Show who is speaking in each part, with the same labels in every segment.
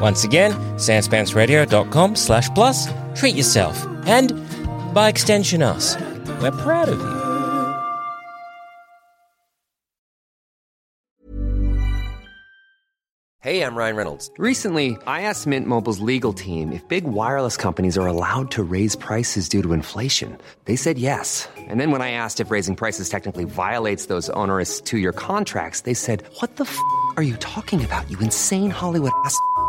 Speaker 1: Once again, sanspantsradio.com slash plus, treat yourself, and by extension us. We're proud of you.
Speaker 2: Hey, I'm Ryan Reynolds. Recently, I asked Mint Mobile's legal team if big wireless companies are allowed to raise prices due to inflation. They said yes. And then when I asked if raising prices technically violates those onerous two year contracts, they said, What the f are you talking about, you insane Hollywood ass? f- a-"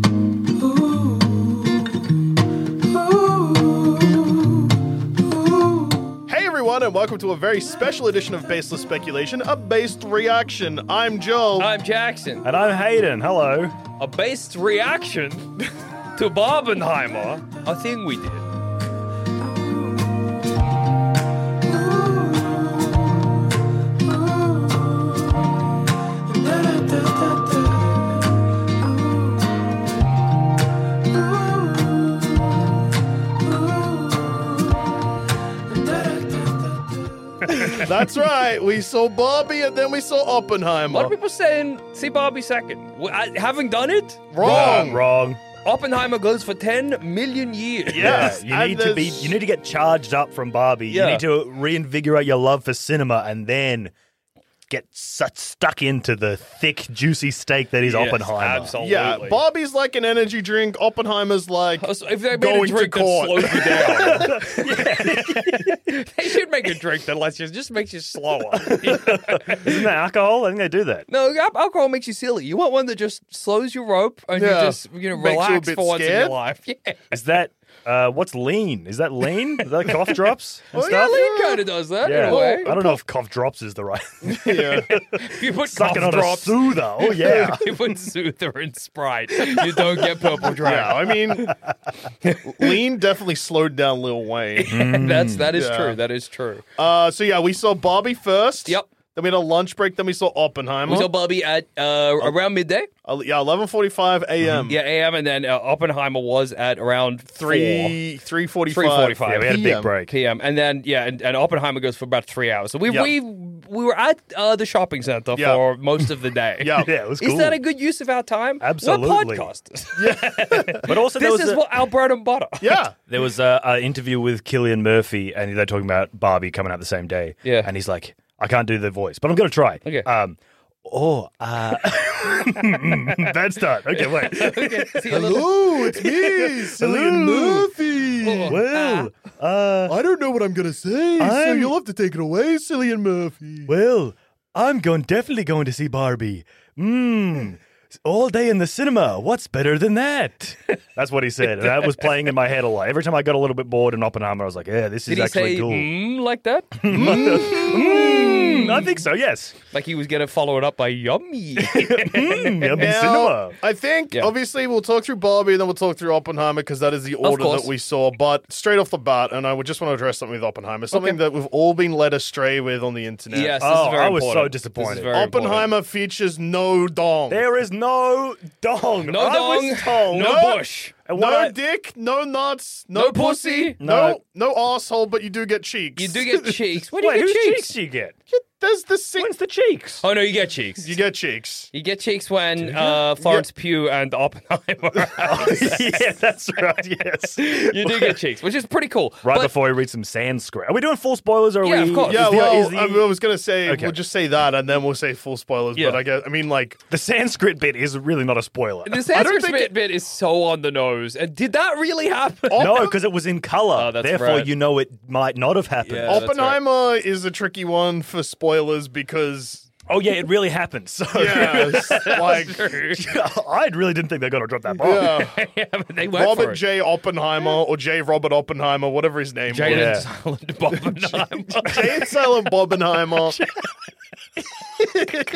Speaker 3: Hey everyone, and welcome to a very special edition of Baseless Speculation, a based reaction. I'm Joel.
Speaker 4: I'm Jackson.
Speaker 5: And I'm Hayden. Hello.
Speaker 4: A based reaction to Barbenheimer, a thing we did.
Speaker 3: That's right. We saw Barbie, and then we saw
Speaker 4: A lot
Speaker 3: Oppenheimer.
Speaker 4: of people saying, see Barbie second. W- I- having done it,
Speaker 3: Wrong.
Speaker 5: Uh, wrong.
Speaker 4: Oppenheimer goes for 10 million years.
Speaker 3: Yes,
Speaker 5: Yeah,
Speaker 3: and
Speaker 5: you need to be.
Speaker 3: there's-
Speaker 5: You need to get charged up from Barbie.
Speaker 3: Yeah.
Speaker 5: You need to reinvigorate your love for cinema, and then get su- stuck into the thick, juicy steak that is
Speaker 4: Yes,
Speaker 5: Oppenheimer.
Speaker 4: Absolutely.
Speaker 3: Yeah, Barbie's like an energy drink. Oppenheimer's like
Speaker 4: Uh, so If they made
Speaker 3: Going
Speaker 4: a
Speaker 3: to
Speaker 4: drink that
Speaker 3: court.
Speaker 4: slows you down, they should make a drink that lets you just makes you slower.
Speaker 5: Isn't that alcohol? I think they do that.
Speaker 4: no, al- alcohol makes you silly. You want one that just slows your rope and
Speaker 3: Yeah.
Speaker 4: you just you know
Speaker 3: Makes you a
Speaker 4: relax
Speaker 3: bit
Speaker 4: for once in your
Speaker 3: scared.
Speaker 4: life. Yeah.
Speaker 5: Is that uh, what's lean? Is that lean? Is that cough drops? And
Speaker 3: Oh, yeah,
Speaker 5: stuff?
Speaker 4: Lean Coder does that
Speaker 5: Yeah.
Speaker 4: in a way.
Speaker 5: I don't know if cough drops is the right.
Speaker 3: yeah.
Speaker 4: If you put cough
Speaker 5: Sucking on
Speaker 4: drops,
Speaker 5: a soother. Oh yeah.
Speaker 4: if you put Soother and Sprite, you don't get purple drops.
Speaker 3: yeah, I mean, Lean definitely slowed down Lil Wayne.
Speaker 4: That's that is
Speaker 3: Yeah.
Speaker 4: true. That is true.
Speaker 3: Uh, so yeah, we saw Barbie first.
Speaker 4: Yep.
Speaker 3: Then we had a lunch break. Then we saw Oppenheimer.
Speaker 4: We saw Bobby at uh, around midday,
Speaker 3: Uh, yeah, eleven forty-five a.m.
Speaker 4: yeah, a.m. And then uh, Oppenheimer was at around
Speaker 3: three three forty-five.
Speaker 4: 3:45.
Speaker 5: yeah, we had a
Speaker 3: PM.
Speaker 5: big break.
Speaker 4: 4 p.m. And then yeah, and, and Oppenheimer goes for about three hours. So we
Speaker 3: Yep.
Speaker 4: we we were at uh, the shopping center
Speaker 3: Yeah.
Speaker 4: for most of the day.
Speaker 3: Yeah.
Speaker 5: Yeah, it was cool.
Speaker 4: Is that a good use of our time? We're
Speaker 5: Absolutely.
Speaker 4: podcasters.
Speaker 5: But also, there
Speaker 4: this
Speaker 5: was
Speaker 4: is
Speaker 5: a-
Speaker 4: what our bread and butter.
Speaker 3: Yeah.
Speaker 5: There was a, a interview with Killian Murphy, and they're talking about Barbie coming out the same day.
Speaker 4: Yeah.
Speaker 5: and he's like, I can't do the voice, but I'm going to try.
Speaker 4: Okay.
Speaker 5: Um, oh, uh, bad start. Okay, wait.
Speaker 4: Okay, see you later.
Speaker 3: Hello, it's me, Cillian
Speaker 5: Hello.
Speaker 3: Murphy.
Speaker 4: Oh,
Speaker 5: Well, uh,
Speaker 3: I don't know what I'm gonna say, so
Speaker 5: I'm-
Speaker 3: you'll have to take it away, Cillian Murphy.
Speaker 5: well, I'm going definitely going to see Barbie. Mmm. All day in the cinema. What's better than that? That's what he said. And that was playing in my head a lot. Every time I got a little bit bored in Oppenheimer, I was like, yeah, this is
Speaker 4: Did he
Speaker 5: actually
Speaker 4: say
Speaker 5: cool.
Speaker 4: mm, like that?
Speaker 5: Mm,
Speaker 4: Hmm.
Speaker 5: I think so, yes.
Speaker 4: like he was gonna follow it up by yummy. Hmm.
Speaker 5: Mm, yummy
Speaker 3: Now,
Speaker 5: cinema.
Speaker 3: I think
Speaker 4: Yeah.
Speaker 3: obviously we'll talk through Barbie and then we'll talk through Oppenheimer because that is the order
Speaker 4: course.
Speaker 3: that we saw. But straight off the bat, and I would just want to address something with Oppenheimer, something that we've all been led astray with on the internet.
Speaker 4: yes, this
Speaker 5: Oh,
Speaker 4: is very
Speaker 5: I was so
Speaker 4: important. This is
Speaker 5: disappointed.
Speaker 4: very important.
Speaker 3: Oppenheimer features no dong,
Speaker 5: There is no dong.
Speaker 4: No
Speaker 5: I
Speaker 4: dong,
Speaker 5: was told.
Speaker 4: no bush.
Speaker 5: And
Speaker 3: no
Speaker 5: what I-
Speaker 3: dick, no nuts, no,
Speaker 4: No
Speaker 3: pussy,
Speaker 4: pussy.
Speaker 3: no no asshole, but you do get cheeks.
Speaker 4: You do get cheeks. What do
Speaker 5: Wait,
Speaker 4: you
Speaker 5: whose
Speaker 4: get
Speaker 5: cheeks?
Speaker 4: cheeks?
Speaker 5: do you get?
Speaker 3: There's the scene.
Speaker 6: When's the cheeks?
Speaker 4: Oh no, you get cheeks.
Speaker 3: You get cheeks.
Speaker 4: You get cheeks when uh, Florence Pugh and Oppenheimer. Are
Speaker 5: yeah, that's right. Yes.
Speaker 4: you do get cheeks, which is pretty cool.
Speaker 5: Right
Speaker 4: But-
Speaker 5: before we read some Sanskrit. Are we doing full spoilers or are
Speaker 4: Yeah,
Speaker 5: we
Speaker 4: of course.
Speaker 3: Yeah,
Speaker 5: Uh, is the-
Speaker 3: well,
Speaker 5: is the,
Speaker 3: I, mean, I was gonna say
Speaker 5: Okay.
Speaker 3: we'll just say that, and then we'll say full spoilers.
Speaker 4: Yeah.
Speaker 3: But I guess I mean like
Speaker 5: the Sanskrit bit is really not a spoiler.
Speaker 4: the
Speaker 3: I don't
Speaker 4: Sanskrit
Speaker 3: think
Speaker 4: bit,
Speaker 3: it- Oh,
Speaker 4: bit is so on the nose. And did that really happen?
Speaker 5: no, because it was in color.
Speaker 4: Oh, that's
Speaker 5: Therefore,
Speaker 4: right.
Speaker 5: you know it might not have happened.
Speaker 4: Yeah. that's right.
Speaker 3: Oppenheimer is a tricky one for spoilers because
Speaker 5: Oh, yeah, it really happened. So
Speaker 3: yeah, it's like
Speaker 5: I really didn't think they were going to drop that bomb.
Speaker 3: yeah.
Speaker 4: yeah, but they went for
Speaker 3: Robert
Speaker 4: it.
Speaker 3: J. Oppenheimer or J. Robert Oppenheimer, whatever his name
Speaker 4: Jaden
Speaker 3: was.
Speaker 5: Yeah.
Speaker 4: Silent Bob and
Speaker 3: J. and Silent
Speaker 4: I.
Speaker 3: Oppenheimer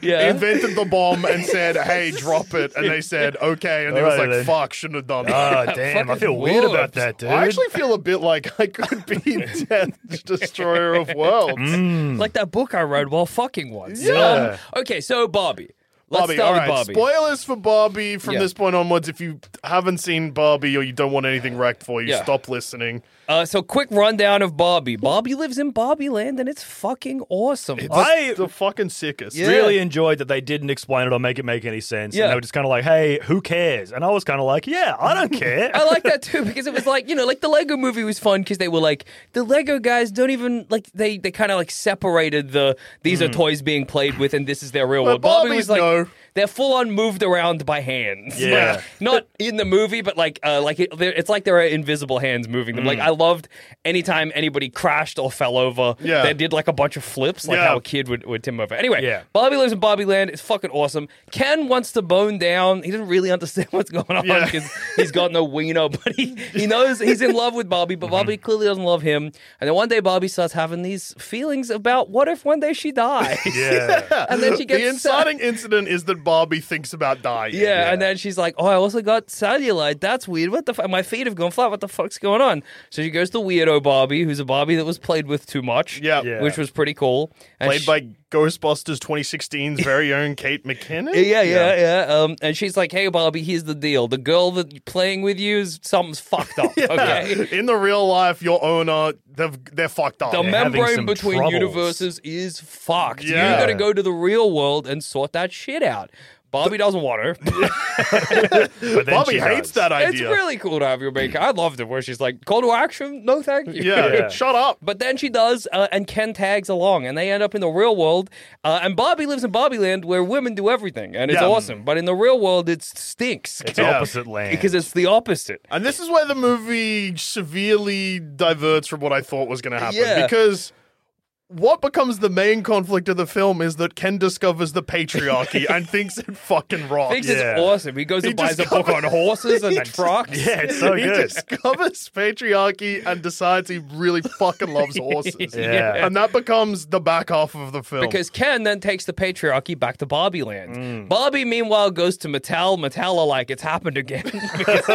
Speaker 4: Yeah.
Speaker 3: invented the bomb and said, "Hey, drop it," and they said, "Okay," and he
Speaker 5: All
Speaker 3: was
Speaker 5: right,
Speaker 3: like,
Speaker 5: then.
Speaker 3: "Fuck, shouldn't have done that."
Speaker 5: Oh, damn. I feel weird
Speaker 4: whoops.
Speaker 5: about that, dude.
Speaker 3: I actually feel a bit like I could be Death Destroyer of Worlds.
Speaker 5: Mm.
Speaker 4: like that book I read while fucking once.
Speaker 5: Yeah.
Speaker 4: Um, okay, so Barbie. Let's
Speaker 3: Barbie,
Speaker 4: start
Speaker 3: all
Speaker 4: with
Speaker 3: right.
Speaker 4: Barbie.
Speaker 3: Spoilers for Barbie from
Speaker 4: Yeah.
Speaker 3: this point onwards. If you haven't seen Barbie or you don't want anything wrecked for you,
Speaker 4: Yeah.
Speaker 3: stop listening.
Speaker 4: uh, so quick rundown of Barbie. Barbie lives in Barbie Land and it's fucking awesome.
Speaker 5: I
Speaker 3: The fucking sickest.
Speaker 5: really enjoyed that they didn't explain it or make it make any sense.
Speaker 4: Yeah.
Speaker 5: And they were just kind of like, hey, who cares? And I was kind of like, yeah, I don't care.
Speaker 4: I like that too because it was like you know, like the Lego movie was fun because they were like the Lego guys don't even like they they kind of like separated the these are
Speaker 5: Mm.
Speaker 4: toys being played with and this is their real
Speaker 3: But
Speaker 4: world. Barbie was
Speaker 3: Barbies,
Speaker 4: like
Speaker 3: no.
Speaker 4: they're full on moved around by hands.
Speaker 5: Yeah.
Speaker 4: Like, not in the movie, but like uh, like it, they're- it's like there are invisible hands moving them. Like
Speaker 5: Mm.
Speaker 4: I loved anytime anybody crashed or fell over,
Speaker 3: Yeah.
Speaker 4: they did like a bunch of flips, like
Speaker 3: Yeah.
Speaker 4: how a kid would would tim over. Anyway,
Speaker 5: Yeah.
Speaker 4: Barbie lives in Barbie Land. It's fucking awesome. Ken wants to bone down. He doesn't really understand what's going on
Speaker 3: Yeah.
Speaker 4: because he's got no wiener, but he, he knows he's in love with Barbie, but Barbie clearly doesn't love him. And then one day Barbie starts having these feelings about what if one day she dies?
Speaker 5: yeah.
Speaker 4: And then she gets
Speaker 3: the
Speaker 4: sad.
Speaker 3: inciting incident is that Barbie thinks about dying.
Speaker 4: Yeah, and then she's like, "Oh, I also got cellulite. That's weird. What the? F- my feet have gone flat. What the fuck's going on?" So she goes to weirdo Barbie, who's a Barbie that was played with too much.
Speaker 3: Yeah.
Speaker 5: Yeah.
Speaker 4: which was pretty cool. And
Speaker 3: Played
Speaker 4: she-
Speaker 3: by Ghostbusters 2016's very own Kate McKinnon.
Speaker 4: Yeah, yeah, yeah. Um, and she's like, "Hey, Barbie, here's the deal. The girl that you're playing with you is something's fucked up. Okay."
Speaker 3: In the real life, your owner, they've, they're fucked up.
Speaker 4: The
Speaker 5: having
Speaker 4: membrane
Speaker 5: some
Speaker 4: between
Speaker 5: troubles.
Speaker 4: universes is fucked. You
Speaker 3: Yeah.
Speaker 4: gotta go to the real world and sort that shit out. Barbie doesn't want her.
Speaker 5: But then
Speaker 3: Bobby
Speaker 5: she
Speaker 3: hates
Speaker 5: does.
Speaker 3: that idea.
Speaker 4: It's really cool to have your maker. I loved it where she's like, call to action? No, thank you.
Speaker 3: yeah.
Speaker 5: Yeah.
Speaker 3: shut up.
Speaker 4: But then she does, uh, and Ken tags along, and they end up in the real world. Uh, and Bobby lives in Bobby Land, where women do everything, and it's
Speaker 3: Yeah.
Speaker 4: awesome. But in the real world, it stinks
Speaker 5: It's
Speaker 3: Yeah.
Speaker 5: opposite land.
Speaker 4: because it's the opposite.
Speaker 3: And this is where the movie severely diverts from what I thought was going to happen.
Speaker 4: Yeah.
Speaker 3: Because what becomes the main conflict of the film is that Ken discovers the patriarchy and thinks it fucking rocks.
Speaker 4: Thinks
Speaker 5: Yeah.
Speaker 4: it's awesome. He goes
Speaker 3: He
Speaker 4: and buys a
Speaker 3: just
Speaker 4: book on
Speaker 3: covers-
Speaker 4: horses and trucks.
Speaker 5: yeah, it's so
Speaker 3: he
Speaker 5: good.
Speaker 3: discovers patriarchy and decides he really fucking loves horses.
Speaker 5: Yeah.
Speaker 3: And that becomes the back half of the film.
Speaker 4: Because Ken then takes the patriarchy back to Barbie Land.
Speaker 3: Mm.
Speaker 4: Barbie, meanwhile, goes to Mattel. Mattel are like, it's happened again. because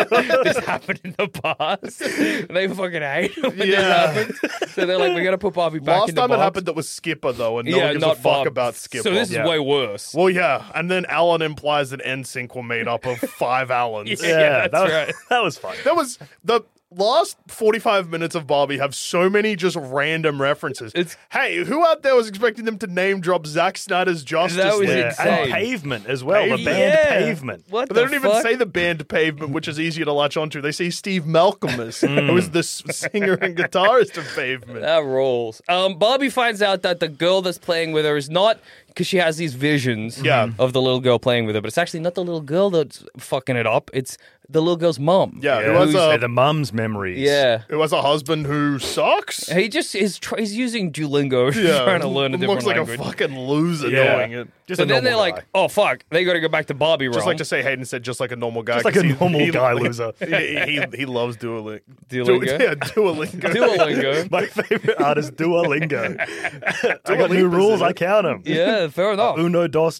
Speaker 4: this happened in the past. They fucking hate it when
Speaker 3: Yeah.
Speaker 4: this happens. So they're like, we gotta put Barbie back
Speaker 3: Last
Speaker 4: in the
Speaker 3: time it
Speaker 4: box."
Speaker 3: happened, it was Skipper, though, and no
Speaker 4: yeah,
Speaker 3: one gives
Speaker 4: not
Speaker 3: a fuck
Speaker 4: Bob.
Speaker 3: about Skipper.
Speaker 4: So this
Speaker 5: Yeah.
Speaker 4: is way worse.
Speaker 3: well, yeah, and then Alan implies that NSYNC were made up of five Alans.
Speaker 5: Yeah,
Speaker 4: Yeah, that's
Speaker 5: that, was,
Speaker 4: right.
Speaker 5: that was fun.
Speaker 3: That was the last 45 minutes of Barbie have so many just random references.
Speaker 4: It's-
Speaker 3: hey, who out there was expecting them to name drop Zack Snyder's Justice
Speaker 4: That was
Speaker 3: League?
Speaker 5: Yeah,
Speaker 4: insane.
Speaker 5: And pavement as well. The band
Speaker 4: Yeah.
Speaker 5: pavement.
Speaker 4: What
Speaker 3: But they
Speaker 4: the
Speaker 3: don't even
Speaker 4: fuck?
Speaker 3: say the band Pavement, which is easier to latch onto. They say Steve Malcolmus, who is the s- singer and guitarist of Pavement.
Speaker 4: Mm. That rolls. Um, Bobby finds out that the girl that's playing with her is not because she has these visions
Speaker 3: Yeah.
Speaker 4: of the little girl playing with her, but it's actually not the little girl that's fucking it up. It's the little girl's mom.
Speaker 3: Yeah,
Speaker 5: Yeah,
Speaker 3: who has
Speaker 5: they're
Speaker 3: a
Speaker 5: the mum's memories.
Speaker 4: Yeah.
Speaker 3: who has a husband who sucks.
Speaker 4: He just is tr- he's using Duolingo
Speaker 3: Yeah,
Speaker 4: trying to learn a different
Speaker 3: looks like
Speaker 4: language.
Speaker 3: a fucking loser
Speaker 5: Yeah.
Speaker 3: doing it.
Speaker 5: Just
Speaker 4: so
Speaker 5: a
Speaker 4: then they're
Speaker 5: normal
Speaker 4: like,
Speaker 5: guy.
Speaker 4: "Oh fuck, they got to go back to Bobby
Speaker 3: Just
Speaker 4: realm."
Speaker 3: like to say, Hayden said, just like a normal guy.
Speaker 5: Just like
Speaker 3: 'cause
Speaker 5: a normal guy loser.
Speaker 3: He, he, he loves Duolingo.
Speaker 4: Duolingo?
Speaker 3: yeah, Duolingo.
Speaker 4: Duolingo.
Speaker 5: My favorite artist, Duolingo. I got new rules. I count them.
Speaker 4: yeah, Yeah, fair enough.
Speaker 5: Uno dos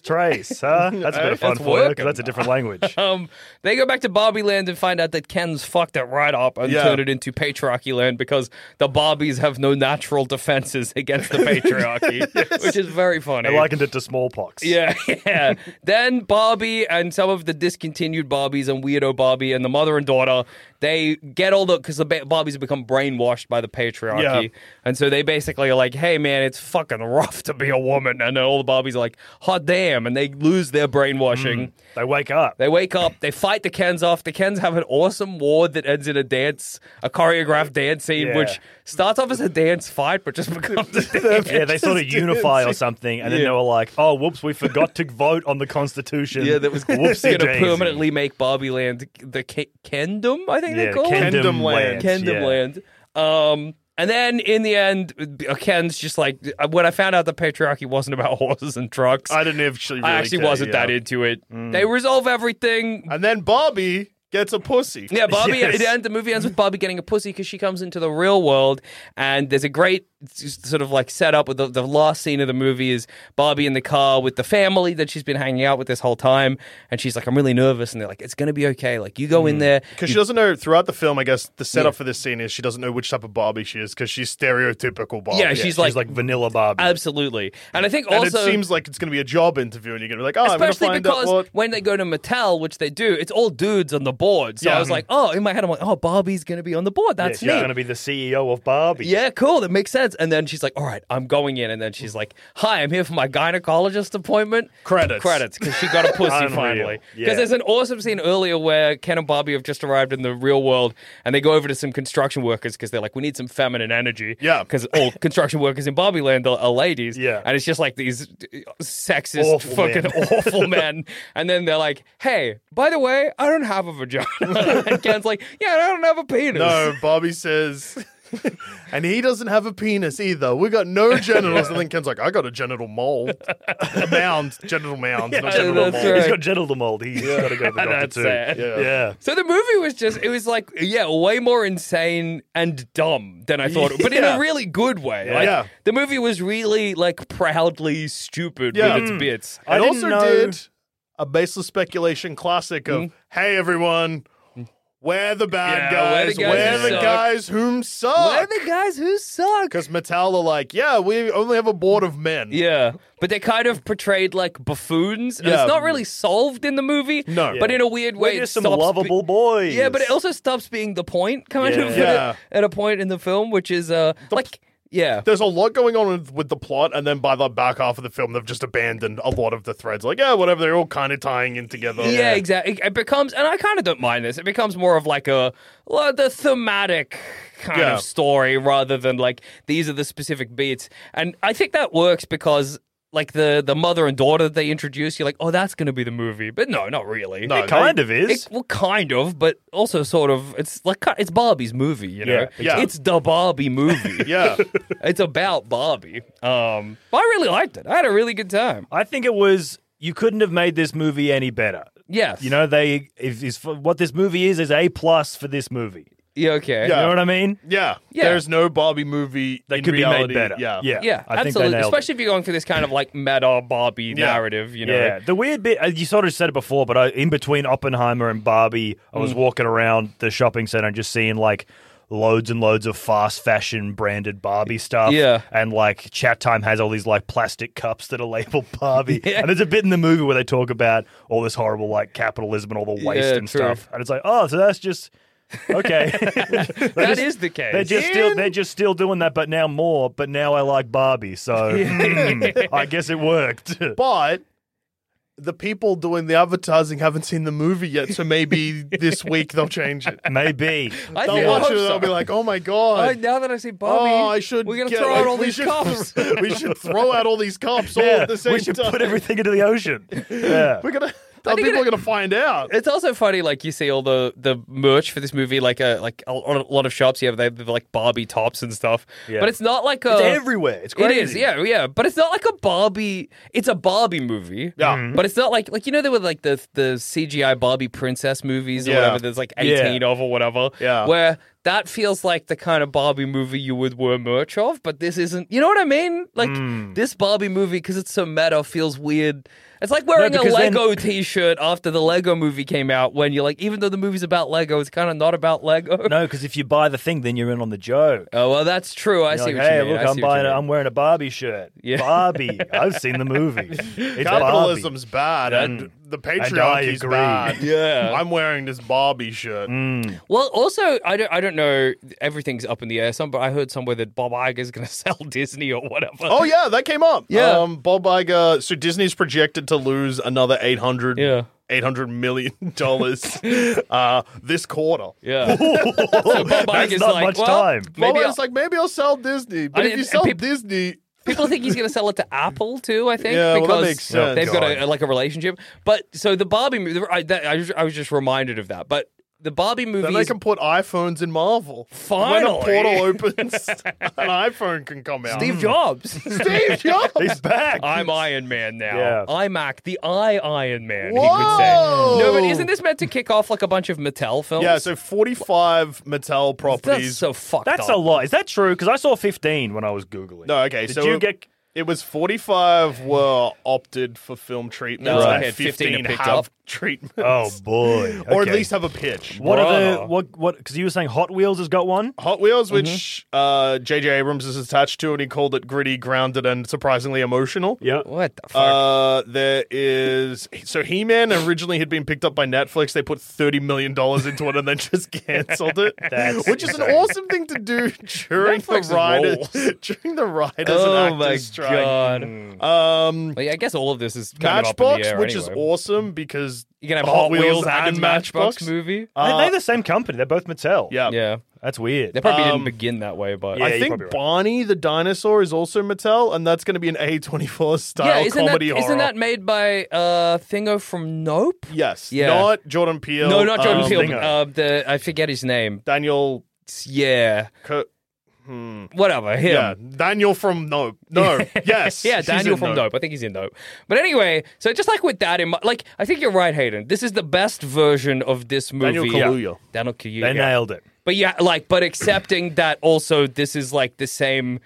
Speaker 5: tres, huh? That's a bit of fun
Speaker 4: That's
Speaker 5: for you 'cause
Speaker 4: working.
Speaker 5: that's a different language.
Speaker 4: Um, they go back to Barbie Land and find out that Ken's fucked it right up and
Speaker 3: Yeah.
Speaker 4: turned it into Patriarchy Land because the Barbies have no natural defenses against the patriarchy, which is very funny.
Speaker 5: I likened it to smallpox.
Speaker 4: Yeah, yeah. then Barbie and some of the discontinued Barbies and weirdo Barbie and the mother and daughter, they get all the because the ba- Barbies have become brainwashed by the patriarchy,
Speaker 5: Yeah.
Speaker 4: and so they basically are like, "Hey, man, it's fucking rough to be a woman," and then all the Barbies are like, "Hot damn!" and they lose their brainwashing.
Speaker 5: They wake up.
Speaker 4: They wake up, they fight the Kens off. The Kens have an awesome war that ends in a dance, a choreographed dance scene,
Speaker 5: Yeah.
Speaker 4: which starts off as a dance fight, but just becomes a dance.
Speaker 5: yeah, they sort of unify or something, and then they
Speaker 4: Yeah.
Speaker 5: were like, "Oh, whoops, we forgot to vote on the Constitution."
Speaker 4: Yeah, that was going
Speaker 5: whoopsie
Speaker 4: to
Speaker 5: daisy.
Speaker 4: permanently make Barbie Land the K- Kendom, I think
Speaker 5: Yeah,
Speaker 4: they call it.
Speaker 5: Kendom
Speaker 3: Kendom Land.
Speaker 5: Land.
Speaker 4: Kendom
Speaker 5: yeah.
Speaker 4: Land. Um, and then in the end, uh, Ken's just like, uh, when I found out the patriarchy wasn't about horses and trucks,
Speaker 3: I
Speaker 4: I,
Speaker 3: didn't actually. Really
Speaker 4: actually
Speaker 3: care,
Speaker 4: wasn't
Speaker 3: yeah.
Speaker 4: that into it. They resolve everything.
Speaker 3: And then Bobby gets a pussy.
Speaker 4: Yeah, Bobby.
Speaker 5: Yes.
Speaker 4: It end, the movie ends with Bobby getting a pussy because she comes into the real world, and there's a great s- sort of like setup. With the, the last scene of the movie is Bobby in the car with the family that she's been hanging out with this whole time, and she's like, "I'm really nervous," and they're like, "It's gonna be okay. Like you
Speaker 3: Hmm.
Speaker 4: go in there."
Speaker 3: Because she doesn't know throughout the film, I guess the setup for this scene is she doesn't know which type of Barbie she is because she's stereotypical Barbie.
Speaker 4: Yeah, she's
Speaker 5: She's
Speaker 4: like,
Speaker 5: like, vanilla Barbie.
Speaker 4: absolutely, and I think
Speaker 3: and
Speaker 4: also.
Speaker 3: it seems like it's going to be a job interview, and you're going to be like, oh, I'm going to
Speaker 4: Especially
Speaker 3: find out
Speaker 4: because
Speaker 3: what.
Speaker 4: when they go to Mattel, which they do, it's all dudes on the board. So I
Speaker 3: Yeah.
Speaker 4: was like, oh, in my head, I'm like, oh, Barbie's going to be on the board.
Speaker 5: yeah,
Speaker 4: That's
Speaker 5: she's
Speaker 4: neat.
Speaker 5: going to be the CEO of Barbie.
Speaker 4: Yeah, cool. That makes sense. And then she's like, "All right, I'm going in." And then she's like, "Hi, I'm here for my gynecologist appointment."
Speaker 3: Credits.
Speaker 4: credits, because she got a pussy
Speaker 5: Unreal.
Speaker 4: finally. Because
Speaker 5: Yeah.
Speaker 4: there's an awesome scene earlier where Ken and Bobby have just arrived in the real world, and they go over to some construction workers because they're like, "We need some feminine energy."
Speaker 3: Yeah.
Speaker 4: because all construction workers in Barbie Land are, are ladies.
Speaker 5: Yeah.
Speaker 4: and it's just like these uh, sexist,
Speaker 5: Awful
Speaker 4: fucking
Speaker 5: men.
Speaker 4: awful men. And then they're like, "Hey, by the way, I don't have a vagina." and Ken's like, "Yeah, I don't have a penis."
Speaker 3: No, Bobby says. And he doesn't have a penis either. We got no genitals. And then Ken's like, I got a genital mold. A mound. Genital mound. not
Speaker 4: Yeah,
Speaker 3: genital
Speaker 4: that's
Speaker 3: mold.
Speaker 4: right.
Speaker 5: He's got genital mold. He's got to go to the doctor
Speaker 4: That's
Speaker 5: too.
Speaker 4: sad.
Speaker 5: Yeah.
Speaker 3: Yeah.
Speaker 4: So the movie was just, it was like, yeah, way more insane and dumb than I thought, but in a
Speaker 3: Yeah.
Speaker 4: really good way.
Speaker 5: Yeah.
Speaker 4: Like,
Speaker 3: Yeah.
Speaker 4: The movie was really, like, proudly stupid
Speaker 3: Yeah.
Speaker 4: with its bits.
Speaker 5: I
Speaker 3: It
Speaker 5: didn't
Speaker 3: also
Speaker 5: know-
Speaker 3: did a baseless speculation classic
Speaker 5: Hmm?
Speaker 3: of, hey, everyone, we're the bad
Speaker 4: Yeah, we're the
Speaker 3: guys.
Speaker 4: guys
Speaker 3: We're
Speaker 4: who
Speaker 3: the
Speaker 4: suck."
Speaker 3: guys whom
Speaker 4: Why are
Speaker 3: suck.
Speaker 4: the guys who suck?
Speaker 3: Because Mattel are like, yeah, we only have a board of men.
Speaker 4: Yeah, but they kind of portrayed like buffoons, and
Speaker 3: Yeah.
Speaker 4: it's not really solved in the movie.
Speaker 3: No.
Speaker 4: but
Speaker 5: Yeah.
Speaker 4: in a weird
Speaker 5: We're
Speaker 4: way,
Speaker 5: just
Speaker 4: it
Speaker 5: some
Speaker 4: stops
Speaker 5: lovable boys.
Speaker 4: Yeah, but it also stops being the point, kind
Speaker 5: Yeah.
Speaker 4: of, at a-
Speaker 3: Yeah.
Speaker 4: At, a point in the film, which is uh, like, yeah,
Speaker 3: There's a lot going on with, with the plot, and then by the back half of the film, they've just abandoned a lot of the threads. Like, yeah, whatever, they're all kind of tying in together.
Speaker 4: Yeah, exactly. It- It becomes, and I kind of don't mind this. It becomes more of like a well, the thematic kind
Speaker 3: Yeah.
Speaker 4: of story rather than like these are the specific beats. And I think that works because like the the mother and daughter that they introduce, you're like, oh, that's going to be the movie, but no, not really.
Speaker 3: No,
Speaker 4: It-
Speaker 5: kind of is.
Speaker 4: it- well, kind of, but also sort of. It's like ki- it's Barbie's movie, you know.
Speaker 3: Yeah, yeah.
Speaker 4: It's the Barbie movie.
Speaker 3: Yeah.
Speaker 4: it's about Barbie. Um, but I really liked it. I had a really good time.
Speaker 5: I think it was. You couldn't have made this movie any better.
Speaker 4: Yes.
Speaker 5: You know, they if, is what this movie is is a plus for this movie.
Speaker 4: Yeah. Okay.
Speaker 3: Yeah.
Speaker 5: You know what I mean?
Speaker 3: Yeah.
Speaker 4: Yeah.
Speaker 3: There's no Barbie movie
Speaker 5: They
Speaker 3: in
Speaker 5: could
Speaker 3: reality.
Speaker 5: be made better.
Speaker 3: Yeah.
Speaker 5: yeah,
Speaker 4: Yeah,
Speaker 5: I think
Speaker 4: absolutely.
Speaker 5: they nailed it.
Speaker 4: Especially if you're going for this kind of like meta Barbie
Speaker 3: Yeah.
Speaker 4: narrative, you know.
Speaker 5: Yeah, the weird bit uh, you sort of said it before, but I, in between Oppenheimer and Barbie, I
Speaker 4: Mm.
Speaker 5: was walking around the shopping center and just seeing like loads and loads of fast fashion branded Barbie stuff.
Speaker 4: Yeah.
Speaker 5: and like Chat Time has all these like plastic cups that are labeled Barbie,
Speaker 4: Yeah.
Speaker 5: and there's a bit in the movie where they talk about all this horrible like capitalism and all the waste
Speaker 4: Yeah,
Speaker 5: and
Speaker 4: true.
Speaker 5: stuff, and it's like, oh, so that's just okay.
Speaker 4: That is the case.
Speaker 5: They're just still they're just still doing that, but now more. But now I like Barbie, so mm, I guess it worked.
Speaker 3: But the people doing the advertising haven't seen the movie yet, so maybe this week they'll change it.
Speaker 5: Maybe.
Speaker 4: I
Speaker 3: They'll
Speaker 4: think- I
Speaker 3: watch
Speaker 4: hope
Speaker 3: it and
Speaker 4: so.
Speaker 3: they'll be like, oh my God.
Speaker 4: Oh, now that I see Barbie,
Speaker 3: Oh, I should.
Speaker 4: we're gonna
Speaker 3: get,
Speaker 4: throw
Speaker 3: like,
Speaker 4: out all
Speaker 3: we
Speaker 4: these
Speaker 3: should-
Speaker 4: cups.
Speaker 3: we should throw out all these cups all
Speaker 5: yeah,
Speaker 3: at the same
Speaker 5: we should
Speaker 3: time.
Speaker 5: put everything into the ocean. Yeah.
Speaker 3: We're gonna. uh, People
Speaker 4: it-
Speaker 3: are gonna find out.
Speaker 4: It's also funny, like you see all the, the merch for this movie, like a like a lot of- lot of shops. Yeah, they have like Barbie tops and stuff.
Speaker 5: Yeah.
Speaker 4: But it's not like a
Speaker 5: It's everywhere. It's crazy.
Speaker 4: Uh, It is, yeah, yeah. But it's not like a Barbie. It's a Barbie movie.
Speaker 3: Yeah. Mhm.
Speaker 4: But it's not like like you know there were like the the CGI Barbie princess movies or
Speaker 3: Yeah.
Speaker 4: whatever. There's like
Speaker 5: Yeah.
Speaker 4: eighteen of or whatever.
Speaker 3: Yeah.
Speaker 4: Where that feels like the kind of Barbie movie you would wear merch of, but this isn't. You know what I mean? Like
Speaker 5: Mm.
Speaker 4: this Barbie movie because it's so meta feels weird. It's like wearing a
Speaker 5: because then-
Speaker 4: Lego T-shirt after the Lego movie came out. When you're like, even though the movie's about Lego, it's kind of not about Lego.
Speaker 5: No, because if you buy the thing, then you're in on the joke.
Speaker 4: Oh well, that's true. I
Speaker 5: You're
Speaker 4: see
Speaker 5: like,
Speaker 4: what
Speaker 5: hey,
Speaker 4: you mean.
Speaker 5: look,
Speaker 4: I see
Speaker 5: I'm
Speaker 4: what you
Speaker 5: buying. A,
Speaker 4: mean.
Speaker 5: I'm wearing a Barbie shirt.
Speaker 4: Yeah.
Speaker 5: Barbie. I've seen the movie. It's
Speaker 3: Capitalism's bad, and the patriarchy's
Speaker 5: agree.
Speaker 3: bad.
Speaker 4: Yeah.
Speaker 3: I'm wearing this Barbie shirt.
Speaker 4: Well, also, I don't, I don't know. Everything's up in the air. Some, but I heard somewhere that Bob Iger's going to sell Disney or whatever.
Speaker 3: Oh yeah, that came up.
Speaker 4: Yeah.
Speaker 3: um, Bob Iger. So Disney's projected to lose another eight hundred.
Speaker 4: Yeah.
Speaker 3: Eight hundred million dollars uh, this quarter.
Speaker 4: yeah. so Bob
Speaker 5: That's
Speaker 4: Iger's
Speaker 5: not
Speaker 4: like,
Speaker 5: much
Speaker 4: well,
Speaker 5: time.
Speaker 3: Maybe
Speaker 4: Maybe
Speaker 3: Bob
Speaker 4: I'll-
Speaker 3: Iger's like, maybe I'll sell Disney, but if
Speaker 4: didn't-
Speaker 3: you
Speaker 4: and
Speaker 3: sell
Speaker 4: peop-
Speaker 3: Disney,
Speaker 4: people think he's going to sell it to Apple too. I think
Speaker 3: Yeah, well, that
Speaker 4: because
Speaker 3: makes sense.
Speaker 4: they've got
Speaker 3: God.
Speaker 4: a, like a relationship. But so the Barbie movie, I, that, I, was- I was just reminded of that. But the Barbie movie
Speaker 3: then they
Speaker 4: is
Speaker 3: can put iPhones in Marvel. when a
Speaker 4: Finally.
Speaker 3: portal opens, an iPhone can come out. Hmm.
Speaker 4: Steve Jobs.
Speaker 3: Steve Jobs.
Speaker 5: He's back.
Speaker 4: Mm. I'm Iron Man now.
Speaker 5: Yeah.
Speaker 4: I'm Mac, the I Iron Man. He would
Speaker 3: Whoa!
Speaker 4: say. No, but isn't this meant to kick off like a bunch of Mattel films?
Speaker 3: yeah, so oh, 45 Mattel
Speaker 4: that's
Speaker 3: properties.
Speaker 4: so fucked.
Speaker 5: That's
Speaker 4: up.
Speaker 5: a lot. Is that true? Because I saw 15 when I was googling.
Speaker 3: no, okay.
Speaker 5: Did
Speaker 3: so
Speaker 5: you
Speaker 3: it-
Speaker 5: get?
Speaker 3: It was 45 were opted for film treatment.
Speaker 4: No,
Speaker 3: and
Speaker 4: I had 15 are picked
Speaker 3: have
Speaker 4: up.
Speaker 3: treatment.
Speaker 5: Oh boy.
Speaker 3: Or at
Speaker 5: Okay.
Speaker 3: least have a pitch.
Speaker 5: What are the
Speaker 4: Bruh.
Speaker 5: what what? Because you were saying Hot Wheels has got one.
Speaker 3: Hot Wheels, which
Speaker 4: Mm-hmm.
Speaker 3: uh, J.J. Abrams is attached to, and he called it gritty, grounded, and surprisingly emotional.
Speaker 5: Yeah.
Speaker 4: What the fuck?
Speaker 3: Uh, there is so He Man originally had been picked up by Netflix. They put thirty million dollars into it and then just cancelled it,
Speaker 5: That's
Speaker 3: which is an
Speaker 5: insane.
Speaker 3: awesome thing to do during
Speaker 4: Netflix
Speaker 3: the writers
Speaker 4: rules.
Speaker 3: during the writers
Speaker 4: oh
Speaker 3: and
Speaker 4: my
Speaker 3: actors strike.
Speaker 4: god.
Speaker 3: Um,
Speaker 4: Well, yeah, I guess all of this is kind of up in
Speaker 3: Matchbox,
Speaker 4: the air
Speaker 3: which is
Speaker 4: anyway.
Speaker 3: awesome because
Speaker 4: You can have Hot Wheels, and a Matchbox,
Speaker 3: movie.
Speaker 4: movie.
Speaker 5: Are they the same company? They're both Mattel.
Speaker 3: Yeah.
Speaker 4: Uh, yeah,
Speaker 5: That's weird.
Speaker 4: they probably
Speaker 3: um,
Speaker 4: didn't begin that way, but
Speaker 5: yeah,
Speaker 3: I
Speaker 5: you're
Speaker 3: think
Speaker 5: probably right.
Speaker 3: Barney the dinosaur is also Mattel, and that's going to be an A24 style
Speaker 4: isn't
Speaker 3: comedy
Speaker 4: that
Speaker 3: horror.
Speaker 4: isn't that made by uh Thingo from Nope?
Speaker 3: Yes,
Speaker 4: Yeah.
Speaker 3: not Jordan Peele.
Speaker 4: no, not Jordan
Speaker 3: um,
Speaker 4: Peele.
Speaker 5: Thingo.
Speaker 4: Uh, the I forget his name.
Speaker 3: Daniel.
Speaker 4: Yeah,
Speaker 3: Cur-
Speaker 4: whatever. Him.
Speaker 3: Yeah, Daniel from Nope. No, yes,
Speaker 4: Yeah,
Speaker 3: he's
Speaker 4: Daniel
Speaker 3: in
Speaker 4: from Dope. I think he's in Dope. But anyway, so just like with that in mind, like I think you're right, Hayden. This is the best version of this
Speaker 3: Daniel
Speaker 4: movie.
Speaker 3: Kaluuya.
Speaker 4: Daniel Kaluuya.
Speaker 5: They nailed it.
Speaker 4: But yeah, like, but accepting that also this is like the same,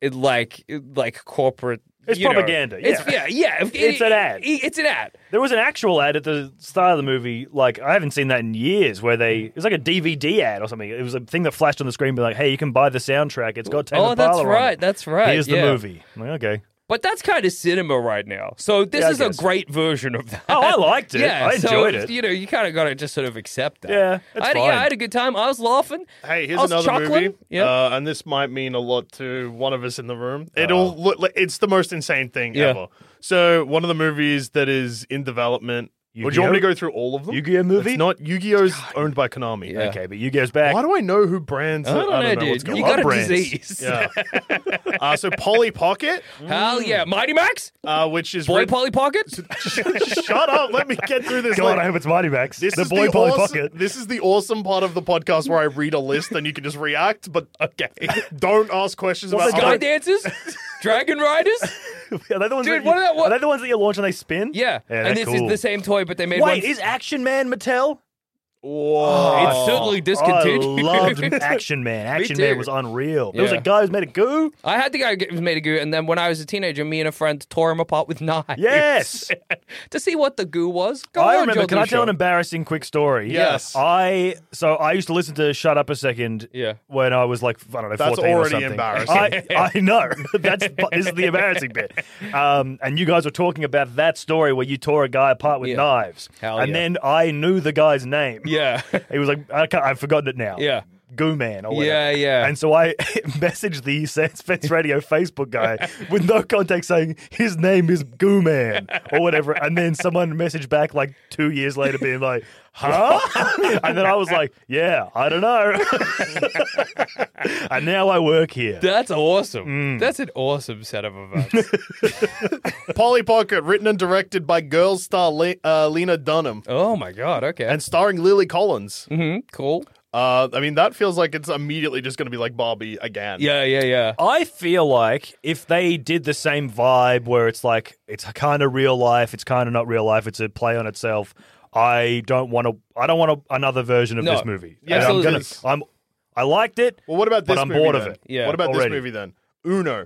Speaker 4: it, like, it, like corporate.
Speaker 5: It's
Speaker 4: you know.
Speaker 5: propaganda,
Speaker 4: It's,
Speaker 5: yeah.
Speaker 4: yeah, yeah. If-
Speaker 5: It's an ad.
Speaker 4: it- it's an ad.
Speaker 5: There was an actual ad at the start of the movie. Like I haven't seen that in years. Where they it was like a DVD ad or something. It was a thing that flashed on the screen, be like, "Hey, you can buy the soundtrack. It's got Tame
Speaker 4: oh, that's
Speaker 5: Impala on it.
Speaker 4: right. That's right.
Speaker 5: Here's the
Speaker 4: yeah.
Speaker 5: movie." I'm like, okay.
Speaker 4: But that's kind of cinema right now. So this
Speaker 5: Yeah, I
Speaker 4: is a
Speaker 5: guess.
Speaker 4: great version of that.
Speaker 5: Oh, I liked it.
Speaker 4: Yeah,
Speaker 5: I
Speaker 4: so,
Speaker 5: enjoyed it.
Speaker 4: You know, you kind of got to just sort of accept that.
Speaker 5: Yeah, it's
Speaker 4: I had,
Speaker 5: fine.
Speaker 4: yeah, I had a good time. I was laughing.
Speaker 3: Hey, here's
Speaker 4: I was
Speaker 3: another
Speaker 4: chuckling.
Speaker 3: movie,
Speaker 4: Yeah.
Speaker 3: uh, and this might mean a lot to one of us in the room.
Speaker 5: Uh.
Speaker 3: It'll look like it's the most insane thing
Speaker 4: Yeah.
Speaker 3: ever. So, one of the movies that is in development. Would you want me to
Speaker 5: Yu-Gi-Oh?
Speaker 3: go through all of them?
Speaker 5: Yu-Gi-Oh movie?
Speaker 3: It's not Yu-Gi-Oh's owned by Konami.
Speaker 4: Yeah.
Speaker 5: Okay, but you goes back.
Speaker 3: Why do I know who brands?
Speaker 4: I don't,
Speaker 3: I
Speaker 4: know,
Speaker 3: don't know what's
Speaker 4: dude.
Speaker 3: going
Speaker 4: You
Speaker 3: on.
Speaker 4: got a
Speaker 3: brands.
Speaker 4: disease.
Speaker 3: Yeah. uh, so Polly Pocket,
Speaker 4: Hell yeah. Mighty Max?
Speaker 3: uh, which is
Speaker 4: Boy
Speaker 3: writ-
Speaker 4: Polly Pocket?
Speaker 3: Shut up! Let me get through this.
Speaker 5: God,
Speaker 3: like-
Speaker 5: I hope it's Mighty Max.
Speaker 3: This
Speaker 5: the
Speaker 3: is
Speaker 5: boy
Speaker 3: the
Speaker 5: Polly
Speaker 3: awesome,
Speaker 5: Pocket.
Speaker 3: This is the awesome part of the podcast where I read a list and you can just react. But okay, don't ask questions
Speaker 5: What's
Speaker 3: about
Speaker 5: the
Speaker 4: Guy
Speaker 3: other-
Speaker 5: Alright.
Speaker 4: Dancers? Dragon Riders?
Speaker 5: Are they the ones
Speaker 4: Dude,
Speaker 5: that you,
Speaker 4: what are that- what-
Speaker 5: Are they the ones that you launch and they spin?
Speaker 4: Yeah.
Speaker 5: yeah
Speaker 4: and
Speaker 5: they're
Speaker 4: this
Speaker 5: cool.
Speaker 4: is the same toy, but they made one.
Speaker 5: Wait, is Action Man Mattel?
Speaker 3: Whoa.
Speaker 4: It's certainly discontinued.
Speaker 5: Oh, I loved Action Man. Action Man
Speaker 4: too.
Speaker 5: was unreal. There was a
Speaker 4: Yeah.
Speaker 5: guy who's made a goo.
Speaker 4: I had the guy who made a goo, and then when I was a teenager, me and a friend tore him apart with knives.
Speaker 5: Yes.
Speaker 4: to see what the goo was. Go
Speaker 5: I
Speaker 4: on,
Speaker 5: remember.
Speaker 4: Joe
Speaker 5: Can I tell
Speaker 4: Dusha.
Speaker 5: an embarrassing quick story?
Speaker 3: Yes.
Speaker 5: I so I used to listen to Shut Up a Second.
Speaker 4: Yeah.
Speaker 5: When I was like I don't know.
Speaker 3: That's
Speaker 5: 14 or
Speaker 3: already
Speaker 5: something.
Speaker 3: embarrassing.
Speaker 5: I, I know. That's this is the embarrassing bit. Um, and you guys were talking about that story where you tore a guy apart with
Speaker 4: Yeah.
Speaker 5: knives,
Speaker 4: Hell
Speaker 5: and
Speaker 4: yeah.
Speaker 5: then I knew the guy's name.
Speaker 4: Yeah.
Speaker 5: It was like I can't, I've forgotten it now.
Speaker 4: Yeah.
Speaker 5: Goo Man or whatever.
Speaker 4: Yeah, yeah.
Speaker 5: And so I messaged the Sans Fence Radio Facebook guy with no context saying his name is Goo Man or whatever. And then someone messaged back like two years later being like, huh? and then I was like, yeah, I don't know. and now I work here.
Speaker 4: That's awesome.
Speaker 5: Mm.
Speaker 4: That's an awesome set of events.
Speaker 3: Polly Pocket, written and directed by girl star Le- uh, Lena Dunham
Speaker 4: oh my god. Okay.
Speaker 3: and starring Lily Collins.
Speaker 4: hmm Cool.
Speaker 3: Uh, I mean, that feels like it's immediately just going to be like Barbie again.
Speaker 4: Yeah, yeah, yeah.
Speaker 5: I feel like if they did the same vibe where it's like it's kind of real life, it's kind of not real life, it's a play on itself. I don't want to. I don't want a, another version of
Speaker 4: No.
Speaker 5: this movie.
Speaker 4: Yeah,
Speaker 5: And I'm
Speaker 4: absolutely.
Speaker 5: gonna. I'm. I liked it.
Speaker 3: Well, what about
Speaker 5: But
Speaker 3: this
Speaker 5: I'm
Speaker 3: movie
Speaker 5: bored of
Speaker 3: then?
Speaker 5: it.
Speaker 4: Yeah,
Speaker 3: What about this
Speaker 5: already.
Speaker 3: movie then? Uno.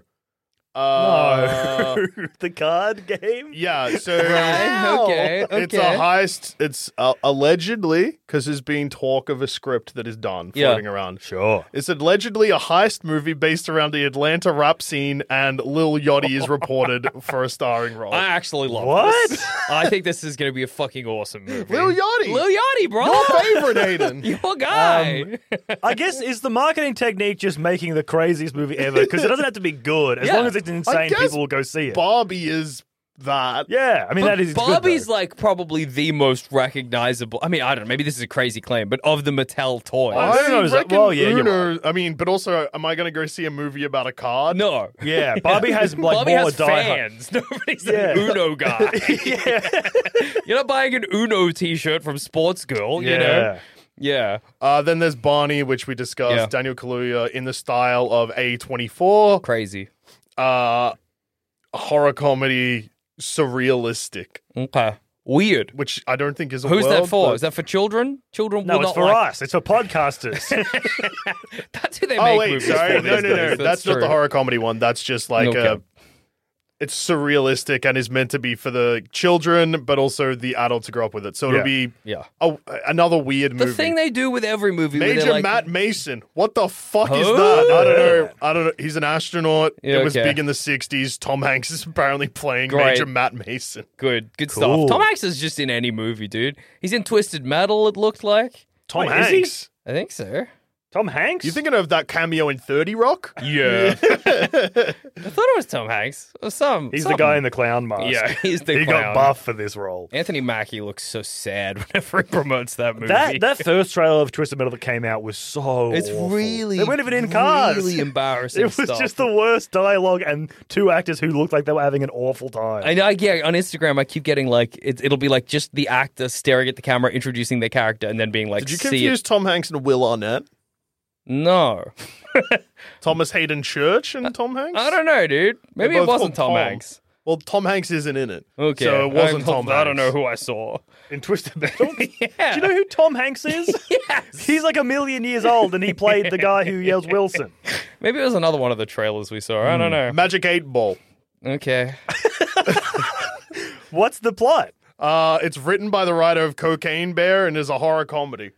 Speaker 3: Uh,
Speaker 4: Oh.
Speaker 5: the card game.
Speaker 3: Yeah, so
Speaker 4: Right, okay,
Speaker 3: it's a
Speaker 4: okay.
Speaker 3: heist. It's uh, allegedly because there's been talk of a script that is done
Speaker 4: Yeah.
Speaker 3: floating around.
Speaker 5: Sure.
Speaker 3: It's allegedly a heist movie based around the Atlanta rap scene, and Lil Yachty is reported for a starring role.
Speaker 5: Ah,
Speaker 4: I actually love
Speaker 5: Oh. What?
Speaker 4: this. I think this is going to be a fucking awesome movie.
Speaker 3: Lil Yachty,
Speaker 4: Lil Yachty, bro.
Speaker 3: your favorite, Aiden.
Speaker 4: Your guy.
Speaker 5: Um, I guess is the marketing technique just making the craziest movie ever because it doesn't have to be good as
Speaker 4: Yeah.
Speaker 5: long as it's insane.
Speaker 3: guess
Speaker 5: People will go see it.
Speaker 3: Barbie is that.
Speaker 5: yeah, I mean that is good, though.
Speaker 4: Barbie's like probably the most recognizable. I mean, I don't know. Maybe this is a crazy claim, but of the Mattel toys.
Speaker 5: I don't know, is that-
Speaker 3: reckon
Speaker 5: well, yeah, you're
Speaker 3: Uno- I mean, but also, am I going to go see a movie about a card?
Speaker 4: no.
Speaker 5: yeah. Barbie Uh, has like
Speaker 4: Bobby
Speaker 5: more
Speaker 4: has
Speaker 5: die.
Speaker 4: fans. Nobody's
Speaker 5: Yeah.
Speaker 4: an Uno guy. You're not buying an Uno t-shirt from Sports Girl, you know? Yeah.
Speaker 3: Uh, then there's Barney, which we discussed.
Speaker 4: Yeah.
Speaker 3: Daniel Kaluuya in the style of A24.
Speaker 4: Crazy.
Speaker 3: uh horror comedy surrealistic,
Speaker 4: Okay. Weird.
Speaker 3: which I don't think is a
Speaker 4: Who's
Speaker 3: world,
Speaker 4: that for?
Speaker 3: but-
Speaker 4: Is that for children? Children
Speaker 5: No,
Speaker 4: will
Speaker 5: it's
Speaker 4: not
Speaker 5: for
Speaker 4: like
Speaker 5: us. It's for podcasters.
Speaker 4: That's who they
Speaker 3: Oh
Speaker 4: make
Speaker 3: wait,
Speaker 4: movies
Speaker 3: sorry,
Speaker 4: for
Speaker 3: no,
Speaker 4: these
Speaker 3: no, no.
Speaker 4: days.
Speaker 3: That's, not the
Speaker 4: true.
Speaker 3: horror comedy one. That's just like
Speaker 4: Okay.
Speaker 3: uh it's surrealistic and is meant to be for the children, but also the adults who grow up with it. So it'll
Speaker 5: Yeah.
Speaker 3: be
Speaker 4: Yeah.
Speaker 3: a, another weird
Speaker 4: The
Speaker 3: movie.
Speaker 4: thing they do with every movie where
Speaker 3: Major
Speaker 4: they're like,
Speaker 3: Matt Mason. What the fuck is
Speaker 4: Huh?
Speaker 3: that? I don't know. I don't know. He's an astronaut.
Speaker 4: Yeah,
Speaker 3: it was
Speaker 4: okay.
Speaker 3: big in the '60s. Tom Hanks is apparently playing
Speaker 4: Great.
Speaker 3: Major Matt Mason.
Speaker 4: good, good
Speaker 5: Cool.
Speaker 4: stuff. Tom Hanks is just in any movie, dude. He's in Twisted Metal, it looked like.
Speaker 5: Tom
Speaker 3: Wait, is he?
Speaker 5: Hanks.
Speaker 4: I think so.
Speaker 5: Tom Hanks.
Speaker 3: You thinking of that cameo in Thirty Rock?
Speaker 4: Yeah. I thought it was Tom Hanks. Or some.
Speaker 5: he's the
Speaker 4: something.
Speaker 5: guy in the clown mask?
Speaker 4: Yeah, he's the
Speaker 5: he
Speaker 4: clown.
Speaker 5: got buff for this role.
Speaker 4: Anthony Mackie looks so sad whenever he promotes that movie.
Speaker 5: That that first trailer of Twisted Metal that came out was so.
Speaker 4: it's
Speaker 5: awful.
Speaker 4: really
Speaker 5: They weren't even in cars.
Speaker 4: Really embarrassing.
Speaker 5: It was
Speaker 4: stuff.
Speaker 5: just the worst dialogue and two actors who looked like they were having an awful time.
Speaker 4: I know. Yeah, on Instagram, I keep getting like it, it'll be like just the actor staring at the camera, introducing their character, and then being like,
Speaker 3: Did you
Speaker 4: "See
Speaker 3: confuse
Speaker 4: it."
Speaker 3: Tom Hanks and Will Arnett?
Speaker 4: No,
Speaker 3: Thomas Hayden Church and Tom Hanks?
Speaker 4: I don't know, dude. Maybe
Speaker 3: They're
Speaker 4: it
Speaker 3: both
Speaker 4: wasn't
Speaker 3: called
Speaker 4: Tom, Hanks.
Speaker 3: Well, Tom Hanks isn't in it.
Speaker 4: Okay,
Speaker 3: So it wasn't
Speaker 4: I,
Speaker 3: Tom Hanks.
Speaker 4: I don't know who I saw.
Speaker 5: in Twisted Metal.
Speaker 4: Yeah.
Speaker 5: Do you know who Tom Hanks is? yes. He's like a million years old and he played the guy who yells Wilson.
Speaker 4: Maybe it was another one of the trailers we saw. I don't
Speaker 5: Hmm.
Speaker 4: know.
Speaker 3: Magic 8 Ball.
Speaker 4: Okay.
Speaker 5: What's the plot?
Speaker 3: Uh, it's written by the writer of Cocaine Bear and is a horror comedy.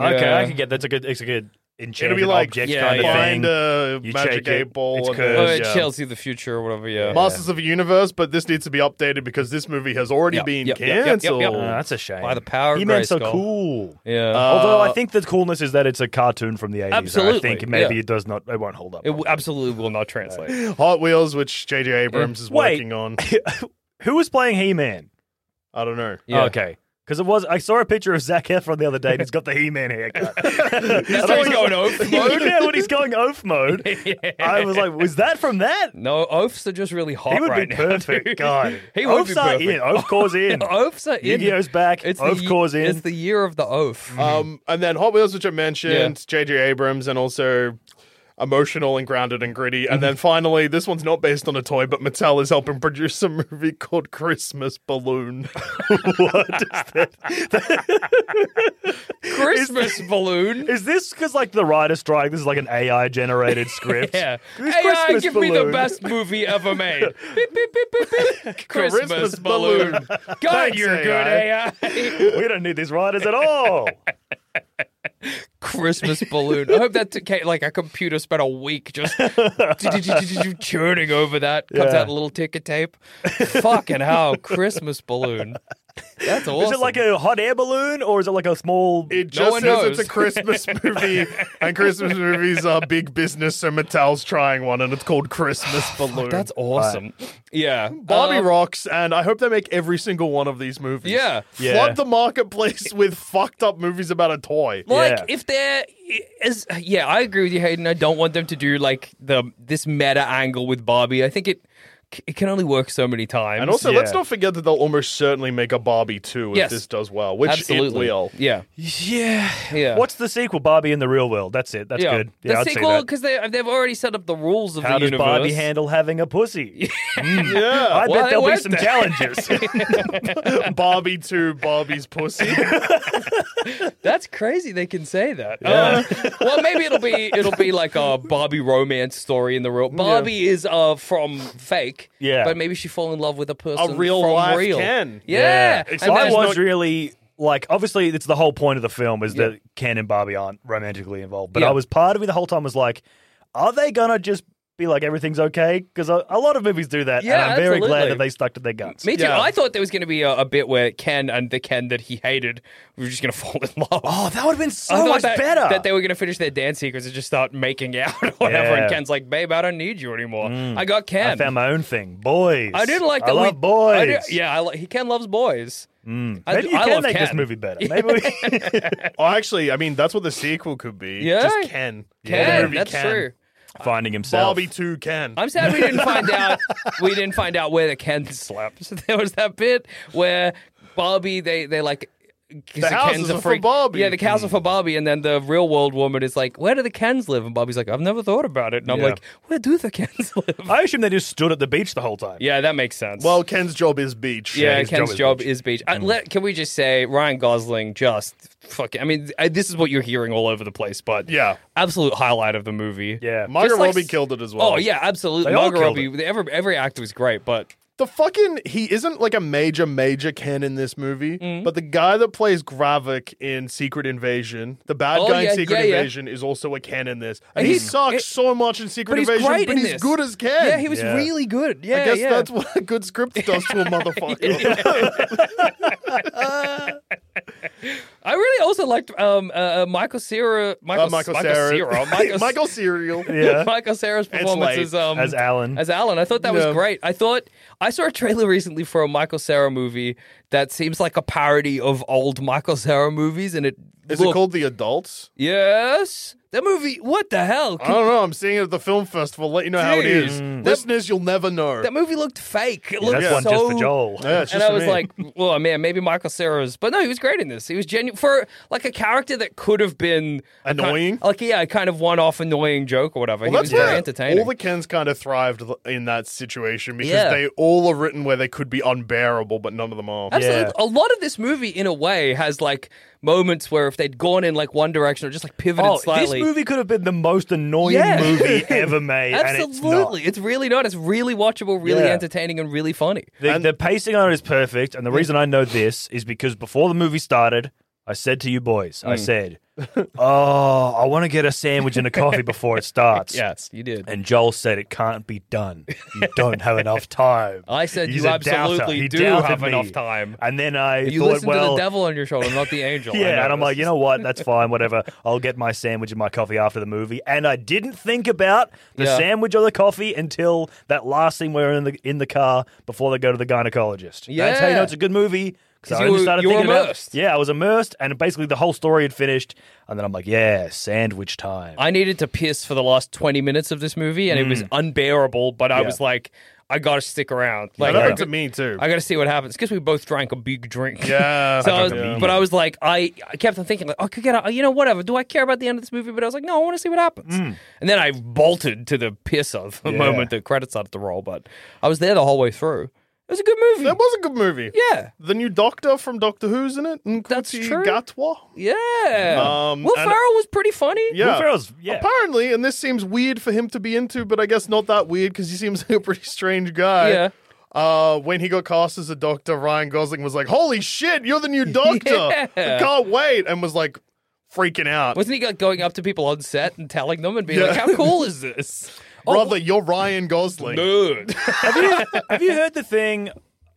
Speaker 5: Okay,
Speaker 4: Yeah.
Speaker 5: I can get that's a good it's a good enchanted
Speaker 3: It'll be like,
Speaker 5: object
Speaker 4: yeah, uh,
Speaker 5: kind of
Speaker 4: yeah.
Speaker 3: Find
Speaker 5: thing.
Speaker 3: a
Speaker 5: You
Speaker 3: Magic
Speaker 5: shake
Speaker 3: 8
Speaker 5: it,
Speaker 3: Ball.
Speaker 5: it's
Speaker 3: and-
Speaker 5: cursed.
Speaker 4: Oh,
Speaker 5: Yeah.
Speaker 4: Chelsea of the Future or whatever. Yeah.
Speaker 3: Masters of the Universe, but this needs to be updated because this movie has already
Speaker 4: Yep,
Speaker 3: been
Speaker 4: yep, yep, yep, yep,
Speaker 3: cancelled.
Speaker 4: yep.
Speaker 5: Oh, that's a shame. Uh,
Speaker 4: By the power of
Speaker 5: he meant so
Speaker 4: Grayskull.
Speaker 5: cool.
Speaker 4: Yeah.
Speaker 5: Although I think the coolness is that it's a cartoon from the eighties.
Speaker 4: Absolutely,
Speaker 5: I think maybe
Speaker 4: yeah.
Speaker 5: it does not. It won't hold up.
Speaker 4: it w- absolutely will not translate.
Speaker 3: Hot Wheels, which J.J.
Speaker 4: Mm.
Speaker 3: Abrams is
Speaker 5: Wait.
Speaker 3: working on.
Speaker 5: Who was playing He Man?
Speaker 3: I don't know.
Speaker 4: Yeah.
Speaker 5: Okay. Because it was, I saw a picture of Zach Efron the other day. and He's got the He-Man haircut. he's
Speaker 4: still going oaf mode?
Speaker 5: yeah, when he's going oaf mode. I was like, was that from that?
Speaker 4: No, oafs are just really hot
Speaker 5: He would
Speaker 4: right
Speaker 5: be
Speaker 4: now,
Speaker 5: perfect.
Speaker 4: dude.
Speaker 5: God,
Speaker 4: He would be
Speaker 5: Oafs are
Speaker 4: perfect.
Speaker 5: in. Oaf cores in.
Speaker 4: Oafs are in.
Speaker 5: Yu-Gi-Oh's back.
Speaker 4: It's
Speaker 5: Oaf
Speaker 4: the, ye-
Speaker 5: cores in.
Speaker 4: It's the year of the oaf.
Speaker 3: Um, and then Hot Wheels, which I mentioned, J.J. Abrams, and also emotional and grounded and gritty. And
Speaker 4: Mm-hmm.
Speaker 3: then finally, this one's not based on a toy, but Mattel is helping produce a movie called Christmas Balloon.
Speaker 4: Christmas balloon.
Speaker 5: Is this because like the writer's strike? This is like an AI generated script.
Speaker 4: Yeah.
Speaker 5: This
Speaker 4: AI,
Speaker 5: Christmas
Speaker 4: give me the
Speaker 5: balloon.
Speaker 4: best movie ever made. beep, beep, beep, beep, beep. Christmas,
Speaker 3: Christmas balloon.
Speaker 4: balloon. God,
Speaker 3: Thanks,
Speaker 4: you're good,
Speaker 3: AI.
Speaker 4: AI.
Speaker 5: We don't need these writers at all.
Speaker 4: Christmas balloon. I hope that took, like a computer spent a week just churning over that. Comes
Speaker 5: Yeah.
Speaker 4: out in a little ticker tape. Fucking hell, Christmas balloon. That's awesome.
Speaker 5: Is it like a hot air balloon or is it like a small?
Speaker 3: It
Speaker 4: No
Speaker 3: just
Speaker 4: one
Speaker 3: says
Speaker 4: knows.
Speaker 3: it's a Christmas movie, and Christmas movies are big business, so Mattel's trying one, and it's called Christmas Balloon.
Speaker 4: That's awesome. Yeah,
Speaker 3: Barbie
Speaker 4: Um,
Speaker 3: rocks, and I hope they make every single one of these movies.
Speaker 4: Yeah.
Speaker 5: Yeah.
Speaker 3: Flood the marketplace with fucked up movies about a toy.
Speaker 4: Like
Speaker 5: Yeah.
Speaker 4: if they're as yeah, I agree with you, Hayden. I don't want them to do like the this meta angle with Barbie. I think it c- it can only work so many times.
Speaker 3: And also, let's
Speaker 5: yeah.
Speaker 3: not forget that they'll almost certainly make a Barbie 2 if
Speaker 4: Yes.
Speaker 3: this does well, which
Speaker 4: absolutely,
Speaker 3: it will.
Speaker 4: yeah,
Speaker 5: Yeah.
Speaker 4: yeah.
Speaker 5: What's the sequel, Barbie in the real world? That's it. That's
Speaker 4: yeah.
Speaker 5: good. Yeah,
Speaker 4: the
Speaker 5: I'd
Speaker 4: sequel
Speaker 5: say that.
Speaker 4: because they they've already set up the rules of
Speaker 5: How
Speaker 4: the
Speaker 5: does
Speaker 4: universe.
Speaker 5: Barbie handle having a pussy? Mm.
Speaker 3: Yeah.
Speaker 5: I
Speaker 4: Well, it
Speaker 5: bet there'll be
Speaker 4: worked
Speaker 5: some
Speaker 4: then.
Speaker 5: challenges.
Speaker 3: Barbie 2, Barbie's pussy.
Speaker 4: That's crazy. They can say that. Uh, well, maybe it'll be it'll be like a Barbie romance story in the real. Barbie is uh from fake.
Speaker 5: Yeah.
Speaker 4: but maybe she fall in love with a person
Speaker 3: real
Speaker 4: from
Speaker 3: life
Speaker 4: real.
Speaker 3: Ken.
Speaker 4: Yeah,
Speaker 5: It's-
Speaker 4: And
Speaker 5: I
Speaker 4: that's
Speaker 5: was
Speaker 4: not-
Speaker 5: really like, obviously, it's the whole point of the film is
Speaker 4: Yeah.
Speaker 5: that Ken and Barbie aren't romantically involved. But
Speaker 4: Yeah.
Speaker 5: I was part of me the whole time was like, are they gonna just be like everything's okay? Because a, a lot of movies do that,
Speaker 4: Yeah,
Speaker 5: and I'm very glad
Speaker 4: absolutely.
Speaker 5: that they stuck to their guns.
Speaker 4: Me too.
Speaker 3: Yeah.
Speaker 4: I thought there was going to be a, a bit where Ken and the Ken that he hated were just going to fall in love.
Speaker 5: oh, that would have been
Speaker 4: I
Speaker 5: so
Speaker 4: thought
Speaker 5: much
Speaker 4: that,
Speaker 5: better.
Speaker 4: That they were going to finish their dance sequence and just start making out or whatever.
Speaker 5: Yeah. Mm.
Speaker 4: And Ken's like, babe, I don't need you anymore. I got Ken.
Speaker 5: I found my own thing, boys.
Speaker 4: I didn't like that.
Speaker 5: I
Speaker 4: we-
Speaker 5: love boys. Mm.
Speaker 4: I did- yeah, I li- he Ken loves boys. I,
Speaker 5: Maybe you
Speaker 4: I
Speaker 5: can
Speaker 4: love
Speaker 5: make this
Speaker 4: Ken.
Speaker 5: movie better. Maybe we,
Speaker 3: Oh, actually, I mean, that's what the sequel could be.
Speaker 4: Yeah.
Speaker 3: Just Ken.
Speaker 4: Ken,
Speaker 3: The movie
Speaker 4: that's
Speaker 3: Ken.
Speaker 4: true.
Speaker 5: finding himself.
Speaker 3: Barbie 2 Ken.
Speaker 4: I'm sad we didn't find out. We didn't find out where the Ken slept. So there was that bit where Barbie, they they like. 'cause
Speaker 3: The houses
Speaker 4: Ken's
Speaker 3: are
Speaker 4: a
Speaker 3: for
Speaker 4: freak.
Speaker 3: Barbie.
Speaker 4: Yeah, the
Speaker 5: Mm.
Speaker 4: cows are for Barbie, and then the real world woman is like, "Where do the Kens live?" And Barbie's like, "I've never thought about it." And I'm
Speaker 5: Yeah.
Speaker 4: like, "Where do the Kens live?"
Speaker 5: I assume they just stood at the beach the whole time.
Speaker 4: yeah, that makes sense.
Speaker 3: well, Oh, Ken's job is beach.
Speaker 4: yeah,
Speaker 5: his
Speaker 4: Ken's
Speaker 5: job is
Speaker 4: job
Speaker 5: beach.
Speaker 4: is beach. Uh, let- can we just say Ryan Gosling just fucking? I mean, I, this is what you're hearing all over the place, but
Speaker 3: Yeah.
Speaker 4: absolute highlight of the movie.
Speaker 5: Yeah.
Speaker 3: Margot
Speaker 4: Just like-
Speaker 3: Robbie killed it as well.
Speaker 4: Oh yeah, absolutely.
Speaker 5: They all
Speaker 4: Margot
Speaker 5: killed
Speaker 4: Robbie. Every every actor was great, but
Speaker 3: The fucking he isn't like a major major Ken in this movie,
Speaker 4: Mm.
Speaker 3: but the guy that plays Gravik in Secret Invasion, the bad
Speaker 4: Oh,
Speaker 3: guy
Speaker 4: yeah,
Speaker 3: in Secret
Speaker 4: yeah, yeah.
Speaker 3: Invasion, is also a Ken in this, and
Speaker 4: And
Speaker 3: he
Speaker 4: he-
Speaker 3: sucks
Speaker 4: it-
Speaker 3: so much in Secret
Speaker 4: but he's
Speaker 3: Invasion,
Speaker 4: great
Speaker 3: but
Speaker 4: in
Speaker 3: he's
Speaker 4: this.
Speaker 3: good as Ken.
Speaker 4: yeah, he was
Speaker 5: Yeah.
Speaker 4: really good. Yeah,
Speaker 3: I guess
Speaker 4: yeah.
Speaker 3: that's what a good script does to a motherfucker. Uh,
Speaker 4: I really also liked um, uh, uh, Michael Cera. Michael,
Speaker 3: Uh, Michael
Speaker 4: Michael
Speaker 3: Cera.
Speaker 4: Cera. Michael,
Speaker 3: Michael Serial.
Speaker 5: Yeah.
Speaker 4: Michael Cera's performance
Speaker 3: late.
Speaker 4: as, um,
Speaker 5: As Alan.
Speaker 4: As Alan, I thought that
Speaker 3: Yeah.
Speaker 4: was great. I thought I saw a trailer recently for a Michael Cera movie that seems like a parody of old Michael Cera movies, and it
Speaker 3: Is it
Speaker 4: looked-
Speaker 3: called The Adults?
Speaker 4: Yes, that movie. What the hell?
Speaker 3: I don't know. I'm seeing it at the film festival. Let you know how it is. Listeners, you'll never know.
Speaker 4: Mm. that movie looked fake. It looked
Speaker 5: That's one
Speaker 4: so
Speaker 5: just for Joel.
Speaker 3: Yeah, it's
Speaker 4: and
Speaker 3: just
Speaker 4: I
Speaker 3: for
Speaker 4: was
Speaker 3: me.
Speaker 4: like, well, man, maybe Michael Cera's. But no, he was great in this. He was genuine for like a character that could have been a kind-
Speaker 3: Annoying?
Speaker 4: like yeah, a kind of one-off annoying joke or whatever. he
Speaker 3: Well,
Speaker 4: was
Speaker 3: that's
Speaker 4: very
Speaker 3: where
Speaker 4: entertaining.
Speaker 3: All the Kens kind of thrived in that situation because
Speaker 4: Yeah.
Speaker 3: they all are written where they could be unbearable, but none of them are.
Speaker 4: Absolutely.
Speaker 5: Yeah.
Speaker 4: A lot of this movie, in a way, has like moments where if they'd gone in like one direction or just like pivoted
Speaker 5: Oh,
Speaker 4: slightly.
Speaker 5: this movie could have been the most annoying
Speaker 4: Yeah.
Speaker 5: movie ever made.
Speaker 4: Absolutely.
Speaker 5: And it's not.
Speaker 4: it's, really not. It's really watchable, really
Speaker 5: Yeah.
Speaker 4: entertaining, and really funny.
Speaker 5: The, the pacing on it is perfect. And the reason I know this is because before the movie started, I said to you boys,
Speaker 4: Mm.
Speaker 5: I said, Oh, I want to get a sandwich and a coffee before it starts.
Speaker 4: Yes, you did.
Speaker 5: And Joel said, It can't be done. You don't have enough time.
Speaker 4: I said,
Speaker 5: He's
Speaker 4: "You
Speaker 5: a doubter."
Speaker 4: absolutely
Speaker 5: He
Speaker 4: do
Speaker 5: doubted
Speaker 4: have
Speaker 5: me.
Speaker 4: enough time.
Speaker 5: And then I
Speaker 4: you
Speaker 5: thought,
Speaker 4: listen to
Speaker 5: well,
Speaker 4: the devil on your shoulder, not the angel. I
Speaker 5: Yeah, and I'm
Speaker 4: noticed.
Speaker 5: like, you know what? That's fine, whatever. I'll get my sandwich and my coffee after the movie. And I didn't think about the
Speaker 4: Yeah.
Speaker 5: sandwich or the coffee until that last scene where we're in the in the car before they go to the gynecologist. That's how you know
Speaker 4: Yeah.
Speaker 5: it's a good movie.
Speaker 4: 'Cause
Speaker 5: Because I
Speaker 4: you
Speaker 5: only
Speaker 4: were-
Speaker 5: started
Speaker 4: you were
Speaker 5: thinking about-
Speaker 4: immersed.
Speaker 5: yeah, I was immersed, and basically the whole story had finished. And then I'm like, yeah, sandwich time.
Speaker 4: I needed to piss for the last 20 minutes of this movie, and it was unbearable, but I
Speaker 5: Mm. Yeah.
Speaker 4: was like, I gotta stick around.
Speaker 3: That
Speaker 4: Like, I,
Speaker 3: happened to
Speaker 4: go-
Speaker 3: me too.
Speaker 4: I gotta see what happens. Because we both drank a big drink.
Speaker 3: yeah.
Speaker 4: So I was,
Speaker 3: Uh, yeah.
Speaker 4: but I was like, I, I kept on thinking, like, oh, I could get, out, you know, whatever. Do I care about the end of this movie? But I was like, no, I want to see what happens.
Speaker 3: Mm.
Speaker 4: And then I bolted to the piss of the
Speaker 5: Yeah.
Speaker 4: moment the credits started to roll. But I was there the whole way through. It was a good movie.
Speaker 3: that was a good movie.
Speaker 4: yeah,
Speaker 3: The new Doctor from Doctor Who's in it, Nkuti
Speaker 4: That's true.
Speaker 3: Gatwa.
Speaker 4: yeah.
Speaker 3: Um,
Speaker 4: Will
Speaker 3: and-
Speaker 4: Ferrell was pretty funny.
Speaker 3: Yeah.
Speaker 5: Ferrell's- yeah.
Speaker 3: Apparently, and this seems weird for him to be into, but I guess not that weird because he seems like a pretty strange guy.
Speaker 4: Yeah.
Speaker 3: Uh, when he got cast as a doctor, Ryan Gosling was like, "Holy shit, you're the new doctor! I can't wait!" and was like freaking out.
Speaker 4: Wasn't he like, going up to people on set and telling them and being like, how cool is this? Oh,
Speaker 3: Brother, you're Ryan Gosling.
Speaker 4: Dude.
Speaker 5: Have you heard the thing?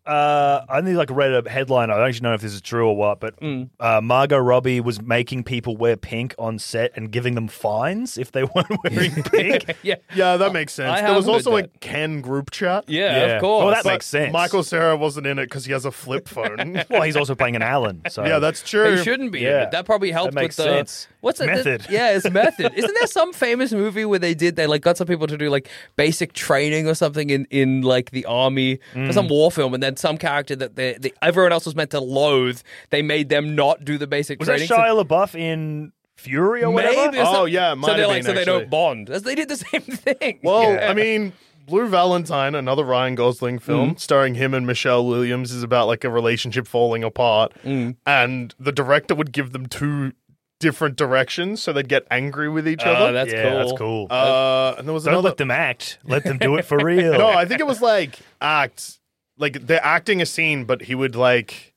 Speaker 5: uh, I think like read a headline. I don't actually know if this is true or what, but
Speaker 4: Mm.
Speaker 5: uh, Margot Robbie was making people wear pink on set and giving them fines if they weren't wearing pink.
Speaker 4: yeah.
Speaker 3: Yeah, that makes sense.
Speaker 4: I
Speaker 3: there was
Speaker 4: have
Speaker 3: also a
Speaker 4: heard that.
Speaker 3: Ken group chat.
Speaker 4: Yeah,
Speaker 5: Yeah.
Speaker 4: of course.
Speaker 5: Oh, that
Speaker 4: But-
Speaker 5: makes sense.
Speaker 3: Michael Sarah wasn't in it because he has a flip phone.
Speaker 5: well, he's also playing an Alan. So
Speaker 3: yeah, that's true.
Speaker 4: They shouldn't be.
Speaker 5: Yeah.
Speaker 4: Yeah. That probably helped
Speaker 5: That makes
Speaker 4: with the
Speaker 5: sense.
Speaker 4: what's that-
Speaker 5: Method.
Speaker 4: that- yeah, it's method. Isn't there some famous movie where they did they like got some people to do like basic training or something in in like the army for
Speaker 5: Mm.
Speaker 4: some war film, and then some character that they, the everyone else was meant to loathe, they made them not do the basic
Speaker 5: was that
Speaker 4: training. so-
Speaker 5: Shia LaBeouf in Fury or whatever?
Speaker 4: Maybe or
Speaker 3: Oh,
Speaker 4: some-
Speaker 3: yeah, it might
Speaker 4: so
Speaker 3: have
Speaker 4: they're like
Speaker 3: been,
Speaker 4: so they
Speaker 3: actually.
Speaker 4: don't bond. That's- They did the same thing.
Speaker 3: Well,
Speaker 4: Yeah.
Speaker 3: I mean, Blue Valentine, another Ryan Gosling film starring him and Michelle Williams, is about like a relationship falling apart, and the director would give them two different directions, so they'd get angry with each
Speaker 4: Oh,
Speaker 3: other.
Speaker 4: that's
Speaker 5: yeah,
Speaker 4: cool.
Speaker 5: that's cool.
Speaker 3: Uh, and there was
Speaker 5: don't
Speaker 3: another.
Speaker 5: let them act. Let them do it for real.
Speaker 3: no, I think it was like act, like they're acting a scene, but he would like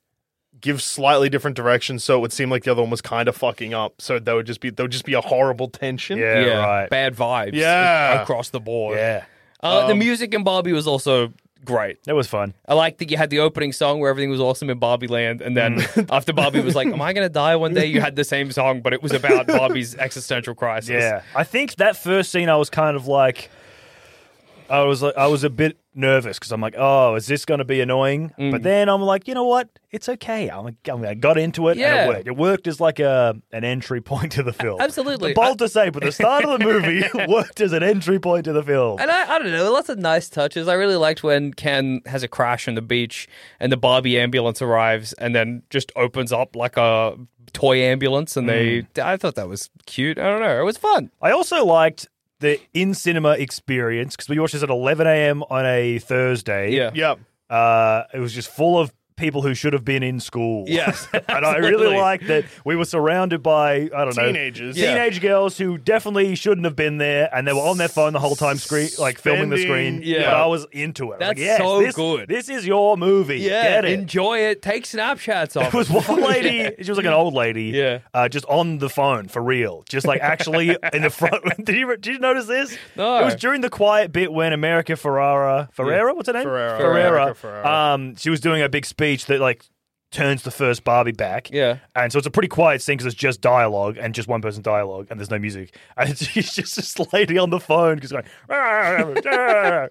Speaker 3: give slightly different directions, so it would seem like the other one was kind of fucking up. So that would just be there would just be a horrible tension.
Speaker 5: yeah, right.
Speaker 4: bad vibes.
Speaker 3: Yeah.
Speaker 4: across the board.
Speaker 5: Yeah, Um,
Speaker 4: Uh, the music in Barbie was also great.
Speaker 5: that was fun.
Speaker 4: I like that you had the opening song where everything was awesome in Barbie Land, and then
Speaker 5: Mm.
Speaker 4: after Barbie was like, "Am I going to die one day?" You had the same song, but it was about Barbie's existential crisis.
Speaker 5: Yeah, I think that first scene, I was kind of like, I was like, I was a bit nervous because I'm like, oh, is this going to be annoying?
Speaker 4: Mm.
Speaker 5: But then I'm like, you know what? It's okay. I'm, I'm I got into it.
Speaker 4: Yeah.
Speaker 5: and it worked. It worked as like a an entry point to the film.
Speaker 4: absolutely.
Speaker 5: Bold to say, but the start of the movie worked as an entry point to the film.
Speaker 4: And I, I don't know, lots of nice touches. I really liked when Ken has a crash on the beach and the Barbie ambulance arrives and then just opens up like a toy ambulance. And
Speaker 5: Mm.
Speaker 4: they, I thought that was cute. I don't know. It was fun.
Speaker 5: I also liked the in cinema experience because we watched this at 11 a.m. on a Thursday.
Speaker 4: Yeah.
Speaker 3: yeah.
Speaker 5: Uh, it was just full of people who should have been in school.
Speaker 4: Yes,
Speaker 5: and I really
Speaker 4: absolutely.
Speaker 5: liked that we were surrounded by, I don't know,
Speaker 3: Teenagers. Yeah.
Speaker 5: Teenage girls who definitely shouldn't have been there and they were on their phone the whole time, screen, like filming the screen.
Speaker 3: Spending-
Speaker 4: Yeah.
Speaker 5: But I was into it. I was like,
Speaker 4: That's
Speaker 5: yes,
Speaker 4: so
Speaker 5: this-
Speaker 4: good.
Speaker 5: This is your movie. Get it.
Speaker 4: enjoy it. Take Snapchats off.
Speaker 5: It was one lady. She was like an old lady.
Speaker 4: Yeah.
Speaker 5: Uh, just on the phone for real. Just like actually in the front. Did you did you notice this?
Speaker 4: No.
Speaker 5: It was during the quiet bit when America Ferrara Ferrera. What's her name?
Speaker 3: Ferrara.
Speaker 5: Ferrera.
Speaker 3: America Ferrera.
Speaker 5: Um, she was doing a big speech that like turns the first Barbie back.
Speaker 4: Yeah.
Speaker 5: And so it's a pretty quiet scene because it's just dialogue and just one person dialogue and there's no music. And she's just this lady on the phone because going, and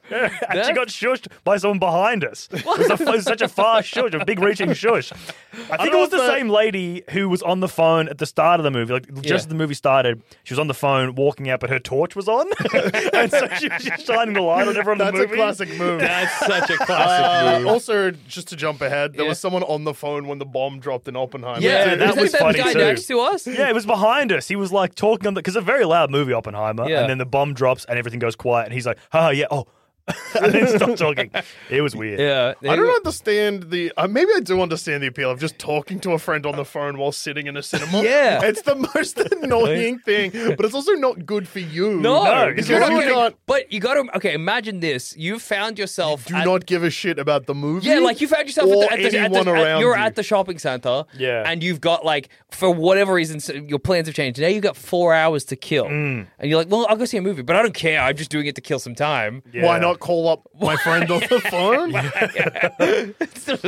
Speaker 5: she got shushed by someone behind us. It was, a, it was such a far shush, a big reaching shush. I think it
Speaker 3: know
Speaker 5: was
Speaker 3: if
Speaker 5: the
Speaker 3: that-
Speaker 5: same lady who was on the phone at the start of the movie. Like just
Speaker 4: Yeah.
Speaker 5: as the movie started, she was on the phone walking out, but her torch was on, and so she was just shining the light on everyone. in
Speaker 3: That's
Speaker 5: the
Speaker 3: a
Speaker 5: movie.
Speaker 3: classic move.
Speaker 4: That's such a classic
Speaker 3: Uh,
Speaker 4: move.
Speaker 3: also, just to jump ahead, there
Speaker 4: Yeah.
Speaker 3: was someone on the phone when the bomb dropped in Oppenheimer.
Speaker 4: Yeah,
Speaker 5: Yeah, that
Speaker 4: was
Speaker 5: was
Speaker 4: that
Speaker 5: funny
Speaker 4: the guy
Speaker 5: too.
Speaker 4: next to us?
Speaker 5: Yeah, it was behind us. He was like talking on the because a very loud movie, Oppenheimer,
Speaker 4: Yeah.
Speaker 5: and then the bomb drops and everything goes quiet, and he's like, "Oh yeah, oh," and then stopped talking. It was weird.
Speaker 4: Yeah.
Speaker 3: I don't understand the. Uh, maybe I do understand the appeal of just talking to a friend on the phone while sitting in a cinema.
Speaker 4: Yeah.
Speaker 3: it's the most annoying thing, but it's also not good for you.
Speaker 4: No,
Speaker 5: No,
Speaker 3: because
Speaker 5: it's
Speaker 3: you
Speaker 5: not
Speaker 4: getting-
Speaker 3: can't.
Speaker 4: But you got to okay. Imagine this: you found yourself.
Speaker 3: Do
Speaker 4: at-
Speaker 3: not give a shit about the movie.
Speaker 4: Yeah, like you found yourself
Speaker 3: or
Speaker 4: at the, at the, at the
Speaker 3: anyone
Speaker 4: at-
Speaker 3: around
Speaker 4: you're
Speaker 3: you.
Speaker 4: at the shopping center.
Speaker 5: Yeah.
Speaker 4: and you've got like for whatever reason so your plans have changed. Now you've got four hours to kill,
Speaker 3: Mm.
Speaker 4: and you're like, well, I'll go see a movie, but I don't care. I'm just doing it to kill some time.
Speaker 3: Why
Speaker 5: Yeah.
Speaker 3: not call up my friend on the phone?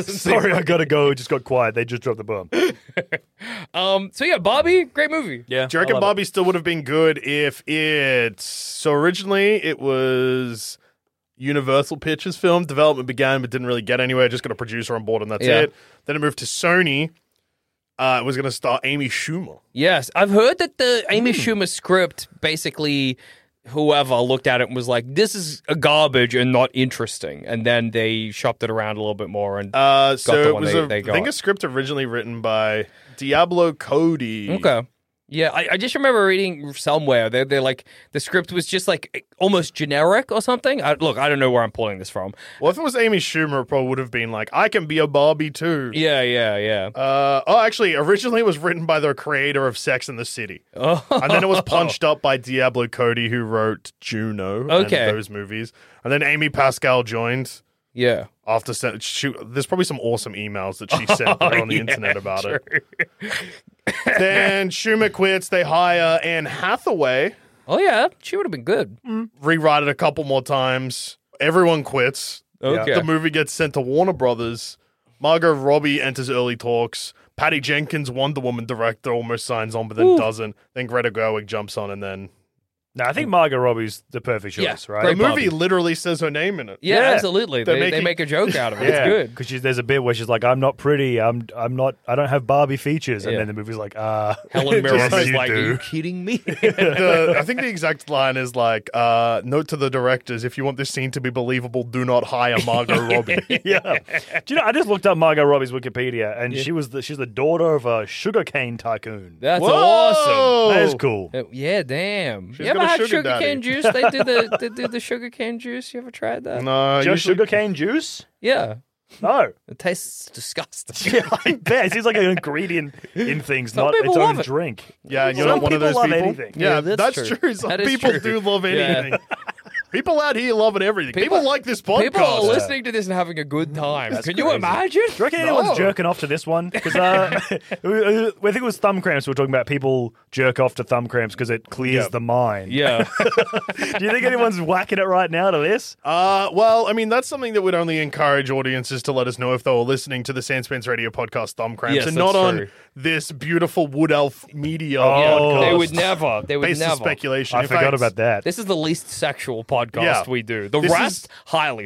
Speaker 5: Sorry, I gotta go. It just got quiet. They just dropped the bomb.
Speaker 4: Um. So yeah, Bobby, great movie.
Speaker 5: Yeah,
Speaker 3: Do you reckon Bobby still would have been good if it's so originally it was Universal Pictures film development began but didn't really get anywhere. Just got a producer on board and that's
Speaker 4: Yeah.
Speaker 3: it. Then it moved to Sony. Uh, it was going to star Amy Schumer.
Speaker 4: Yes, I've heard that the Amy
Speaker 3: Hmm.
Speaker 4: Schumer script basically whoever looked at it and was like, "This is a garbage and not interesting," and then they shopped it around a little bit more. And
Speaker 3: Uh, so
Speaker 4: the
Speaker 3: it
Speaker 4: one
Speaker 3: was
Speaker 4: they-
Speaker 3: a-
Speaker 4: they
Speaker 3: I think
Speaker 4: got.
Speaker 3: a script originally written by Diablo Cody.
Speaker 4: okay, yeah, I, I just remember reading somewhere they're, they're like the script was just like almost generic or something. I, look, I don't know where I'm pulling this from.
Speaker 3: Well, if it was Amy Schumer, it probably would have been like, I can be a Barbie too.
Speaker 4: Yeah, yeah, yeah.
Speaker 3: Uh, oh, actually, originally it was written by the creator of Sex and the City. And then it was punched up by Diablo Cody, who wrote Juno
Speaker 4: Okay.
Speaker 3: and those movies. And then Amy Pascal joined
Speaker 4: yeah.
Speaker 3: after sent, shoot, there's probably some awesome emails that she sent that are on the internet about it. then Schumer quits. They hire Anne Hathaway,
Speaker 4: Oh yeah, she would have been good.
Speaker 3: rewrite it a couple more times. Everyone quits.
Speaker 4: Okay.
Speaker 3: The movie gets sent to Warner Brothers. Margot Robbie enters early talks. Patty Jenkins, Wonder Woman director, almost signs on, but then doesn't. Then Greta Gerwig jumps on, and then
Speaker 5: No, I think Margot Robbie's the perfect
Speaker 4: Yeah,
Speaker 5: choice, right?
Speaker 3: the
Speaker 4: great
Speaker 3: movie
Speaker 4: Barbie.
Speaker 3: literally says her name in it.
Speaker 4: yeah,
Speaker 5: Yeah.
Speaker 4: absolutely.
Speaker 3: They're
Speaker 4: They, they
Speaker 3: making-
Speaker 4: make a joke out of it.
Speaker 5: Yeah,
Speaker 4: It's good.
Speaker 5: because there's a bit where she's like, "I'm not pretty. I'm I'm not. I don't have Barbie features." And
Speaker 4: Yeah.
Speaker 5: then the movie's like, "Ah,
Speaker 4: Helen Mirren
Speaker 5: yes,
Speaker 4: is
Speaker 5: you
Speaker 4: like, "Are
Speaker 5: do."
Speaker 4: you kidding me?"
Speaker 3: The- I think the exact line is like, uh, "Note to the directors: If you want this scene to be believable, do not hire Margot Robbie."
Speaker 5: yeah. Do you know? I just looked up Margot Robbie's Wikipedia, and she was the, she's the daughter of a sugarcane tycoon.
Speaker 4: That's awesome.
Speaker 3: Whoa!
Speaker 5: that is cool.
Speaker 4: Uh, yeah, damn. you
Speaker 3: got
Speaker 4: ever
Speaker 3: a
Speaker 4: had
Speaker 3: sugar
Speaker 4: sugar
Speaker 3: daddy.
Speaker 4: cane juice? They do the they do the sugar cane juice. You ever tried that?
Speaker 3: No,
Speaker 5: Just
Speaker 3: usually-
Speaker 5: sugarcane juice?
Speaker 4: Yeah,
Speaker 5: No.
Speaker 4: it tastes disgusting.
Speaker 5: yeah, I bet. It seems like an ingredient in things,
Speaker 4: Some
Speaker 5: not
Speaker 4: people
Speaker 5: its own
Speaker 4: love it.
Speaker 5: drink.
Speaker 3: Yeah, and you're
Speaker 5: Some
Speaker 3: not one of
Speaker 5: people
Speaker 3: those
Speaker 5: love
Speaker 3: people.
Speaker 5: anything.
Speaker 3: Yeah,
Speaker 4: Yeah,
Speaker 3: that's,
Speaker 4: that's
Speaker 3: true.
Speaker 4: true.
Speaker 3: Some
Speaker 4: That is
Speaker 3: people
Speaker 4: true.
Speaker 3: do love
Speaker 4: Yeah.
Speaker 3: anything. people out here loving everything. People, like this podcast.
Speaker 4: People are listening to this and having a good time. Can you
Speaker 5: crazy.
Speaker 4: imagine?
Speaker 5: Do you reckon
Speaker 3: No.
Speaker 5: anyone's jerking off to this one? Because uh, I think it was thumb cramps. We were talking about people jerk off to thumb cramps because it clears the mind.
Speaker 4: Yeah,
Speaker 5: Do you think anyone's whacking it right now to this?
Speaker 3: Uh, well, I mean, that's something that would only encourage audiences to let us know if they were listening to the Sandspans Radio podcast Thumb Cramps
Speaker 4: Yes,
Speaker 3: and
Speaker 4: that's
Speaker 3: not on
Speaker 4: true.
Speaker 3: this beautiful Wood Elf media
Speaker 5: Oh.
Speaker 3: podcast.
Speaker 4: they would never. They would
Speaker 3: Based on
Speaker 4: never.
Speaker 3: speculation.
Speaker 5: I
Speaker 3: In
Speaker 5: forgot
Speaker 3: fact,
Speaker 5: about that.
Speaker 4: This is the least sexual podcast
Speaker 3: Yeah.
Speaker 4: we do. The
Speaker 3: This
Speaker 4: rest
Speaker 3: is-
Speaker 4: highly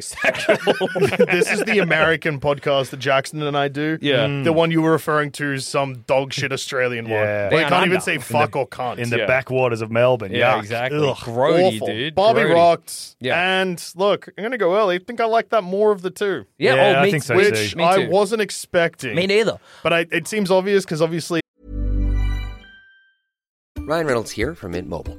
Speaker 4: sexual. oh,
Speaker 3: this is the American podcast that Jackson and I do.
Speaker 4: Yeah. Mm.
Speaker 3: The one you were referring to is some dog shit Australian
Speaker 5: Yeah.
Speaker 3: one. They
Speaker 4: Down
Speaker 3: can't even
Speaker 4: under.
Speaker 3: say fuck or cunt.
Speaker 5: in the
Speaker 4: Yeah.
Speaker 5: backwaters of Melbourne.
Speaker 4: yeah,
Speaker 5: Yuck.
Speaker 4: exactly.
Speaker 5: Ugh.
Speaker 4: Grody,
Speaker 3: awful.
Speaker 4: dude.
Speaker 3: Bobby
Speaker 4: Grody.
Speaker 3: rocked.
Speaker 4: Yeah.
Speaker 3: And look, I'm going to go early. I think I like that more of the two,
Speaker 4: Yeah,
Speaker 5: Yeah,
Speaker 4: oh,
Speaker 5: I
Speaker 4: me,
Speaker 5: think so
Speaker 4: me-
Speaker 3: which
Speaker 5: too.
Speaker 4: me
Speaker 3: I
Speaker 4: too.
Speaker 3: wasn't expecting.
Speaker 4: Me neither.
Speaker 3: But I, it seems obvious because obviously
Speaker 2: Ryan Reynolds here from Mint Mobile.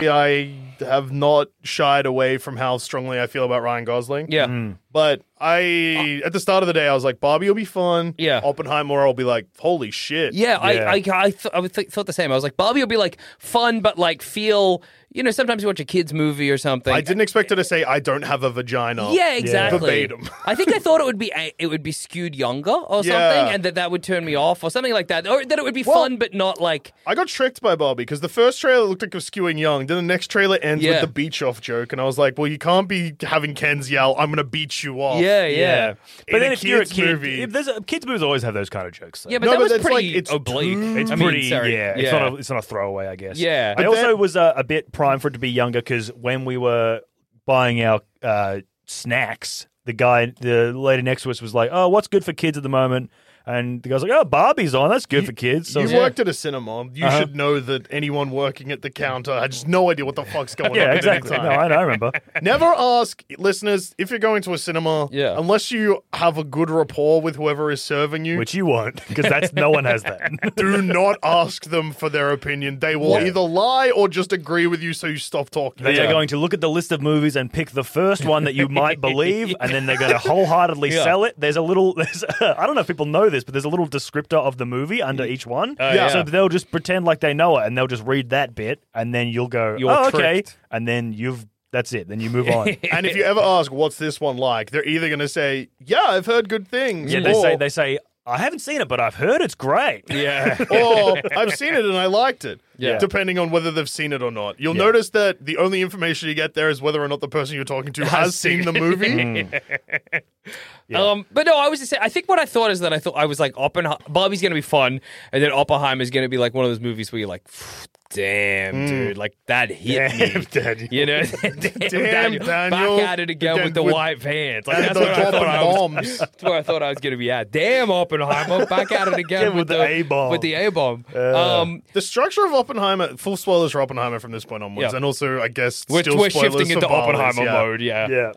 Speaker 3: I have not shied away from how strongly I feel about Ryan Gosling.
Speaker 4: Yeah. Uh,
Speaker 3: But I, at the start of the day, I was like, Bobby will be fun.
Speaker 4: Yeah.
Speaker 3: Oppenheimer, I'll be like, holy shit.
Speaker 4: Yeah,
Speaker 5: Yeah.
Speaker 4: I, I, I, th- I would th- thought the same. I was like, Barbie will be like fun, but like feel, you know, sometimes you watch a kid's movie or something.
Speaker 3: I didn't expect her to say, I don't have a vagina.
Speaker 4: Yeah, exactly.
Speaker 3: Verbatim.
Speaker 4: I think I thought it would be a- it would be skewed younger or
Speaker 3: Yeah.
Speaker 4: something, and that that would turn me off or something like that, or that it would be
Speaker 3: Well-
Speaker 4: fun but not like
Speaker 3: I got tricked by Barbie because the first trailer looked like it was skewing young. Then the next trailer ends with
Speaker 4: Yeah.
Speaker 3: the beach off joke, and I was like, "Well, you can't be having Ken's yell, "I'm gonna beat you off."
Speaker 4: yeah, yeah,
Speaker 5: But
Speaker 3: In
Speaker 5: then
Speaker 3: a
Speaker 5: if you're a
Speaker 3: kid's
Speaker 5: kid,
Speaker 3: movie-
Speaker 5: if there's a, kids' movies always have those kind of jokes. though.
Speaker 4: yeah. But
Speaker 3: No,
Speaker 4: that
Speaker 3: but
Speaker 4: was
Speaker 3: that's
Speaker 4: pretty
Speaker 3: like- it's
Speaker 4: oblique.
Speaker 3: It's
Speaker 4: I mean,
Speaker 5: pretty,
Speaker 4: sorry.
Speaker 5: yeah. It's not a, it's not a throwaway, I guess.
Speaker 4: Yeah.
Speaker 5: I
Speaker 4: But
Speaker 5: also
Speaker 3: then-
Speaker 5: was uh, a bit prime for it to be younger because when we were buying our uh, snacks, the guy, the lady next to us, was like, "Oh, what's good for kids at the moment?" And the guy's like, "Oh, Barbie's on. That's good for kids." Uh-huh. So I
Speaker 3: You
Speaker 5: was like,
Speaker 3: worked at a cinema. You should know that anyone working at the counter had just no idea what the fuck's going on.
Speaker 5: yeah,
Speaker 3: at any
Speaker 5: exactly. No,
Speaker 3: time.
Speaker 5: I, I remember.
Speaker 3: Never ask listeners if you're going to a cinema,
Speaker 4: Yeah.
Speaker 3: unless you have a good rapport with whoever is serving you.
Speaker 5: Which you won't because that's no one has that.
Speaker 3: do not ask them for their opinion. They will
Speaker 5: Yeah.
Speaker 3: either lie or just agree with you, so you stop talking.
Speaker 5: They are going to look at the list of movies and pick the first one that you might believe, and then they're going to wholeheartedly
Speaker 4: Yeah.
Speaker 5: sell it. There's a little, there's, I don't know if people know this, but there's a little descriptor of the movie under
Speaker 4: Mm.
Speaker 5: each one.
Speaker 4: Oh,
Speaker 3: yeah.
Speaker 5: So they'll just pretend like they know it, and they'll just read that bit, and then you'll go,
Speaker 4: You're
Speaker 5: oh, okay,
Speaker 4: tricked.
Speaker 5: and then you've that's it. Then you move on.
Speaker 3: And if you ever ask, what's this one like? They're either going to say, yeah, I've heard good things.
Speaker 5: yeah, they
Speaker 3: or,
Speaker 5: say they say I haven't seen it, but I've heard it's great.
Speaker 4: yeah.
Speaker 3: or I've seen it and I liked it.
Speaker 5: Yeah.
Speaker 3: Depending on whether they've seen it or not. You'll notice that the only information you get there is whether or not the person you're talking to has seen the movie.
Speaker 4: Um, but no, I was just saying. I think what I thought is that I thought I was like, Oppenheimer, Barbie's going to be fun, and then Oppenheimer is going to be like one of those movies where you're like, damn,
Speaker 3: Hmm.
Speaker 4: dude, like that hit
Speaker 5: Damn,
Speaker 4: me.
Speaker 5: Daniel.
Speaker 4: You know, damn,
Speaker 3: Damn, Daniel.
Speaker 4: Back at it again
Speaker 3: Again
Speaker 4: with the
Speaker 3: with-
Speaker 4: white pants. Like,
Speaker 3: and
Speaker 4: that's
Speaker 3: the
Speaker 4: where I thought
Speaker 3: dropping
Speaker 4: I was.
Speaker 3: bombs.
Speaker 4: That's where I thought I was going to be at. Damn, Oppenheimer, back at it again
Speaker 5: Again with the A-bomb.
Speaker 4: With the A bomb, um,
Speaker 3: The structure of Oppenheimer, full spoilers for Oppenheimer from this point onwards,
Speaker 4: Yeah.
Speaker 3: and also, I guess,
Speaker 4: which
Speaker 3: still
Speaker 4: we're
Speaker 3: spoilers
Speaker 4: shifting
Speaker 3: for
Speaker 4: into
Speaker 3: Barley's,
Speaker 4: Oppenheimer
Speaker 3: yeah.
Speaker 4: mode. Yeah,
Speaker 5: Yeah.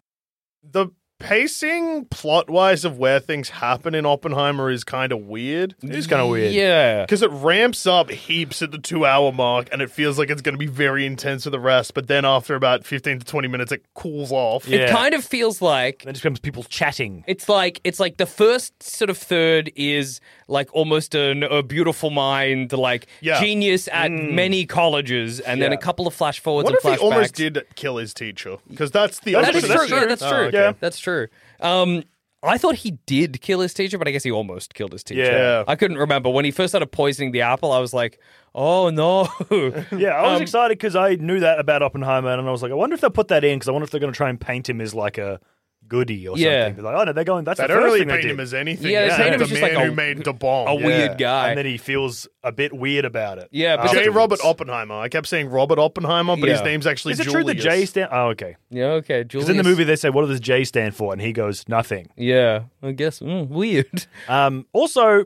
Speaker 3: The pacing, plot wise, of where things happen in Oppenheimer is kind of weird. It is kind of weird.
Speaker 4: Yeah.
Speaker 3: Because it ramps up heaps at the two hour mark, and it feels like it's going to be very intense for the rest, but then after about 15 to 20 minutes, it cools off.
Speaker 5: Yeah.
Speaker 4: It kind of feels like
Speaker 5: Then just comes people chatting.
Speaker 4: It's like it's like the first sort of third is like almost an, a beautiful mind, like
Speaker 3: Yeah. Mm.
Speaker 4: genius at many colleges, and then a couple of flash forwards
Speaker 3: What
Speaker 4: and
Speaker 3: if
Speaker 4: flashbacks.
Speaker 3: he almost did kill his teacher? Because that's the
Speaker 4: That is
Speaker 3: opening-
Speaker 4: true. Yeah, that's
Speaker 3: Oh,
Speaker 4: true.
Speaker 3: okay.
Speaker 4: Yeah, that's true. Um, I thought he did kill his teacher, but I guess he almost killed his teacher.
Speaker 3: Yeah.
Speaker 4: I couldn't remember when he first started poisoning the apple. I was like, oh no.
Speaker 5: Yeah, I
Speaker 4: Um,
Speaker 5: was excited because I knew that about Oppenheimer, and I was like, I wonder if they'll put that in because I wonder if they're going to try and paint him as like a goody or
Speaker 4: Yeah.
Speaker 5: something. Be like, oh no, they're going. That's
Speaker 3: They
Speaker 5: the
Speaker 3: don't
Speaker 5: first
Speaker 3: really
Speaker 5: thing they
Speaker 3: paint
Speaker 5: did.
Speaker 3: him as anything.
Speaker 4: Yeah, they
Speaker 3: It's
Speaker 4: paint him
Speaker 3: the
Speaker 4: as just
Speaker 3: man
Speaker 4: like a-
Speaker 3: who made the bomb.
Speaker 4: a
Speaker 3: Yeah.
Speaker 4: weird guy.
Speaker 5: and then he feels a bit weird about it.
Speaker 4: Yeah, but- J.
Speaker 3: J.
Speaker 5: afterwards.
Speaker 3: Robert Oppenheimer. I kept saying Robert Oppenheimer, but his
Speaker 4: Yeah.
Speaker 3: name's actually
Speaker 5: Is it
Speaker 3: Julius.
Speaker 5: true the J stand? Oh, okay.
Speaker 4: yeah, okay.
Speaker 5: Because
Speaker 4: Julius.
Speaker 5: in the movie they say, "What does J stand for?" and he goes, "Nothing."
Speaker 4: Yeah, I guess. mm, weird.
Speaker 5: Um, also,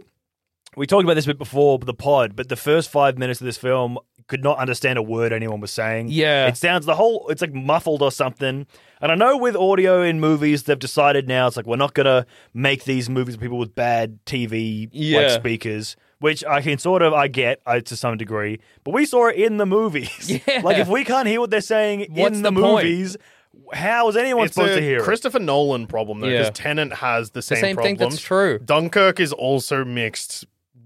Speaker 5: we talked about this a bit before the pod, but the first five minutes of this film could not understand a word anyone was saying.
Speaker 4: Yeah.
Speaker 5: It sounds the whole, it's like muffled or something. And I know with audio in movies, they've decided now it's like, we're not going to make these movies with people with bad TV like
Speaker 4: Yeah.
Speaker 5: speakers. Which I can sort of I get I, to some degree, but we saw it in the movies.
Speaker 4: Yeah.
Speaker 5: Like if we can't hear what they're saying
Speaker 4: What's
Speaker 5: in
Speaker 4: the
Speaker 5: the,
Speaker 4: point?
Speaker 5: movies, how is anyone
Speaker 3: It's
Speaker 5: supposed
Speaker 3: a
Speaker 5: to hear it?
Speaker 3: Christopher Nolan problem though, because
Speaker 4: Yeah.
Speaker 3: Tenant has the same,
Speaker 4: same thing,
Speaker 3: problem.
Speaker 4: that's true.
Speaker 3: Dunkirk is also mixed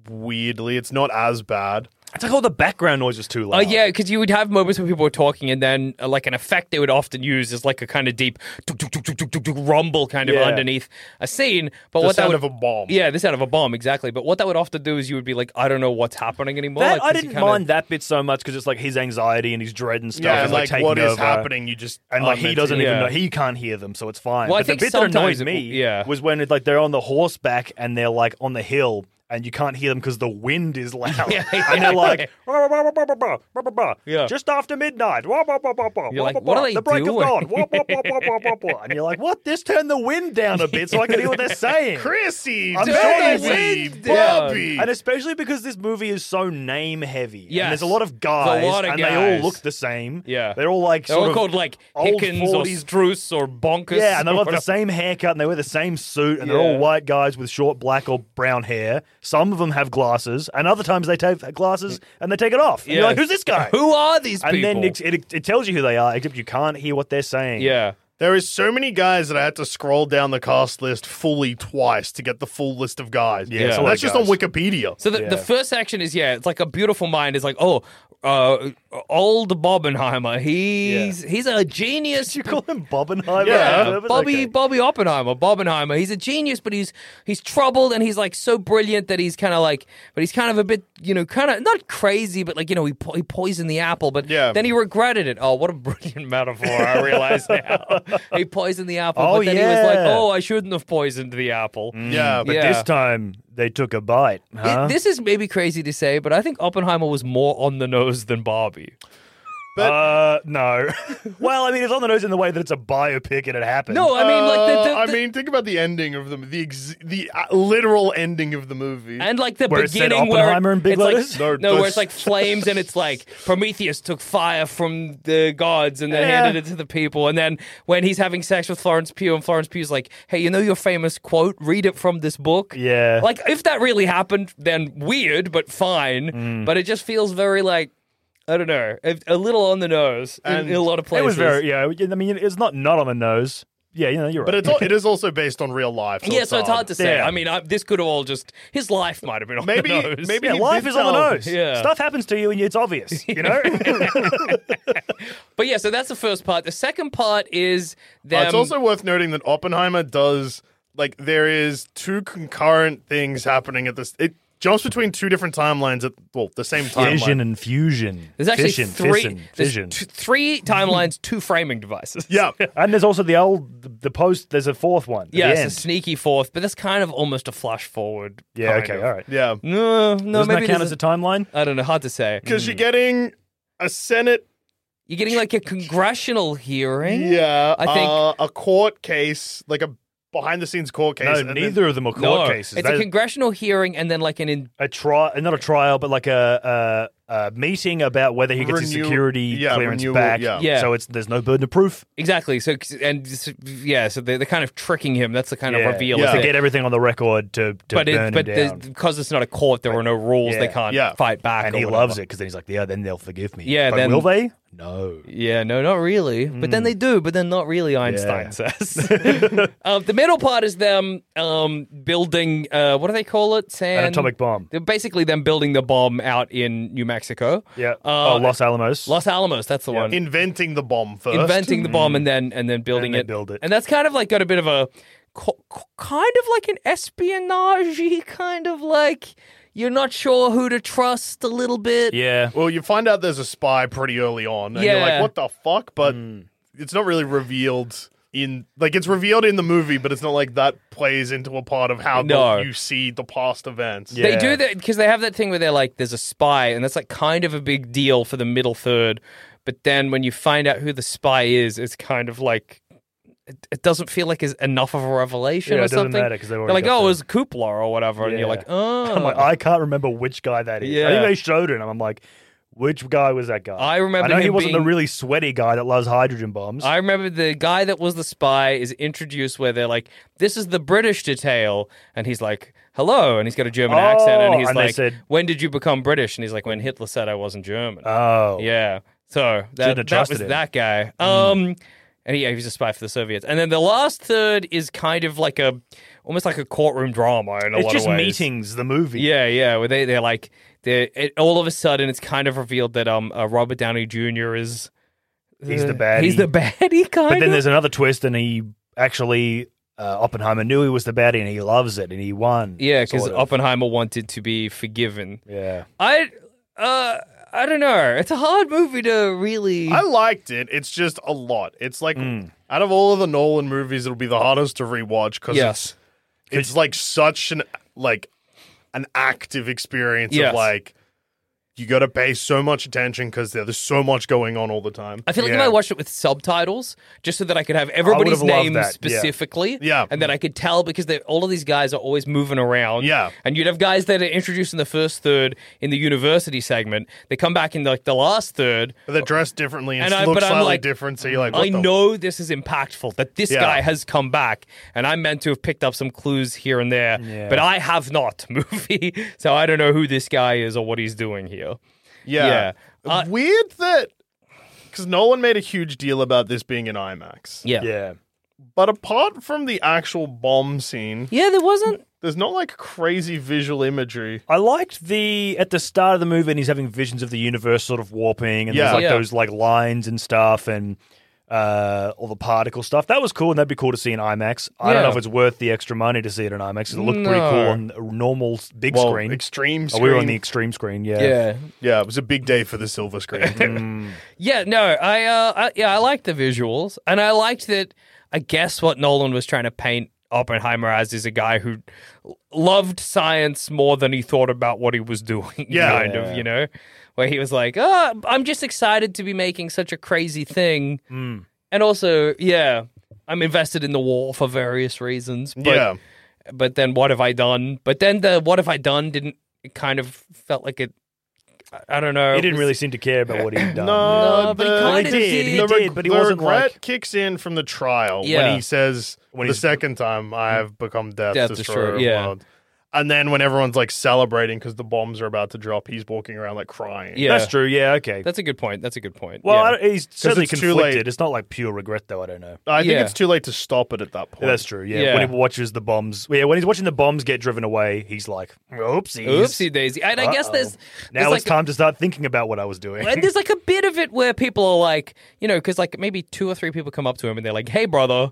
Speaker 3: weirdly. It's not as bad.
Speaker 5: It's like all the background noise is too loud.
Speaker 4: Oh yeah, because you would have moments when people were talking, and then uh, like an effect they would often use is like a kind of deep tuk, tuk, tuk, tuk, tuk, tuk, tuk, rumble kind of
Speaker 5: Yeah.
Speaker 4: underneath a scene. But
Speaker 3: The
Speaker 4: what
Speaker 3: sound
Speaker 4: that
Speaker 3: of
Speaker 4: would,
Speaker 3: a bomb.
Speaker 4: Yeah, the sound of a bomb, exactly. But what that would often do is you would be like, I don't know what's happening anymore.
Speaker 5: That
Speaker 4: like,
Speaker 5: I
Speaker 4: 'cause you
Speaker 5: didn't
Speaker 4: kinda-
Speaker 5: mind that bit so much because it's like his anxiety and his dread and stuff.
Speaker 3: Yeah,
Speaker 5: is,
Speaker 3: like,
Speaker 5: taking
Speaker 3: what is
Speaker 5: over.
Speaker 3: happening? You just oh,
Speaker 5: And like he
Speaker 3: lament
Speaker 5: doesn't
Speaker 3: it.
Speaker 5: even
Speaker 4: Yeah.
Speaker 5: know he can't hear them, so it's fine.
Speaker 4: Well, I
Speaker 5: but the
Speaker 4: think
Speaker 5: bit that
Speaker 4: sometimes
Speaker 5: annoyed
Speaker 4: it
Speaker 5: me
Speaker 4: will- yeah.
Speaker 5: was when it's like they're on the horseback and they're like on the hill and you can't hear them because the wind is loud. and they're like "Rah, rah, rah, rah, rah, rah, rah, rah, rah,
Speaker 4: Yeah.
Speaker 5: just after midnight. Wah, wah, wah, wah, wah,
Speaker 4: You're
Speaker 5: wah,
Speaker 4: like,
Speaker 5: wah,
Speaker 4: what are
Speaker 5: wah,
Speaker 4: they
Speaker 5: the break
Speaker 4: doing?"
Speaker 5: of dawn. Wah, wah, wah, wah, wah, wah, wah. And you're like, what? This turned the wind down a bit so I can hear what they're saying.
Speaker 3: Chrissy,
Speaker 5: I'm
Speaker 3: Daisy,
Speaker 5: sure they
Speaker 4: did.
Speaker 3: Bobby.
Speaker 5: And especially because this movie is so name heavy. Yeah.
Speaker 4: Yes.
Speaker 5: And there's a lot of guys.
Speaker 4: There's a lot of
Speaker 5: and they
Speaker 4: guys.
Speaker 5: all look the same.
Speaker 4: Yeah.
Speaker 5: They're all like
Speaker 4: They're
Speaker 5: sort
Speaker 4: all
Speaker 5: of
Speaker 4: called like
Speaker 5: old
Speaker 4: Hickens or
Speaker 5: 40s
Speaker 4: Struess or Bonkers.
Speaker 5: Yeah, and they've
Speaker 4: or
Speaker 5: got the same haircut and they wear the same suit and they're
Speaker 4: Yeah.
Speaker 5: all white guys with short black or brown hair. Some of them have glasses, and other times they take glasses and they take it off. And
Speaker 4: Yeah.
Speaker 5: you're like, who's this guy?
Speaker 4: Who are these
Speaker 5: and
Speaker 4: people?
Speaker 5: then it, it, it tells you who they are, except you can't hear what they're saying.
Speaker 4: yeah.
Speaker 3: There is so many guys that I had to scroll down the cast list fully twice to get the full list of guys.
Speaker 5: Yeah,
Speaker 3: And
Speaker 5: it's a lot
Speaker 3: that's
Speaker 5: of
Speaker 3: just on
Speaker 5: guys.
Speaker 3: Wikipedia.
Speaker 4: So the, the first section is yeah, it's like a beautiful mind is like oh, uh, old Bobenheimer. He's he's a genius.
Speaker 5: Did you call him Bobbenheimer?
Speaker 3: Yeah.
Speaker 5: On purpose?
Speaker 4: Bobby
Speaker 5: Okay.
Speaker 4: Bobby Oppenheimer. Oppenheimer. He's a genius, but he's he's troubled and he's like so brilliant that he's kind of like, but he's kind of a bit you know kind of not crazy, but like you know he po- he poisoned the apple, but
Speaker 3: Yeah.
Speaker 4: then he regretted it. Oh, what a brilliant metaphor! I realize now he poisoned the apple,
Speaker 5: Oh,
Speaker 4: but then he was like,
Speaker 5: yeah.
Speaker 4: oh, I shouldn't have poisoned the apple.
Speaker 3: Yeah,
Speaker 5: But
Speaker 4: Yeah.
Speaker 5: this time they took a bite.
Speaker 4: It-
Speaker 5: Huh?
Speaker 4: this is maybe crazy to say, but I think Oppenheimer was more on the nose than Barbie.
Speaker 5: uh, no. well, I mean, it's on the nose in the way that it's a biopic and it happened.
Speaker 4: No, I mean like the,
Speaker 3: Uh,
Speaker 4: the,
Speaker 3: I
Speaker 4: the-
Speaker 3: mean, think about the ending of the the ex- the uh, literal ending of the movie.
Speaker 4: and like the
Speaker 5: Where it said
Speaker 4: beginning where
Speaker 5: Oppenheimer in big
Speaker 4: it's like-
Speaker 5: letters?
Speaker 3: No,
Speaker 4: no, where
Speaker 3: that's-
Speaker 4: it's like flames and it's like Prometheus took fire from the gods and then
Speaker 5: Yeah.
Speaker 4: handed it to the people. And then when he's having sex with Florence Pugh and Florence Pugh's like, "Hey, you know your famous quote? Read it from this book."
Speaker 5: Yeah.
Speaker 4: like if that really happened, then weird, but fine.
Speaker 5: Mm.
Speaker 4: But it just feels very like. I don't know, a, a little on the nose in, in a lot of places.
Speaker 5: It was very, yeah. I mean, it's not not on the nose. Yeah, you know, you're
Speaker 3: but
Speaker 5: right.
Speaker 3: it's al- it is also based on real life. So
Speaker 4: yeah, so it's hard to say.
Speaker 5: Yeah.
Speaker 4: I mean, I, this could have all just his life might have been on
Speaker 3: Maybe-
Speaker 4: the nose.
Speaker 3: maybe
Speaker 5: yeah,
Speaker 3: he
Speaker 5: life
Speaker 3: did
Speaker 5: is on the
Speaker 3: tell-
Speaker 5: nose.
Speaker 4: Yeah.
Speaker 5: Stuff happens to you and it's obvious, you know?
Speaker 4: But yeah, so that's the first part. The second part is
Speaker 3: Uh,
Speaker 4: them.
Speaker 3: it's also worth noting that Oppenheimer does like there is two concurrent things happening at this. It jumps between two different timelines at well the same timeline.
Speaker 5: Fission and fusion.
Speaker 4: there's actually
Speaker 5: Fission,
Speaker 4: three
Speaker 5: fission,
Speaker 4: there's
Speaker 5: fission.
Speaker 4: t- three timelines, two framing devices.
Speaker 3: yeah,
Speaker 5: and there's also the old, the post, there's a fourth one. at
Speaker 4: yeah,
Speaker 5: the
Speaker 4: it's a
Speaker 5: end.
Speaker 4: sneaky fourth, but that's kind of almost a flash forward.
Speaker 5: yeah
Speaker 4: kind
Speaker 5: okay,
Speaker 4: of.
Speaker 5: all right.
Speaker 3: yeah.
Speaker 4: No, no,
Speaker 5: Doesn't
Speaker 4: maybe
Speaker 5: that count
Speaker 4: there's
Speaker 5: as a timeline?
Speaker 4: I don't know. Hard to say.
Speaker 3: Hmm. Because you're getting a Senate.
Speaker 4: You're getting like a congressional hearing.
Speaker 3: Yeah,
Speaker 4: I think-
Speaker 3: uh, a court case, like a behind the scenes court case.
Speaker 5: No,
Speaker 3: and then-
Speaker 5: neither of them are court
Speaker 4: No,
Speaker 5: cases.
Speaker 4: it's
Speaker 5: That-
Speaker 4: a congressional hearing and then like an in-
Speaker 5: a trial, not a trial, but like a, a, a meeting about whether he gets his
Speaker 3: Renew-
Speaker 5: security
Speaker 3: yeah,
Speaker 5: clearance
Speaker 3: renewal,
Speaker 5: back.
Speaker 3: yeah.
Speaker 4: Yeah.
Speaker 5: So it's there's no burden of proof.
Speaker 4: exactly. So and yeah, so they're, they're kind of tricking him. That's the kind
Speaker 5: yeah.
Speaker 4: of reveal.
Speaker 3: Yeah.
Speaker 4: is
Speaker 5: to
Speaker 4: it?
Speaker 5: get everything on the record to, to
Speaker 4: but
Speaker 5: burn
Speaker 4: it, but
Speaker 5: him
Speaker 4: there's-
Speaker 5: down.
Speaker 4: because it's not a court, there are no rules.
Speaker 5: Yeah.
Speaker 4: They can't
Speaker 3: Yeah.
Speaker 4: fight back.
Speaker 5: and
Speaker 4: or
Speaker 5: he
Speaker 4: whatever.
Speaker 5: loves it because then he's like, yeah, then they'll forgive me.
Speaker 4: Yeah,
Speaker 5: but
Speaker 4: then-
Speaker 5: will they? No.
Speaker 4: Yeah, no, not really. But then they do, but then not really, Einstein
Speaker 5: Mm. Yeah.
Speaker 4: says. um, the middle part is them um, building, uh, what do they call it? Sand?
Speaker 5: An atomic bomb.
Speaker 4: They're basically them building the bomb out in New Mexico.
Speaker 5: Yeah.
Speaker 4: Uh,
Speaker 5: oh, Los Alamos.
Speaker 4: Los Alamos, that's the one.
Speaker 3: inventing the bomb first.
Speaker 4: Inventing the bomb and then and then building
Speaker 5: Mm. And they
Speaker 4: it.
Speaker 5: build it.
Speaker 4: And that's kind of like got a bit of a co- co- kind of like an espionage kind of like you're not sure who to trust a little bit.
Speaker 5: yeah.
Speaker 3: Well, you find out there's a spy pretty early on, and you're
Speaker 4: Yeah.
Speaker 3: like, "What the fuck?" But
Speaker 5: Hmm.
Speaker 3: it's not really revealed in like it's revealed in the movie, but it's not like that plays into a part of how the-
Speaker 4: No.
Speaker 3: you see the past events.
Speaker 5: Yeah.
Speaker 4: They do that because they have that thing where they're like, there's a spy, and that's like kind of a big deal for the middle third. But then when you find out who the spy is, it's kind of like it, it doesn't feel like it's enough of a revelation
Speaker 5: Yeah,
Speaker 4: or
Speaker 5: it doesn't
Speaker 4: something.
Speaker 5: matter 'cause they've
Speaker 4: they're
Speaker 5: already
Speaker 4: like,
Speaker 5: got
Speaker 4: oh,
Speaker 5: the-
Speaker 4: it was Kuplar or whatever, and you're
Speaker 5: Yeah.
Speaker 4: like, oh,
Speaker 5: I'm like, I can't remember which guy that is. I
Speaker 4: Yeah.
Speaker 5: think they showed it, and I'm like, which guy was that guy?
Speaker 4: I remember
Speaker 5: I know he
Speaker 4: him
Speaker 5: wasn't the
Speaker 4: being-
Speaker 5: really sweaty guy that loves hydrogen bombs.
Speaker 4: I remember the guy that was the spy is introduced where they're like, "This is the British detail," and he's like, "Hello," and he's got a German
Speaker 5: Oh,
Speaker 4: accent, and he's
Speaker 5: and they
Speaker 4: like,
Speaker 5: said-
Speaker 4: "When did you become British?" And he's like, "When Hitler said I wasn't German."
Speaker 5: oh.
Speaker 4: Yeah. So
Speaker 5: Shouldn't have
Speaker 4: that, that
Speaker 5: trusted
Speaker 4: was
Speaker 5: him. Mm.
Speaker 4: that guy. Um, and he, yeah, he was a spy for the Soviets. And then the last third is kind of like a, almost like a courtroom drama in a
Speaker 5: It's
Speaker 4: lot
Speaker 5: just
Speaker 4: of ways.
Speaker 5: meetings, the movie.
Speaker 4: Yeah, yeah. Where they they're like they it, all of a sudden it's kind of revealed that um uh, Robert Downey Jr. is
Speaker 5: He's the
Speaker 4: bad.
Speaker 5: baddie.
Speaker 4: He's the baddie kind.
Speaker 5: But then
Speaker 4: of?
Speaker 5: there's another twist, and he actually uh, Oppenheimer knew he was the baddie, and he loves it, and he won.
Speaker 4: yeah, because
Speaker 5: sort of.
Speaker 4: Oppenheimer wanted to be forgiven.
Speaker 5: yeah,
Speaker 4: I uh I don't know. It's a hard movie to really.
Speaker 3: I liked it. It's just a lot. It's like
Speaker 5: Hmm.
Speaker 3: out of all of the Nolan movies, it'll be the hardest to rewatch because
Speaker 4: yes.
Speaker 3: it's, it's like such an like an active experience
Speaker 4: Yes.
Speaker 3: of like you got to pay so much attention because there's so much going on all the time.
Speaker 4: I feel like
Speaker 5: Yeah.
Speaker 4: if I watched it with subtitles, just so that I could have
Speaker 5: would've
Speaker 4: everybody's
Speaker 5: loved
Speaker 4: name
Speaker 5: that, yeah.
Speaker 4: specifically,
Speaker 3: Yeah.
Speaker 4: and that I could tell because they, all of these guys are always moving around,
Speaker 3: Yeah.
Speaker 4: And you'd have guys that are introduced in the first third in the university segment. They come back in like the last third.
Speaker 3: But they're dressed differently and,
Speaker 4: And I-
Speaker 3: look
Speaker 4: but I'm
Speaker 3: slightly
Speaker 4: like,
Speaker 3: different. So you're like, what
Speaker 4: I
Speaker 3: the
Speaker 4: know this is impactful that this
Speaker 3: Yeah.
Speaker 4: guy has come back, and I'm meant to have picked up some clues here and there, but I have not movie, so I don't know who this guy is or what he's doing here.
Speaker 3: Yeah.
Speaker 4: Yeah. Uh,
Speaker 3: Weird that because Nolan made a huge deal about this being an IMAX.
Speaker 4: Yeah, yeah,
Speaker 5: yeah.
Speaker 3: But apart from the actual bomb scene,
Speaker 4: there wasn't.
Speaker 3: there's not like crazy visual imagery.
Speaker 5: I liked the at the start of the movie, and he's having visions of the universe sort of warping, and
Speaker 3: Yeah.
Speaker 5: there's like
Speaker 4: Yeah.
Speaker 5: those like lines and stuff, and uh, all the particle stuff. That was cool, and that'd be cool to see in IMAX. I don't know
Speaker 4: Yeah.
Speaker 5: if it's worth the extra money to see it in IMAX. It looked pretty
Speaker 4: No.
Speaker 5: cool on a normal s- big
Speaker 3: Well,
Speaker 5: screen.
Speaker 3: extreme
Speaker 5: Oh, we were on
Speaker 3: screen.
Speaker 5: the extreme screen. Yeah,
Speaker 4: Yeah,
Speaker 3: Yeah, it was a big day for the silver screen. Mm.
Speaker 4: Yeah, no, I, uh, I yeah, I liked the visuals, and I liked that. I guess what Nolan was trying to paint Oppenheimer as is a guy who loved science more than he thought about what he was doing.
Speaker 3: Yeah.
Speaker 4: kind of, you know, where he was like, "Oh, I'm just excited to be making such a crazy thing," and also, yeah, I'm invested in the war for various reasons. But,
Speaker 3: yeah.
Speaker 4: but then what have I done? But then the what have I done didn't. It kind of felt like it. I- I don't know.
Speaker 5: he
Speaker 4: it
Speaker 5: didn't
Speaker 4: was-
Speaker 5: really seem to care about what he'd done.
Speaker 4: No, Uh, but he
Speaker 3: the-
Speaker 4: kinda
Speaker 5: Well, he did. He
Speaker 4: did.
Speaker 3: the reg-
Speaker 5: did, but he
Speaker 3: the
Speaker 5: wasn't
Speaker 3: regret
Speaker 5: like.
Speaker 3: kicks in from the trial
Speaker 4: Yeah.
Speaker 3: when Mm. he says
Speaker 5: When
Speaker 3: the
Speaker 5: he's-
Speaker 3: second time I have become death,
Speaker 4: Death
Speaker 3: destroyer,
Speaker 4: Destroyer,
Speaker 3: of
Speaker 4: yeah.
Speaker 3: world. And then when everyone's like celebrating because the bombs are about to drop, he's walking around like crying.
Speaker 4: Yeah.
Speaker 5: That's true. Yeah. Okay.
Speaker 4: That's a good point. That's a good point.
Speaker 5: Well,
Speaker 4: Yeah.
Speaker 5: I don't, he's certainly
Speaker 3: it's too late.
Speaker 5: conflicted. It's not like pure regret, though. I don't know.
Speaker 3: I think
Speaker 4: Yeah.
Speaker 3: it's too late to stop it at that point.
Speaker 5: Yeah, that's true. Yeah.
Speaker 4: Yeah.
Speaker 5: when he watches the bombs, yeah, when he's watching the bombs get driven away, he's like, "Oopsies,
Speaker 4: Oopsie daisy. And I guess
Speaker 5: Uh-oh.
Speaker 4: there's
Speaker 5: now
Speaker 4: there's
Speaker 5: it's
Speaker 4: like
Speaker 5: time to start thinking about what I was doing."
Speaker 4: and there's like a bit of it where people are like, you know, because like maybe two or three people come up to him and they're like, "Hey, brother,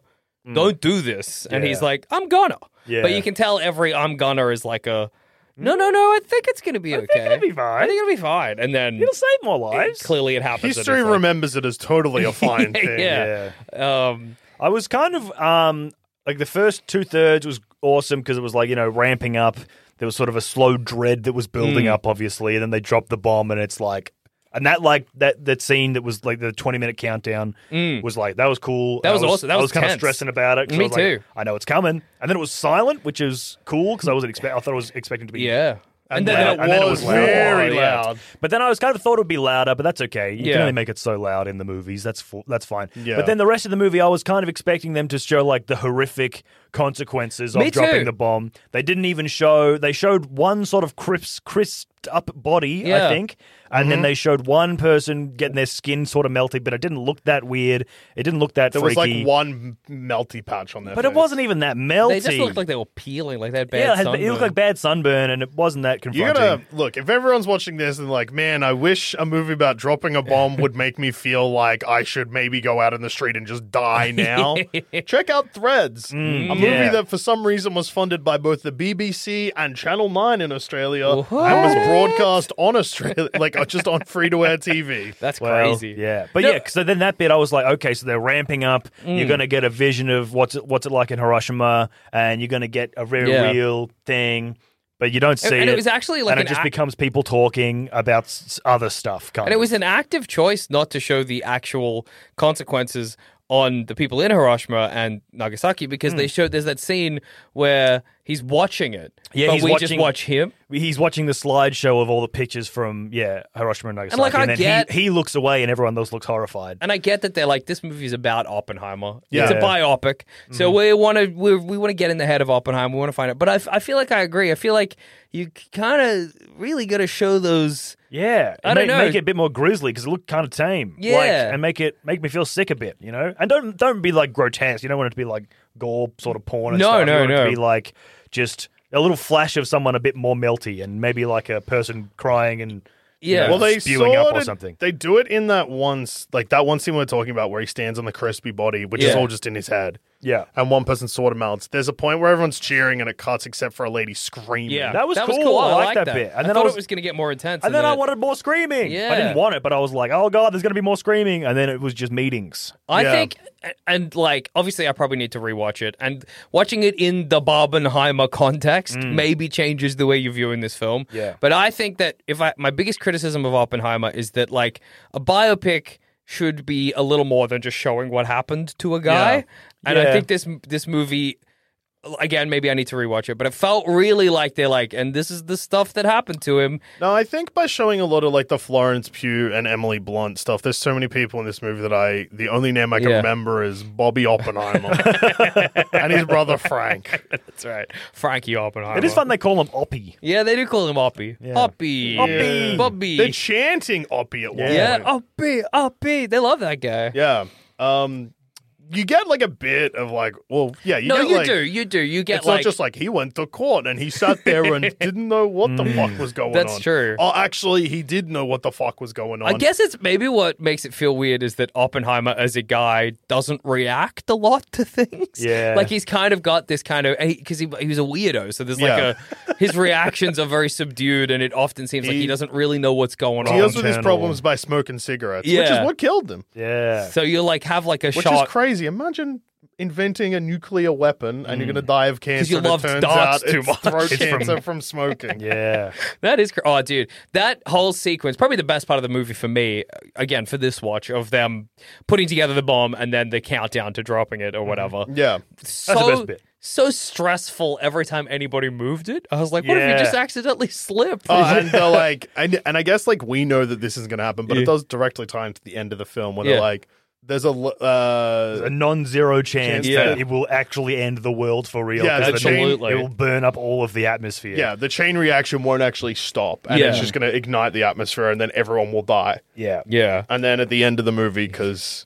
Speaker 4: don't do this," and he's
Speaker 5: Mm. Yeah.
Speaker 4: like, "I'm gonna."
Speaker 5: Yeah. Mm.
Speaker 4: But you can tell every "I'm gonna" is like a, "No, no, no, I think it's gonna be okay.
Speaker 5: it'll be fine.
Speaker 4: I think it'll be fine." And then
Speaker 5: It'll save more lives.
Speaker 4: clearly it happens. and
Speaker 3: History
Speaker 4: it's like-
Speaker 3: remembers it as totally a fine thing.
Speaker 4: yeah. Um,
Speaker 5: I was kind of um like the first two thirds was awesome because it was like you know ramping
Speaker 4: Mm.
Speaker 5: up. There was sort of a slow dread that was building up, obviously, and then they dropped the bomb, and it's like. And that like that that scene that was like the twenty minute countdown was like that was cool.
Speaker 4: Mm. That
Speaker 5: And I
Speaker 4: was awesome. That
Speaker 5: I
Speaker 4: was
Speaker 5: was kind of
Speaker 4: tense.
Speaker 5: stressing about it. 'cause I
Speaker 4: Me
Speaker 5: was like,
Speaker 4: too.
Speaker 5: I know it's coming, and then it was silent, which is cool because I wasn't expect. I thought I was expecting to be
Speaker 4: Yeah. And, then,
Speaker 5: loud.
Speaker 4: it
Speaker 5: And then it
Speaker 4: was
Speaker 5: was loud.
Speaker 4: very
Speaker 5: Yeah.
Speaker 4: loud.
Speaker 5: But then I was kind of thought it would be louder, but that's okay. You
Speaker 4: Yeah.
Speaker 5: can only make it so loud in the movies. That's fu- that's fine.
Speaker 3: Yeah.
Speaker 5: But then the rest of the movie, I was kind of expecting them to show like the horrific consequences of
Speaker 4: Me too.
Speaker 5: dropping the bomb. They didn't even show. They showed one sort of crisp, crisped up body,
Speaker 4: Yeah. Mm-hmm.
Speaker 5: I think, and then they showed one person getting their skin sort of melted. But it didn't look that weird. It didn't look that
Speaker 3: There was
Speaker 5: freaky.
Speaker 3: like one melty patch on there.
Speaker 5: but it wasn't even that melty.
Speaker 4: They just looked like they were peeling, like they had bad
Speaker 5: yeah, it, had- it
Speaker 4: sunburn.
Speaker 5: looked like bad sunburn, and it wasn't that
Speaker 3: You
Speaker 5: confronting.
Speaker 3: gotta look if everyone's watching this and like, man, I wish a movie about dropping a bomb would make me feel like I should maybe go out in the street and just die now. Check out Threads, a movie
Speaker 5: Mm, yeah.
Speaker 3: that for some reason was funded by both the BBC and Channel Nine in Australia and was broadcast on Australia, like uh, just on free to air TV.
Speaker 4: That's
Speaker 5: Well,
Speaker 4: crazy.
Speaker 5: Yeah, but
Speaker 4: No- Mm.
Speaker 5: yeah. So then that bit, I was like, okay, so they're ramping up. You're gonna get a vision of what's it, what's it like in Hiroshima, and you're gonna get a very
Speaker 4: Yeah.
Speaker 5: real thing, but you don't see
Speaker 4: and it was actually like
Speaker 5: and
Speaker 4: an
Speaker 5: it just
Speaker 4: ac-
Speaker 5: becomes people talking about s- other stuff. Kind
Speaker 4: And it
Speaker 5: of.
Speaker 4: was an active choice not to show the actual consequences on the people in Hiroshima and Nagasaki because
Speaker 5: Hmm.
Speaker 4: they showed there's that scene where he's watching it.
Speaker 5: Yeah,
Speaker 4: but
Speaker 5: he's
Speaker 4: we just
Speaker 5: watching-
Speaker 4: watch him.
Speaker 5: He's watching the slideshow of all the pictures from yeah Hiroshima and Nagasaki,
Speaker 4: like, I
Speaker 5: then
Speaker 4: get-
Speaker 5: he, he looks away, and everyone else looks horrified.
Speaker 4: And I get that they're like this movie's about Oppenheimer.
Speaker 5: Yeah.
Speaker 4: it's a
Speaker 5: Yeah. Mm-hmm.
Speaker 4: biopic, so we want to we, we want to get in the head of Oppenheimer. We want to find out. But I, f- I feel like I agree. I feel like you kind of really got to show those.
Speaker 5: Yeah,
Speaker 4: I
Speaker 5: and
Speaker 4: don't
Speaker 5: make,
Speaker 4: know.
Speaker 5: Make it a bit more grisly because it looked kind of tame. Like,
Speaker 4: Yeah.
Speaker 5: and make it make me feel sick a bit, you know. And don't don't be like grotesque. You don't want it to be like gore sort of porn. And
Speaker 4: No,
Speaker 5: stuff. You
Speaker 4: no,
Speaker 5: want It
Speaker 4: no.
Speaker 5: to be like just a little flash of someone a bit more melty, and maybe like a person crying and you
Speaker 4: Yeah.
Speaker 5: know,
Speaker 3: Well, they
Speaker 5: spewing up or
Speaker 3: sorta-
Speaker 5: something.
Speaker 3: They do it in that one, s- like that one scene we we're talking about, where he stands on the crispy body, which is
Speaker 4: Yeah.
Speaker 3: all just in his head.
Speaker 5: Yeah.
Speaker 3: and one person sort of melts. There's a point where everyone's cheering and it cuts, except for a lady screaming.
Speaker 4: Yeah,
Speaker 5: That was cool. I liked
Speaker 4: liked
Speaker 5: that bit. And
Speaker 4: I
Speaker 5: then I
Speaker 4: thought
Speaker 5: was-
Speaker 4: it was going to get more intense.
Speaker 5: And then I
Speaker 4: it-
Speaker 5: wanted more screaming. I
Speaker 4: Yeah.
Speaker 5: didn't want it, but I was like, "Oh God, there's going to be more screaming." And then it was just meetings.
Speaker 4: I
Speaker 3: Yeah.
Speaker 4: think, and like, obviously, I probably need to rewatch it. And watching it in the Barbenheimer context maybe changes the way you're viewing this film.
Speaker 5: Mm. Yeah.
Speaker 4: But I think that if I, my biggest criticism of Oppenheimer is that, like, a biopic should be a little more than just showing what happened to a guy. And I
Speaker 5: Yeah.
Speaker 4: think this this movie. Again, maybe I need to rewatch it, but it felt really like they're like, and this is the stuff that happened to him.
Speaker 3: No, I think by showing a lot of like the Florence Pugh and Emily Blunt stuff, there's so many people in this movie that I the only name I can
Speaker 4: Yeah.
Speaker 3: remember is Bobby Oppenheimer and his brother Frank.
Speaker 4: That's right, Frankie Oppenheimer.
Speaker 5: It is fun they call them oppie.
Speaker 4: Yeah, they do call him Oppie. Oppie.
Speaker 5: Oppie.
Speaker 4: Bobby.
Speaker 3: They're chanting Oppie at one
Speaker 4: Yeah,
Speaker 3: point.
Speaker 4: Oppie, Oppie. They love that guy.
Speaker 3: Yeah. Um you get like a bit of like well yeah, you
Speaker 4: no,
Speaker 3: get
Speaker 4: you
Speaker 3: like
Speaker 4: do. You do. You get
Speaker 3: it's
Speaker 4: like.
Speaker 3: not just like he went to court and he sat there and didn't know what the fuck was going on.
Speaker 4: Mm. That's true.
Speaker 3: Oh, actually, he did know what the fuck was going on.
Speaker 4: I guess it's maybe what makes it feel weird is that Oppenheimer as a guy doesn't react a lot to things.
Speaker 5: Yeah.
Speaker 4: Like he's kind of got this kind of because he, he was a weirdo, so there's like
Speaker 3: Yeah.
Speaker 4: a his reactions are very subdued, and it often seems like he
Speaker 3: He-
Speaker 4: doesn't really know what's going
Speaker 3: he
Speaker 4: on.
Speaker 3: deals with his
Speaker 5: internal-
Speaker 3: problems by smoking cigarettes, which
Speaker 4: Yeah.
Speaker 3: is what killed them.
Speaker 5: Yeah.
Speaker 4: So you like have like a
Speaker 3: Which
Speaker 4: shot.
Speaker 3: is crazy. Imagine inventing a nuclear weapon and you're going to die of cancer.
Speaker 4: you
Speaker 3: and it
Speaker 4: love
Speaker 3: turns
Speaker 4: darts
Speaker 3: out
Speaker 4: too
Speaker 3: it's
Speaker 4: much.
Speaker 3: Throat
Speaker 4: It's
Speaker 3: cancer from, smoking.
Speaker 5: Yeah.
Speaker 4: That is, cr- oh, dude, that whole sequence, probably the best part of the movie for me, uh, again, for this watch, of them putting together the bomb and then the countdown to dropping it or whatever.
Speaker 3: Mm-hmm. Yeah.
Speaker 4: So,
Speaker 5: best bit.
Speaker 4: so stressful every time anybody moved it. I was like, what if
Speaker 5: Yeah.
Speaker 4: we just accidentally slipped?
Speaker 3: Oh, and they're like, and, and I guess like we know that this is going to happen, but it does directly tie into the end of the film where
Speaker 4: Yeah.
Speaker 3: they're like, there's a l-
Speaker 5: a
Speaker 3: uh,
Speaker 5: non-zero chance
Speaker 3: Chance
Speaker 5: that
Speaker 3: that-
Speaker 5: it will actually end the world for real.
Speaker 3: Yeah,
Speaker 5: 'cause
Speaker 3: the
Speaker 5: then it'll-
Speaker 4: chain-
Speaker 5: It will burn up all of the atmosphere.
Speaker 3: yeah, the chain reaction won't actually stop, and
Speaker 4: Yeah.
Speaker 3: it's just going to ignite the atmosphere, and then everyone will die.
Speaker 5: yeah.
Speaker 4: yeah.
Speaker 3: And then at the end of the movie, because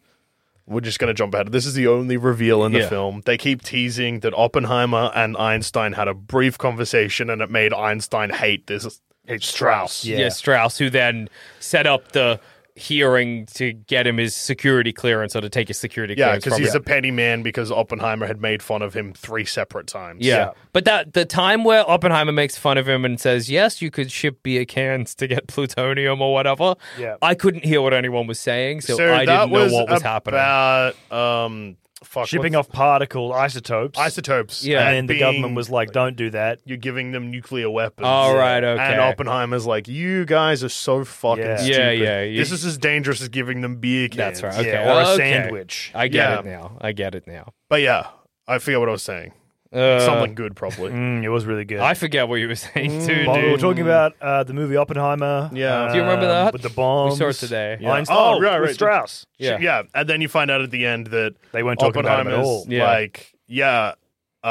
Speaker 3: we're just going to jump ahead. This is the only reveal in the
Speaker 4: Yeah.
Speaker 3: film. They keep teasing that Oppenheimer and Einstein had a brief conversation, and it made Einstein hate this Strauss.
Speaker 4: yeah. Strauss, who then set up the hearing to get him his security clearance or to take his security
Speaker 3: Yeah,
Speaker 4: clearance.
Speaker 3: because
Speaker 4: from
Speaker 3: he's
Speaker 4: him.
Speaker 3: a petty man because Oppenheimer had made fun of him three separate times.
Speaker 4: Yeah. But that the time where Oppenheimer makes fun of him and says, Yes, you could ship beer cans to get plutonium or whatever.
Speaker 5: Yeah.
Speaker 4: I couldn't hear what anyone was saying, so,
Speaker 3: So
Speaker 4: I
Speaker 3: that
Speaker 4: didn't know
Speaker 3: was
Speaker 4: what was happening.
Speaker 3: about um, fuck,
Speaker 5: shipping
Speaker 3: what's-
Speaker 5: off particle isotopes.
Speaker 3: isotopes.
Speaker 4: Yeah.
Speaker 5: and then the
Speaker 3: being-
Speaker 5: government was like, "Don't do that."
Speaker 3: you're giving them nuclear weapons.
Speaker 4: All right, okay.
Speaker 3: And Oppenheimer's like, you guys are so fucking
Speaker 5: Yeah.
Speaker 3: stupid.
Speaker 4: Yeah, yeah, you-
Speaker 3: This is as dangerous as giving them beer cans.
Speaker 4: That's right. Okay.
Speaker 5: Yeah,
Speaker 4: well,
Speaker 5: or a
Speaker 4: okay.
Speaker 5: sandwich.
Speaker 4: I get
Speaker 3: Yeah.
Speaker 4: it now. I get it now.
Speaker 3: But yeah, I forget what I was saying.
Speaker 4: Uh,
Speaker 3: Something good, probably.
Speaker 5: Mm, it was really good.
Speaker 4: Um, I forget what you were saying too,
Speaker 5: Well, we Mm, were
Speaker 4: dude.
Speaker 5: talking about uh, the movie Oppenheimer.
Speaker 3: Yeah.
Speaker 4: Do you remember
Speaker 5: um,
Speaker 4: that?
Speaker 5: with the bombs?
Speaker 4: We saw it today. Yeah.
Speaker 5: Einstein.
Speaker 3: Oh,
Speaker 5: Oh,
Speaker 3: right,
Speaker 5: with
Speaker 3: right.
Speaker 5: Strauss.
Speaker 4: Yeah.
Speaker 3: yeah. And then you find out at the end that
Speaker 5: They weren't talking about him at
Speaker 3: Oppenheimer's
Speaker 5: all.
Speaker 4: Yeah.
Speaker 3: like, yeah,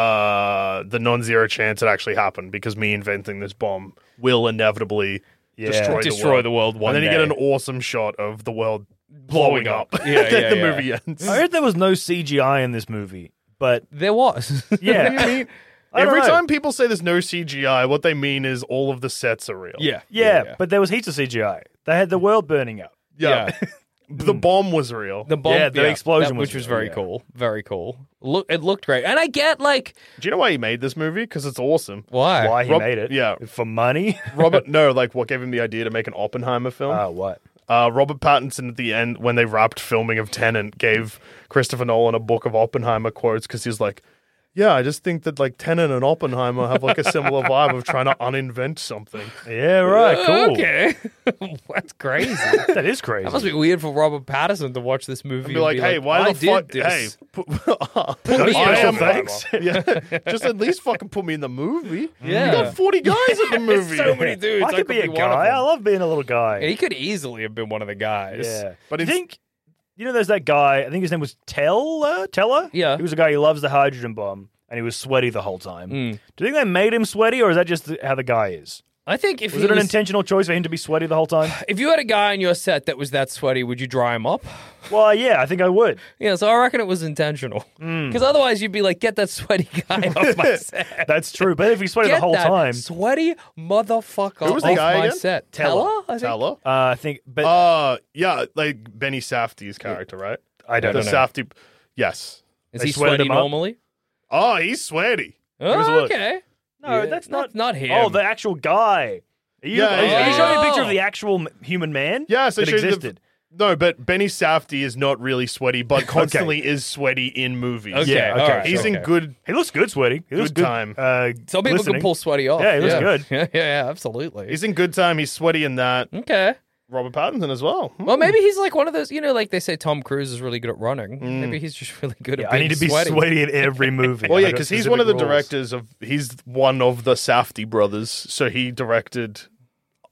Speaker 3: uh, the non-zero chance it actually happened because me inventing this bomb will inevitably destroy, the
Speaker 4: Destroy
Speaker 3: world.
Speaker 4: the world one
Speaker 3: And then you
Speaker 4: day.
Speaker 3: get an awesome shot of the world blowing,
Speaker 4: Blowing
Speaker 3: up.
Speaker 4: up. Yeah,
Speaker 3: Then
Speaker 4: yeah,
Speaker 3: the
Speaker 4: yeah.
Speaker 3: movie ends.
Speaker 5: I heard there was no CGI in this movie, but
Speaker 4: There was.
Speaker 5: yeah. I don't
Speaker 3: Every
Speaker 5: know.
Speaker 3: time people say there's no CGI, what they mean is all of the sets are real.
Speaker 4: yeah.
Speaker 5: Yeah, but there was heaps of CGI. They had the world burning up.
Speaker 3: Yeah. the bomb was real.
Speaker 4: The bomb,
Speaker 5: Yeah, the explosion was
Speaker 4: which was
Speaker 5: real,
Speaker 4: very
Speaker 5: yeah.
Speaker 4: cool, very cool. Look, it looked great, and I get like
Speaker 3: Do you know why he made this movie? Because it's awesome.
Speaker 4: why.
Speaker 5: Why he
Speaker 3: Rob-
Speaker 5: made it?
Speaker 3: yeah.
Speaker 5: for money.
Speaker 3: Robert, no, like what gave him the idea to make an Oppenheimer film?
Speaker 5: Ah, what?
Speaker 3: Uh, Robert Pattinson at the end, when they wrapped filming of Tenant, gave Christopher Nolan a book of Oppenheimer quotes because he was like, "Yeah, I just think that like Tenant and Oppenheimer have like a similar vibe of trying to uninvent something."
Speaker 5: Yeah, right. Cool.
Speaker 4: Okay, that's crazy.
Speaker 5: That is crazy.
Speaker 4: That must be weird for Robert Patterson to watch this movie
Speaker 3: And be like, "Hey, why
Speaker 4: I
Speaker 3: the fuck?
Speaker 4: Did this.
Speaker 3: Hey, put, put me
Speaker 5: no
Speaker 3: in
Speaker 5: special
Speaker 3: Oppenheimer."
Speaker 5: thanks.
Speaker 3: yeah, just at least fucking put me in the movie.
Speaker 4: Yeah.
Speaker 3: you got forty guys in the movie.
Speaker 4: so many dudes.
Speaker 5: I could be a
Speaker 4: one of
Speaker 5: guy.
Speaker 4: them.
Speaker 5: I love being a little guy.
Speaker 4: Yeah, he could easily have been one of the guys.
Speaker 5: Yeah,
Speaker 3: But
Speaker 5: but I
Speaker 3: it's-
Speaker 5: think you know there's that guy. I think his name was Teller. Teller.
Speaker 4: Yeah.
Speaker 5: he was a guy who loves the hydrogen bomb, and he was sweaty the whole time.
Speaker 4: Hmm.
Speaker 5: Do you think they made him sweaty, or is that just the, how the guy is?
Speaker 4: I think if
Speaker 5: Was
Speaker 4: he
Speaker 5: it an
Speaker 4: was-
Speaker 5: intentional choice for him to be sweaty the whole time?
Speaker 4: if you had a guy on your set that was that sweaty, would you dry him up?
Speaker 5: well, yeah, I think I would.
Speaker 4: Yeah, so I reckon it was intentional.
Speaker 5: Hmm.
Speaker 4: Because otherwise, you'd be like, "Get that sweaty guy off my set."
Speaker 5: That's true. But if he's sweaty
Speaker 4: Get
Speaker 5: the whole
Speaker 4: that
Speaker 5: time,
Speaker 4: sweaty motherfucker
Speaker 3: Who was the
Speaker 4: off
Speaker 3: guy
Speaker 4: my
Speaker 3: again?
Speaker 4: set.
Speaker 5: Teller.
Speaker 4: Teller, I think.
Speaker 3: Teller.
Speaker 5: uh, I think. But
Speaker 4: Oh,
Speaker 3: Uh, yeah, like Benny Safdie's character, right?
Speaker 5: I don't
Speaker 3: the
Speaker 5: know.
Speaker 3: Safdie, yes.
Speaker 4: Is
Speaker 5: They
Speaker 4: he
Speaker 5: sweated
Speaker 4: sweaty
Speaker 5: him up?
Speaker 4: normally?
Speaker 3: Oh, he's sweaty.
Speaker 5: us a
Speaker 4: Oh,
Speaker 5: look.
Speaker 4: okay.
Speaker 5: no,
Speaker 4: Yeah.
Speaker 5: that's
Speaker 4: Not- not
Speaker 5: not
Speaker 4: him.
Speaker 5: Oh, the actual guy. Are you,
Speaker 3: Yeah,
Speaker 5: are you-
Speaker 3: yeah,
Speaker 5: are you
Speaker 3: yeah.
Speaker 5: showing a picture
Speaker 4: Oh.
Speaker 5: of the actual m- human man?
Speaker 3: Yes, I
Speaker 5: that
Speaker 3: showed you the-
Speaker 5: existed.
Speaker 3: No, but Benny Safdie is not really sweaty, but constantly is sweaty in movies.
Speaker 4: Okay,
Speaker 5: Yeah,
Speaker 4: all
Speaker 5: okay.
Speaker 4: right,
Speaker 3: he's
Speaker 4: okay.
Speaker 3: in good.
Speaker 5: He looks good, sweaty. He looks
Speaker 3: Good
Speaker 5: good.
Speaker 3: time.
Speaker 5: Uh,
Speaker 4: Some people
Speaker 5: listening.
Speaker 4: can pull sweaty off.
Speaker 5: Yeah, he looks good.
Speaker 4: Yeah, yeah, yeah, absolutely.
Speaker 3: He's in good time. He's sweaty in that.
Speaker 4: okay.
Speaker 3: Robert Pattinson as well. Hmm.
Speaker 4: Well, maybe he's like one of those. You know, like they say Tom Cruise is really good at running. Maybe he's just really good at.
Speaker 5: Hmm. I
Speaker 4: Being
Speaker 5: need to be
Speaker 4: sweaty.
Speaker 5: sweaty, in every movie.
Speaker 3: Well, yeah,
Speaker 5: I got
Speaker 3: because he's one of the
Speaker 5: specific rules.
Speaker 3: directors of. He's one of the Safdie brothers, so he directed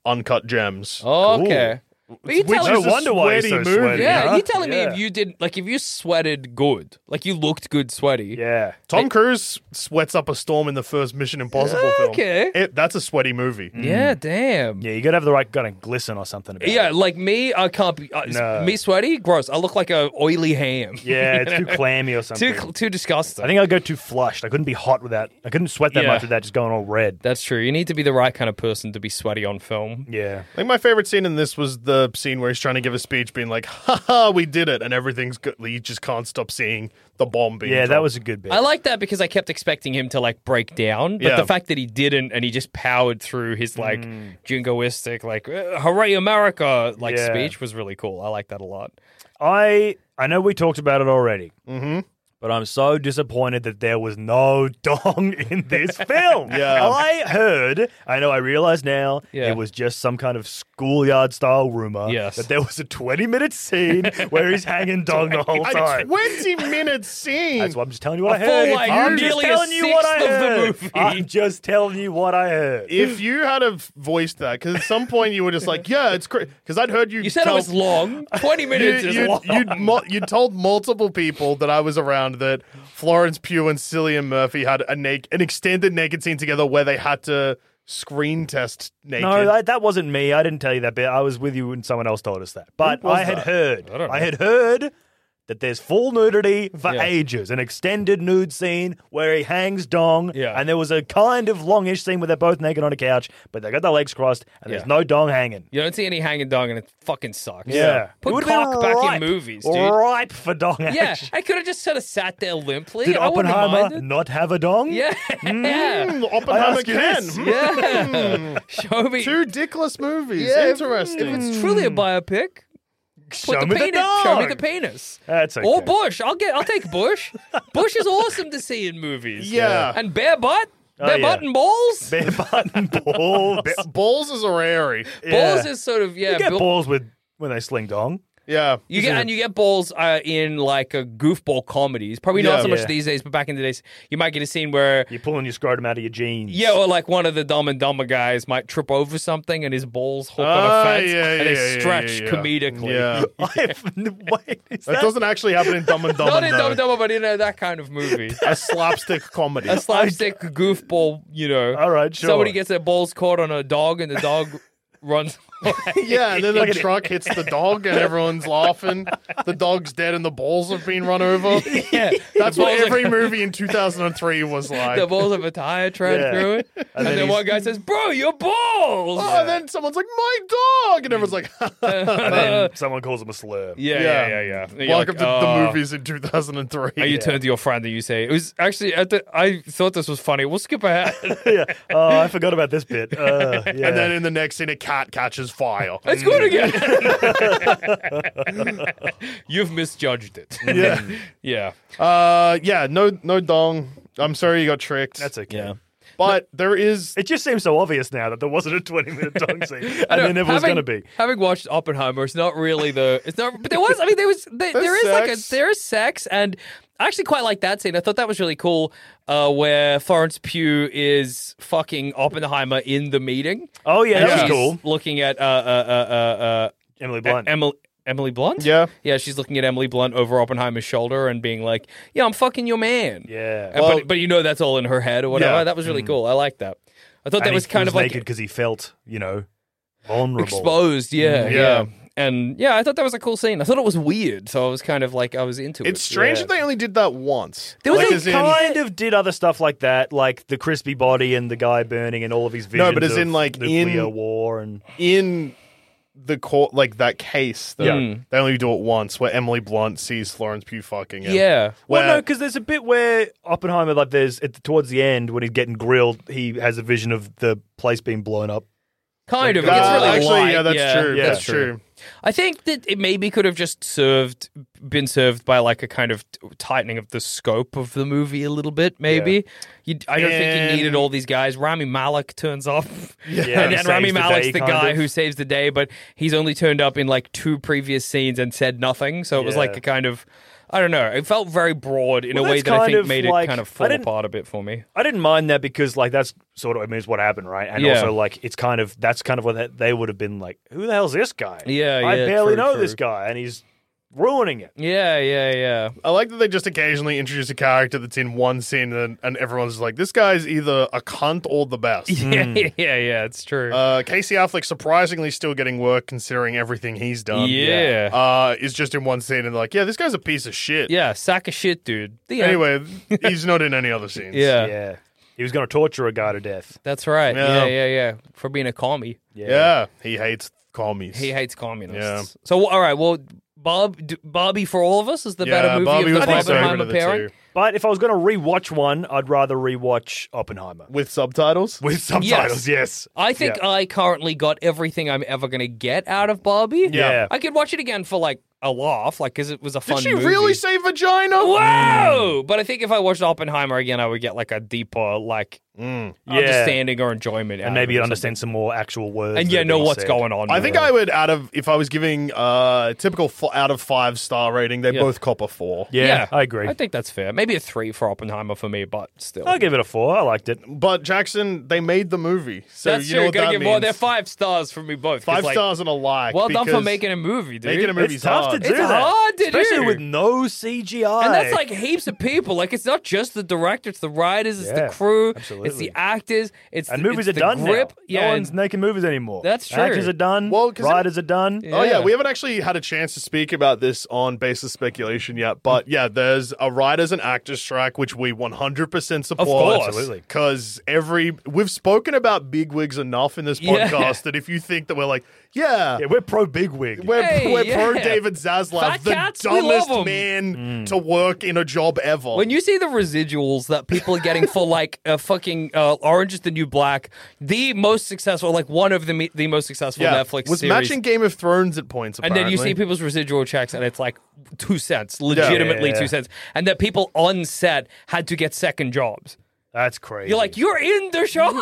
Speaker 3: Uncut Gems.
Speaker 4: Oh, Okay. But you
Speaker 3: Which
Speaker 4: tell
Speaker 5: No
Speaker 3: is a
Speaker 5: wonder why he's
Speaker 3: sweaty
Speaker 5: so
Speaker 3: movie.
Speaker 5: sweaty.
Speaker 4: yeah,
Speaker 5: huh?
Speaker 4: you telling me
Speaker 5: Yeah.
Speaker 4: if you did like if you sweated good, like you looked good sweaty.
Speaker 5: Yeah.
Speaker 3: Tom Cruise sweats up a storm in the first Mission Impossible
Speaker 4: Okay. Mm.
Speaker 3: film. It, that's a sweaty movie.
Speaker 4: Yeah, damn.
Speaker 5: Hmm. Yeah, you gotta have the right kind of glisten or something. About
Speaker 4: Yeah,
Speaker 5: it.
Speaker 4: like me, I can't be uh,
Speaker 5: No.
Speaker 4: me sweaty. Gross. I look like a oily ham.
Speaker 5: yeah, it's too clammy or something.
Speaker 4: too cl- too disgusting.
Speaker 5: I think I'd go too flushed. I couldn't be hot without. I couldn't sweat that
Speaker 4: Yeah.
Speaker 5: much without just going all red.
Speaker 4: that's true. You need to be the right kind of person to be sweaty on film.
Speaker 5: Yeah,
Speaker 3: Like my favorite scene in this was the scene where he's trying to give a speech, being like, "Ha ha, we did it!" and everything's good. You just can't stop seeing the bomb being.
Speaker 5: yeah, that
Speaker 3: dropped.
Speaker 5: was a good bit.
Speaker 4: I like that because I kept expecting him to like break down, but
Speaker 3: Yeah.
Speaker 4: the fact that he didn't and he just powered through his like jingoistic like "Uh, "Hooray America" like
Speaker 5: Mm. Yeah.
Speaker 4: speech was really cool. I like that a lot.
Speaker 5: I I know we talked about it already, mm-hmm. but I'm so disappointed that there was no dong in this film.
Speaker 3: Yeah.
Speaker 5: I heard. I know. I realize now
Speaker 4: Yeah.
Speaker 5: it was just some kind of schoolyard style rumor.
Speaker 4: Yes.
Speaker 5: that there was a 20 minute scene where he's hanging dong the whole
Speaker 3: a
Speaker 5: time.
Speaker 3: twenty-minute scene.
Speaker 5: That's what I'm just telling you what
Speaker 4: A
Speaker 5: I heard.
Speaker 4: full, like,
Speaker 5: I'm
Speaker 4: nearly
Speaker 5: just
Speaker 4: a
Speaker 5: telling you what I
Speaker 4: sixth of the
Speaker 5: heard.
Speaker 4: movie.
Speaker 5: I'm just telling you what I heard.
Speaker 3: if you had have voiced that, because at some point you were just like, "Yeah, it's crazy," because I'd heard you.
Speaker 4: You said
Speaker 3: tell-
Speaker 4: it was long. Twenty
Speaker 3: You,
Speaker 4: minutes is
Speaker 3: you,
Speaker 4: long.
Speaker 3: you, mu- you told multiple people that I was around that Florence Pugh and Cillian Murphy had a na- an extended naked scene together where they had to screen test naked.
Speaker 5: No, that, that wasn't me. I didn't tell you that bit. I was with you when someone else told us that. But I had heard. I, had heard that there's full nudity for
Speaker 4: Yeah.
Speaker 5: ages, an extended nude scene where he hangs dong,
Speaker 4: Yeah.
Speaker 5: and there was a kind of longish scene where they're both naked on a couch, but they got their legs crossed, and
Speaker 4: Yeah.
Speaker 5: there's no dong hanging.
Speaker 4: You don't see any hanging dong, and it fucking sucks.
Speaker 5: Yeah, It
Speaker 4: put
Speaker 5: would've been
Speaker 4: cock back
Speaker 5: ripe-
Speaker 4: in movies, dude.
Speaker 5: Ripe for dong
Speaker 4: Yeah,
Speaker 5: action.
Speaker 4: I could have just sort of sat there limply.
Speaker 5: Did
Speaker 4: I wouldn't have
Speaker 5: Oppenheimer Mm.
Speaker 4: minded.
Speaker 5: not have a dong?
Speaker 4: Yeah,
Speaker 3: Hmm,
Speaker 5: I
Speaker 3: Oppenheimer
Speaker 5: ask you
Speaker 3: can.
Speaker 5: this.
Speaker 3: Hmm.
Speaker 4: yeah. Show me.
Speaker 5: Mm.
Speaker 3: Two dickless movies.
Speaker 4: Yeah, if-
Speaker 3: Interesting.
Speaker 4: If it's truly a biopic, Put
Speaker 5: Mm. Show
Speaker 4: the
Speaker 5: me the
Speaker 4: penis. Show me
Speaker 5: dog.
Speaker 4: the penis.
Speaker 5: That's
Speaker 4: Or
Speaker 5: okay.
Speaker 4: Bush. I'll get. I'll take Bush. Bush is awesome to see in movies.
Speaker 3: Yeah.
Speaker 4: And bare butt.
Speaker 5: Oh,
Speaker 4: Bare
Speaker 5: yeah.
Speaker 4: butt and balls.
Speaker 5: Bare button balls.
Speaker 3: Ba- balls is a rarity.
Speaker 5: Yeah.
Speaker 4: Balls is sort of yeah.
Speaker 5: you get
Speaker 4: built-
Speaker 5: balls with when they sling dong.
Speaker 3: Yeah.
Speaker 4: You get and you get balls uh, in like a goofball comedies. Probably not
Speaker 3: Yeah.
Speaker 4: so much
Speaker 5: Yeah.
Speaker 4: these days, but back in the days, you might get a scene where
Speaker 5: You're pulling your scrotum out of your jeans.
Speaker 4: yeah, or like one of the Dumb and Dumber guys might trip over something and his balls hook on
Speaker 3: Ah,
Speaker 4: a fence
Speaker 3: yeah,
Speaker 4: and
Speaker 3: yeah,
Speaker 4: they
Speaker 3: yeah,
Speaker 4: stretch
Speaker 3: yeah, yeah.
Speaker 4: comedically.
Speaker 3: Yeah.
Speaker 5: I've, wait, is
Speaker 3: That
Speaker 5: that-
Speaker 3: doesn't actually happen in Dumb and Dumber.
Speaker 4: Not in
Speaker 3: though.
Speaker 4: Dumb and Dumber, but in uh, that kind of movie.
Speaker 3: A slapstick comedy.
Speaker 4: a slapstick goofball, you know.
Speaker 5: All right, sure.
Speaker 4: Somebody gets their balls caught on a dog and the dog runs away.
Speaker 3: Yeah, and then the truck hits the dog and everyone's laughing. The dog's dead and the balls have been run over.
Speaker 4: Yeah.
Speaker 3: That's
Speaker 4: The
Speaker 3: what
Speaker 4: balls are-
Speaker 3: every movie in 2003 was like.
Speaker 4: The balls of a tire tread
Speaker 5: Yeah.
Speaker 4: through it. And, then,
Speaker 5: then
Speaker 4: one guy says, Bro, your balls!
Speaker 3: Oh, and then someone's like, my dog! And everyone's like,
Speaker 5: and then someone calls him a slur.
Speaker 4: Yeah,
Speaker 3: Yeah.
Speaker 4: yeah, yeah, yeah. And you're
Speaker 3: welcome
Speaker 4: like,
Speaker 3: to
Speaker 4: "Oh."
Speaker 3: the movies in 2003.
Speaker 4: And you turn to your friend and you say, "It was actually." I, th- I thought this was funny. We'll skip ahead.
Speaker 5: yeah. Oh, I forgot about this bit. Uh, yeah.
Speaker 3: And then in the next scene, a cat catches fire.
Speaker 4: Let's go again. You've misjudged it.
Speaker 3: Yeah.
Speaker 4: yeah.
Speaker 3: Uh, yeah, no, no dong. I'm sorry you got tricked.
Speaker 5: that's okay.
Speaker 1: Yeah.
Speaker 3: But there is.
Speaker 5: It just seems so obvious now that there wasn't a 20 minute tongue scene, and there never was going
Speaker 4: Having-
Speaker 5: to be.
Speaker 4: Having watched Oppenheimer, it's not really the. It's not. But there was. I mean, there was. There, there is like
Speaker 3: sex.
Speaker 4: a. There is sex, and I actually quite like that scene. I thought that was really cool, uh, where Florence Pugh is fucking Oppenheimer in the meeting.
Speaker 5: Oh yeah,
Speaker 4: And
Speaker 5: that
Speaker 4: she's
Speaker 5: was cool.
Speaker 4: Looking at uh uh uh uh. uh
Speaker 5: Emily
Speaker 4: E-
Speaker 5: Blunt.
Speaker 4: Emily Emily Blunt?
Speaker 3: Yeah.
Speaker 4: Yeah, she's looking at Emily Blunt over Oppenheimer's shoulder and being like, Yeah, I'm fucking your man.
Speaker 5: Yeah. Mm.
Speaker 4: And-
Speaker 3: Well-
Speaker 4: but, but you know that's all in her head or whatever.
Speaker 3: Yeah.
Speaker 4: That was really cool. I like that. I thought that
Speaker 5: And
Speaker 4: was
Speaker 5: he
Speaker 4: kind
Speaker 5: was
Speaker 4: of like
Speaker 5: naked because he felt, you know, vulnerable.
Speaker 4: exposed. Yeah, yeah.
Speaker 3: Mm-hmm. Yeah.
Speaker 4: And yeah, I thought that was a cool scene. I thought it was weird, so I was kind of like I was into it.
Speaker 3: It's strange that they only did that once.
Speaker 4: There was
Speaker 3: Like,
Speaker 4: a
Speaker 3: as in-
Speaker 5: Kind of did other stuff like that, like the crispy body and the guy burning and all of his visions.
Speaker 3: No, but as
Speaker 5: of
Speaker 3: in, like,
Speaker 5: nuclear
Speaker 3: in-
Speaker 5: war and
Speaker 3: in the court, like that case, though, Mm.
Speaker 5: Yeah.
Speaker 3: they only do it once where Emily Blunt sees Florence Pugh fucking him.
Speaker 4: Yeah.
Speaker 3: Where,
Speaker 5: well, no, because there's a bit where Oppenheimer, like, there's at towards the end when he's getting grilled, he has a vision of the place being blown up.
Speaker 4: Kind of. It
Speaker 3: Ah,
Speaker 4: gets really
Speaker 3: actually,
Speaker 4: light.
Speaker 3: yeah, that's true.
Speaker 5: yeah,
Speaker 3: that's
Speaker 5: true.
Speaker 3: true.
Speaker 4: I think that it maybe could have just served, been served by like a kind of tightening of the scope of the movie a little bit. Maybe you, I don't think you
Speaker 3: And-
Speaker 4: needed all these guys. Rami Malek turns up,
Speaker 5: Yeah,
Speaker 4: and,
Speaker 5: he
Speaker 4: and Rami
Speaker 5: saves the
Speaker 4: Malek's
Speaker 5: day,
Speaker 4: the
Speaker 5: kind
Speaker 4: guy
Speaker 5: of.
Speaker 4: who saves the day, but he's only turned up in like two previous scenes and said nothing. So it was
Speaker 5: Yeah.
Speaker 4: like a kind of, I don't know. It felt very broad in
Speaker 5: Well,
Speaker 4: a way
Speaker 5: that's
Speaker 4: that I
Speaker 5: kind
Speaker 4: think
Speaker 5: of
Speaker 4: made it
Speaker 5: like-
Speaker 4: kind of
Speaker 5: I
Speaker 4: fall
Speaker 5: didn't-
Speaker 4: apart a bit for me.
Speaker 5: I didn't mind that because, like, that's sort of, I mean, it's what happened, right? And
Speaker 4: Yeah.
Speaker 5: also, like, it's kind of, that's kind of what that, they would have been like, who the hell's this guy?
Speaker 4: Yeah,
Speaker 5: I
Speaker 4: yeah,
Speaker 5: barely
Speaker 4: true,
Speaker 5: know
Speaker 4: true.
Speaker 5: this guy, and he's ruining it.
Speaker 4: Yeah, yeah, yeah.
Speaker 3: I like that they just occasionally introduce a character that's in one scene and, and everyone's just like, this guy's either a cunt or the best.
Speaker 5: Hmm.
Speaker 4: yeah, yeah, yeah. It's true.
Speaker 3: Uh, Casey Affleck, surprisingly, still getting work considering everything he's done.
Speaker 4: Yeah.
Speaker 3: Uh, is just in one scene and like, yeah, this guy's a piece of shit.
Speaker 4: yeah, sack of shit, dude. The end.
Speaker 3: Anyway, he's not in any other scenes.
Speaker 4: Yeah.
Speaker 5: Yeah. He was going to torture a guy to death.
Speaker 4: That's right.
Speaker 3: Yeah.
Speaker 4: Yeah. yeah, yeah, For being a commie.
Speaker 3: Yeah. He hates commies.
Speaker 4: He hates communists.
Speaker 3: Yeah.
Speaker 4: So, all right, well, Bob, d- Barbie for all of us is the
Speaker 3: yeah,
Speaker 4: better movie
Speaker 3: Barbie
Speaker 4: of
Speaker 3: was
Speaker 4: the
Speaker 3: my favorite
Speaker 4: Oppenheimer
Speaker 3: of the
Speaker 4: pairing.
Speaker 3: two.
Speaker 5: But if I was going to rewatch one, I'd rather rewatch Oppenheimer.
Speaker 3: With subtitles?
Speaker 5: With subtitles, yes.
Speaker 4: I think uh,
Speaker 5: Yeah.
Speaker 4: I currently got everything I'm ever going to get out of Barbie.
Speaker 5: Yeah.
Speaker 4: I could watch it again for like a laugh, like, because it was a fun
Speaker 3: Did she
Speaker 4: movie.
Speaker 3: really Mm. say vagina?
Speaker 4: Whoa! But I think if I watched Oppenheimer again, I would get like a deeper, like,
Speaker 3: Mm.
Speaker 4: understanding or enjoyment. out
Speaker 5: And
Speaker 4: of
Speaker 5: maybe
Speaker 4: it
Speaker 5: you'd
Speaker 4: or
Speaker 5: understand some more actual words.
Speaker 4: something. And yeah, know what's going on.
Speaker 3: I think I would out of if I was giving uh typical f- out of five star rating, they both cop a four.
Speaker 5: Yeah, I agree.
Speaker 4: I think that's fair. Maybe a three for Oppenheimer for me, but still.
Speaker 5: I'll give it a four. I liked it.
Speaker 3: But Jackson, they made the movie, so
Speaker 4: That's
Speaker 3: you
Speaker 4: true.
Speaker 3: know what
Speaker 4: Gotta
Speaker 3: that
Speaker 4: give
Speaker 3: means.
Speaker 4: more. They're five stars from me both. 'cause,
Speaker 3: Five
Speaker 4: like,
Speaker 3: stars and a like.
Speaker 4: Well done for
Speaker 3: because
Speaker 4: making a movie, dude.
Speaker 3: making a movie.
Speaker 5: It's tough
Speaker 3: hard.
Speaker 5: to do
Speaker 4: It's
Speaker 5: that.
Speaker 4: hard to
Speaker 5: Especially
Speaker 4: do.
Speaker 5: with no CGI.
Speaker 4: And that's like heaps of people. Like it's not just the director, it's the writers, it's
Speaker 5: Yeah,
Speaker 4: the crew, it's
Speaker 5: absolutely.
Speaker 4: the actors, it's
Speaker 5: and
Speaker 4: the,
Speaker 5: movies are
Speaker 4: it's the
Speaker 5: done
Speaker 4: grip.
Speaker 5: now.
Speaker 4: Yeah,
Speaker 5: no
Speaker 4: and-
Speaker 5: one's making movies anymore.
Speaker 4: That's true.
Speaker 5: Actors are done.
Speaker 3: Well, 'cause it-
Speaker 5: writers are done.
Speaker 3: Oh yeah,
Speaker 4: Yeah.
Speaker 3: we haven't actually had a chance to speak about this on basis speculation yet, but yeah, there's a writers and actors strike which we 100% support.
Speaker 4: course.
Speaker 5: Absolutely.
Speaker 3: Cuz every we've spoken about bigwigs enough in this
Speaker 4: Yeah.
Speaker 3: podcast that if you think that we're like, yeah,
Speaker 5: Yeah, we're pro big wig.
Speaker 3: We're,
Speaker 4: Hey,
Speaker 3: we're pro
Speaker 4: yeah.
Speaker 3: David Zaslav,
Speaker 4: Fat
Speaker 3: the
Speaker 4: cats, we
Speaker 3: dumbest
Speaker 4: love 'em.
Speaker 3: man to work in a job ever.
Speaker 4: when you see the residuals that people are getting for like a fucking saying uh, Orange is the New Black, the most successful, like one of the me- the most successful
Speaker 3: yeah,
Speaker 4: Netflix
Speaker 3: was
Speaker 4: series.
Speaker 3: matching Game of Thrones at points.
Speaker 4: and then you
Speaker 3: apparently.
Speaker 4: see people's residual checks, and it's like two cents, legitimately
Speaker 5: Yeah.
Speaker 4: two cents, and that people on set had to get second jobs.
Speaker 5: That's crazy.
Speaker 4: You're like, you're in the show.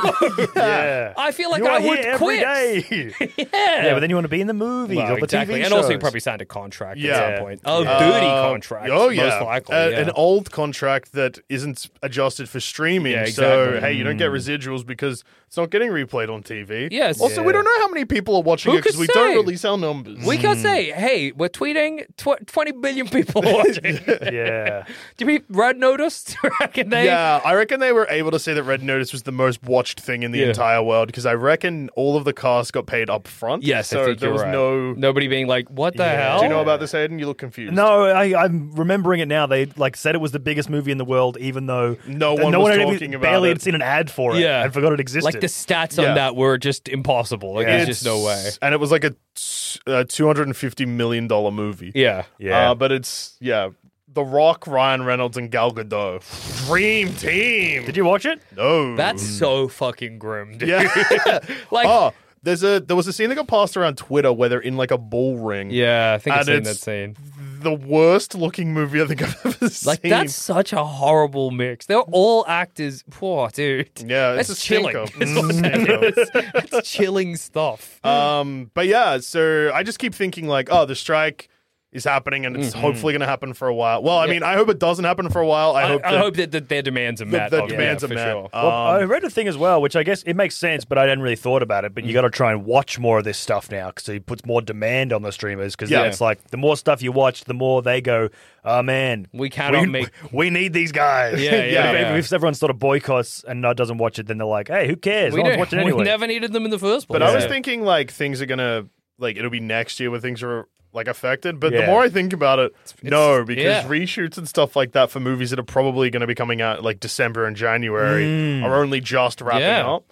Speaker 5: yeah.
Speaker 4: I feel like
Speaker 5: You
Speaker 4: I
Speaker 5: are
Speaker 4: would
Speaker 5: here every
Speaker 4: quit.
Speaker 5: day. yeah. but then you want to be in the movies
Speaker 4: Well,
Speaker 5: or the
Speaker 4: exactly,
Speaker 5: TV
Speaker 4: and also you
Speaker 5: shows.
Speaker 4: probably signed a contract at
Speaker 3: Yeah.
Speaker 4: some point. Oh, duty
Speaker 3: Uh,
Speaker 4: contract.
Speaker 3: Oh yeah,
Speaker 4: most likely.
Speaker 3: A-
Speaker 4: yeah.
Speaker 3: an old contract that isn't adjusted for streaming.
Speaker 4: Yeah,
Speaker 3: So
Speaker 4: exactly. Hmm.
Speaker 3: hey, you don't get residuals because it's not getting replayed on TV.
Speaker 4: Yes.
Speaker 3: Also, we
Speaker 4: Yeah.
Speaker 3: don't know how many people are watching
Speaker 4: Who
Speaker 3: it because
Speaker 4: could
Speaker 3: we don't
Speaker 4: say?
Speaker 3: release our numbers.
Speaker 4: we can't say, hey, we're tweeting tw- 20 billion people are watching.
Speaker 5: Yeah.
Speaker 4: Do we red noticed? Reckon they?
Speaker 3: Hmm. yeah, I reckon they were able to say that Red Notice was the most watched thing in the
Speaker 4: Yeah.
Speaker 3: entire world because I reckon all of the cast got paid up front.
Speaker 4: Yes, I
Speaker 3: so
Speaker 4: think
Speaker 3: there
Speaker 4: you're
Speaker 3: was
Speaker 4: right.
Speaker 3: no.
Speaker 4: Nobody being like, what the hell?
Speaker 3: Do you know about this, Aiden? You look confused.
Speaker 5: No, I, I'm remembering it now. They like said it was the biggest movie in the world, even though
Speaker 3: No one was
Speaker 5: had even-
Speaker 3: talking about
Speaker 5: barely
Speaker 3: it.
Speaker 5: had seen an ad for it.
Speaker 4: Yeah.
Speaker 5: and forgot it existed.
Speaker 4: Like the stats
Speaker 3: Yeah.
Speaker 4: on that were just impossible. Like
Speaker 5: Yeah.
Speaker 4: there's just no way.
Speaker 3: And it was like a, t- a two hundred and fifty million dollar movie.
Speaker 4: Yeah.
Speaker 5: Yeah.
Speaker 3: Uh, but it's yeah, The Rock, Ryan Reynolds, and Gal Gadot. Dream team.
Speaker 5: Did you watch it?
Speaker 3: No.
Speaker 4: That's so fucking grim, dude.
Speaker 3: Mm. yeah.
Speaker 4: Like,
Speaker 3: oh, there's a there was a scene that got passed around Twitter where they're in like a bull ring.
Speaker 4: yeah, I think I've
Speaker 3: And
Speaker 4: seen that
Speaker 3: it's
Speaker 4: scene.
Speaker 3: The worst looking movie I think I've ever seen.
Speaker 4: Like, that's such a horrible mix. They're all actors. Poor, dude.
Speaker 3: yeah,
Speaker 4: That's
Speaker 3: it's Mm. a
Speaker 4: chilling.
Speaker 3: stinker.
Speaker 4: That's what it is. That's chilling stuff.
Speaker 3: Um, but yeah, so I just keep thinking like, oh, the strike is happening and
Speaker 4: Mm-hmm.
Speaker 3: it's hopefully going to happen for a while. Well, I mean, I hope it doesn't happen for a while. I,
Speaker 4: I,
Speaker 3: hope.
Speaker 4: I
Speaker 3: that-
Speaker 4: hope that, that their demands are
Speaker 3: that
Speaker 4: met.
Speaker 3: the
Speaker 4: on- yeah,
Speaker 3: demands are
Speaker 4: for
Speaker 3: met.
Speaker 4: sure.
Speaker 5: Well,
Speaker 3: Um,
Speaker 5: I read a thing as well, which I guess it makes sense, but I hadn't really thought about it. But
Speaker 4: Mm.
Speaker 5: you got to try and watch more of this stuff now because it puts more demand on the streamers. Because
Speaker 3: Yeah.
Speaker 5: it's like the more stuff you watch, the more they go, "Oh man,
Speaker 4: We cannot make-
Speaker 5: We need these guys."
Speaker 4: Yeah,
Speaker 5: But
Speaker 4: yeah,
Speaker 5: if-
Speaker 4: yeah.
Speaker 5: If, everyone sort of boycotts and uh, doesn't watch it, then they're like, "Hey, who cares?
Speaker 4: We,
Speaker 5: no one's
Speaker 4: don't-
Speaker 5: watching
Speaker 4: we
Speaker 5: anyway."
Speaker 4: never needed them in the first place.
Speaker 3: but I was
Speaker 4: Yeah.
Speaker 3: thinking like things are going to like it'll be next year where things are like affected. But the
Speaker 5: Yeah.
Speaker 3: more I think about it, no, because
Speaker 4: yeah.
Speaker 3: reshoots and stuff like that for movies that are probably going to be coming out like December and January
Speaker 4: Mm.
Speaker 3: are only just wrapping
Speaker 4: Yeah.
Speaker 3: up.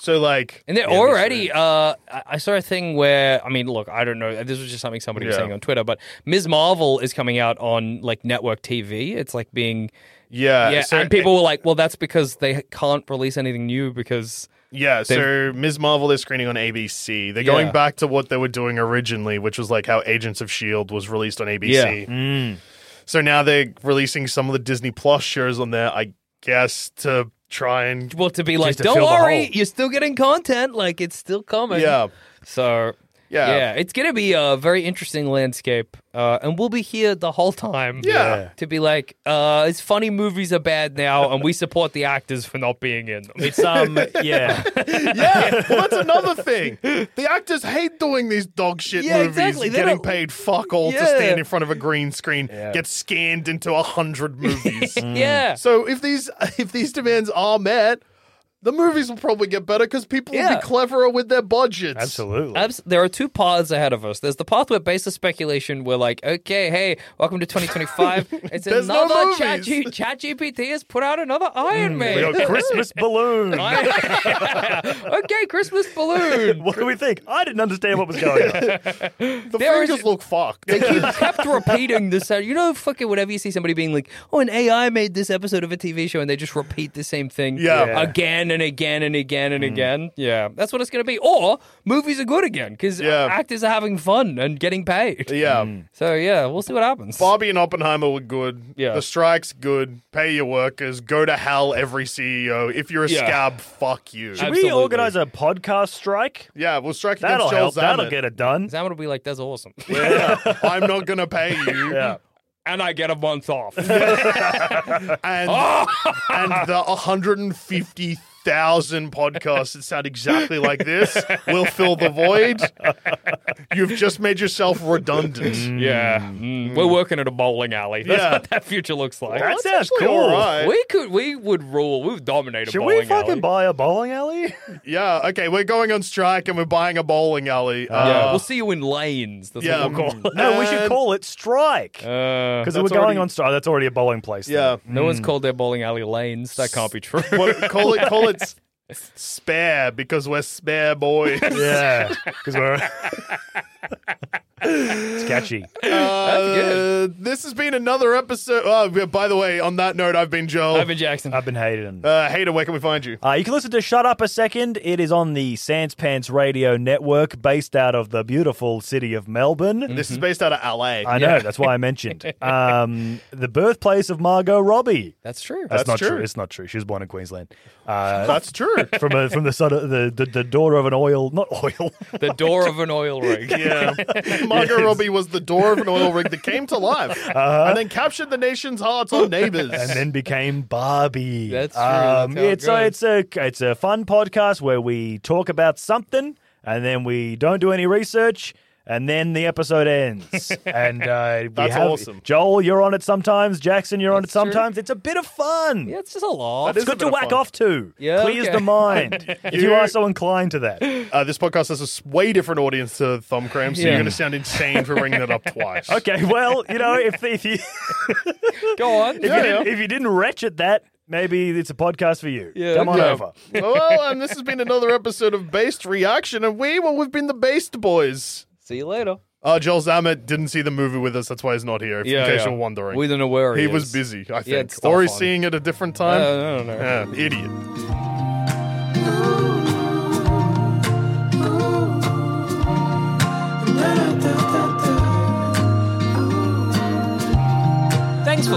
Speaker 3: So like,
Speaker 4: And they're already. Uh, I I saw a thing where I mean, look, I don't know. This was just something somebody was
Speaker 3: Yeah.
Speaker 4: saying on Twitter, but Ms. Marvel is coming out on like network TV. It's like being
Speaker 3: yeah,
Speaker 4: yeah,
Speaker 3: Uh, so-
Speaker 4: and people were like, well, that's because they can't release anything new because
Speaker 3: Yeah, so Ms. Marvel is screening on ABC. They're going
Speaker 4: Yeah.
Speaker 3: back to what they were doing originally, which was like how Agents of S.H.I.E.L.D. E was released on ABC.
Speaker 4: Mm.
Speaker 3: So now they're releasing some of the Disney Plus shows on there, I guess, to try and.
Speaker 4: well, to be like,
Speaker 5: to
Speaker 4: don't
Speaker 5: fill the
Speaker 4: worry,
Speaker 5: hole."
Speaker 4: you're still getting content. Like it's still coming.
Speaker 3: Yeah.
Speaker 4: So.
Speaker 3: Yeah.
Speaker 4: yeah, it's gonna be a very interesting landscape, uh, and we'll be here the whole time.
Speaker 3: Yeah.
Speaker 4: to be like, uh, it's funny movies are bad now, and we support the actors for not being in them.
Speaker 5: It's um, yeah,
Speaker 3: Yeah, well, that's another thing. The actors hate doing these dog shit
Speaker 4: Yeah,
Speaker 3: movies,
Speaker 4: exactly. They
Speaker 3: getting
Speaker 4: don't-
Speaker 3: paid fuck all to
Speaker 4: Yeah.
Speaker 3: stand in front of a green screen, get scanned into a hundred movies.
Speaker 4: Yeah.
Speaker 3: So if these if these demands are met, the movies will probably get better because people will
Speaker 4: Yeah.
Speaker 3: be cleverer with their budgets.
Speaker 5: absolutely.
Speaker 4: Abs- there are two paths ahead of us. There's the pathway based on speculation. We're like, okay, hey, welcome to 2025. It's
Speaker 3: There's no
Speaker 4: another
Speaker 3: movies. Mm.
Speaker 4: chat, G- chat GPT has put out another Iron Man.
Speaker 5: We got Christmas balloon.
Speaker 4: I- okay, Christmas balloon.
Speaker 5: what do we think? I didn't understand what was going on.
Speaker 3: The
Speaker 4: There is-
Speaker 3: fingers look fucked.
Speaker 4: They keep kept repeating this. uh, You know, fucking whenever you see somebody being like, "Oh, an AI made this episode of a TV show," and they just repeat the same thing,
Speaker 3: Yeah. Yeah.
Speaker 4: again and again and again
Speaker 5: Mm.
Speaker 4: and again. Yeah, that's what it's gonna be. Or movies are good again because
Speaker 3: Yeah.
Speaker 4: actors are having fun and getting paid.
Speaker 3: yeah.
Speaker 5: Mm.
Speaker 4: So yeah, we'll see what happens.
Speaker 3: Barbie and Oppenheimer were good.
Speaker 4: Yeah.
Speaker 3: The strike's good. Pay your workers. Go to hell, every CEO. If you're a
Speaker 4: Yeah.
Speaker 3: scab, fuck you.
Speaker 4: Should
Speaker 5: we
Speaker 4: Absolutely.
Speaker 5: organize a podcast strike.
Speaker 3: yeah, we'll strike
Speaker 5: That'll
Speaker 3: against Joel
Speaker 5: help. That'll
Speaker 3: Zammit.
Speaker 5: get it done.
Speaker 4: Sam would be like, "That's awesome,"
Speaker 3: Yeah. I'm not going to pay you.
Speaker 5: Yeah.
Speaker 4: and I get a month off.
Speaker 3: And, and the 150,000 podcasts that sound exactly like this will fill the void. You've just made yourself redundant.
Speaker 4: yeah, Mm. we're working at a bowling alley. That's
Speaker 3: Yeah.
Speaker 4: what that future looks like.
Speaker 5: That
Speaker 3: That's
Speaker 5: sounds
Speaker 3: actually
Speaker 5: cool.
Speaker 3: all right.
Speaker 4: we could, we would rule. We would dominate a
Speaker 5: Should
Speaker 4: bowling
Speaker 5: we fucking
Speaker 4: alley.
Speaker 5: buy a bowling alley?
Speaker 3: Yeah, okay, we're going on strike and we're buying a bowling alley.
Speaker 4: yeah,
Speaker 3: Uh,
Speaker 4: we'll see you in lanes. That's
Speaker 3: yeah.
Speaker 4: what we'll
Speaker 5: Mm.
Speaker 4: call it.
Speaker 5: no, we should
Speaker 3: And-
Speaker 5: call it Strike.
Speaker 4: Uh,
Speaker 5: Because we're going
Speaker 3: already-
Speaker 5: on Strike. That's already a bowling place. then.
Speaker 3: yeah.
Speaker 4: No one's called their bowling alley lanes. That can't be true.
Speaker 3: Mm. What, call it call it s- spare because we're spare boys.
Speaker 5: Yeah. Because we're. it's catchy.
Speaker 3: Uh, this has been another episode. Oh, by the way, on that note, I've been Joel.
Speaker 4: Ivan Jackson.
Speaker 5: I've been hating.
Speaker 3: uh, Hater, where can we find you?
Speaker 5: Uh, you can listen to Shut Up a Second. It is on the Sans Pants Radio Network, based out of the beautiful city of Melbourne.
Speaker 3: Mm. This
Speaker 4: Mm-hmm.
Speaker 3: is based out of LA.
Speaker 5: I know, that's why I mentioned. Um, the birthplace of Margot Robbie.
Speaker 4: That's true.
Speaker 5: That's,
Speaker 3: That's
Speaker 5: not true.
Speaker 3: true.
Speaker 5: It's not true. She was born in Queensland. Uh,
Speaker 3: That's true.
Speaker 5: from a, from the, sort of, the, the the door of an oil, not oil.
Speaker 4: the door of an oil rig.
Speaker 3: Yeah. Margot Robbie was the door of an oil rig that came to life
Speaker 4: Uh-huh.
Speaker 3: and then captured the nation's hearts on neighbors.
Speaker 5: and then became Barbie.
Speaker 4: That's true. That's how it
Speaker 5: it's
Speaker 4: goes.
Speaker 5: a, it's a it's a fun podcast where we talk about something and then we don't do any research. And then the episode ends, and uh, we
Speaker 3: That's
Speaker 5: have-
Speaker 3: awesome.
Speaker 5: Joel, you're on it sometimes. Jackson, you're on it
Speaker 4: That's true.
Speaker 5: sometimes. It's a bit of fun.
Speaker 4: Yeah, it's just a lot.
Speaker 3: That is
Speaker 5: it's good
Speaker 3: a bit
Speaker 5: to
Speaker 3: of
Speaker 5: whack
Speaker 3: fun.
Speaker 5: off to.
Speaker 4: Yeah,
Speaker 5: Clears
Speaker 4: okay.
Speaker 5: the mind if you are so inclined to that.
Speaker 3: Uh, this podcast has a s- way different audience to Thumb Cramp, so
Speaker 4: Yeah.
Speaker 3: you're going to sound insane for bringing it up twice.
Speaker 5: Okay, well, you know, if if you
Speaker 4: Go on.
Speaker 5: if, you, didn't, if you didn't retch at that, maybe it's a podcast for you.
Speaker 4: Yeah,
Speaker 5: Come on
Speaker 4: yeah.
Speaker 5: over.
Speaker 3: well, and this has been another episode of Based Reaction, and we, well, we've been the Based Boys.
Speaker 4: See you later.
Speaker 3: Uh, Joel Zamet didn't see the movie with us, that's why he's not here, if- in case you're wondering.
Speaker 4: We don't know where
Speaker 3: he
Speaker 4: he,
Speaker 3: was
Speaker 4: is.
Speaker 3: busy, I
Speaker 4: He had
Speaker 3: think.
Speaker 4: stuff
Speaker 3: or he's
Speaker 4: on. Uh,
Speaker 3: seeing it a different
Speaker 4: I
Speaker 3: time.
Speaker 4: don't know.
Speaker 3: Yeah, idiot.
Speaker 1: Thanks for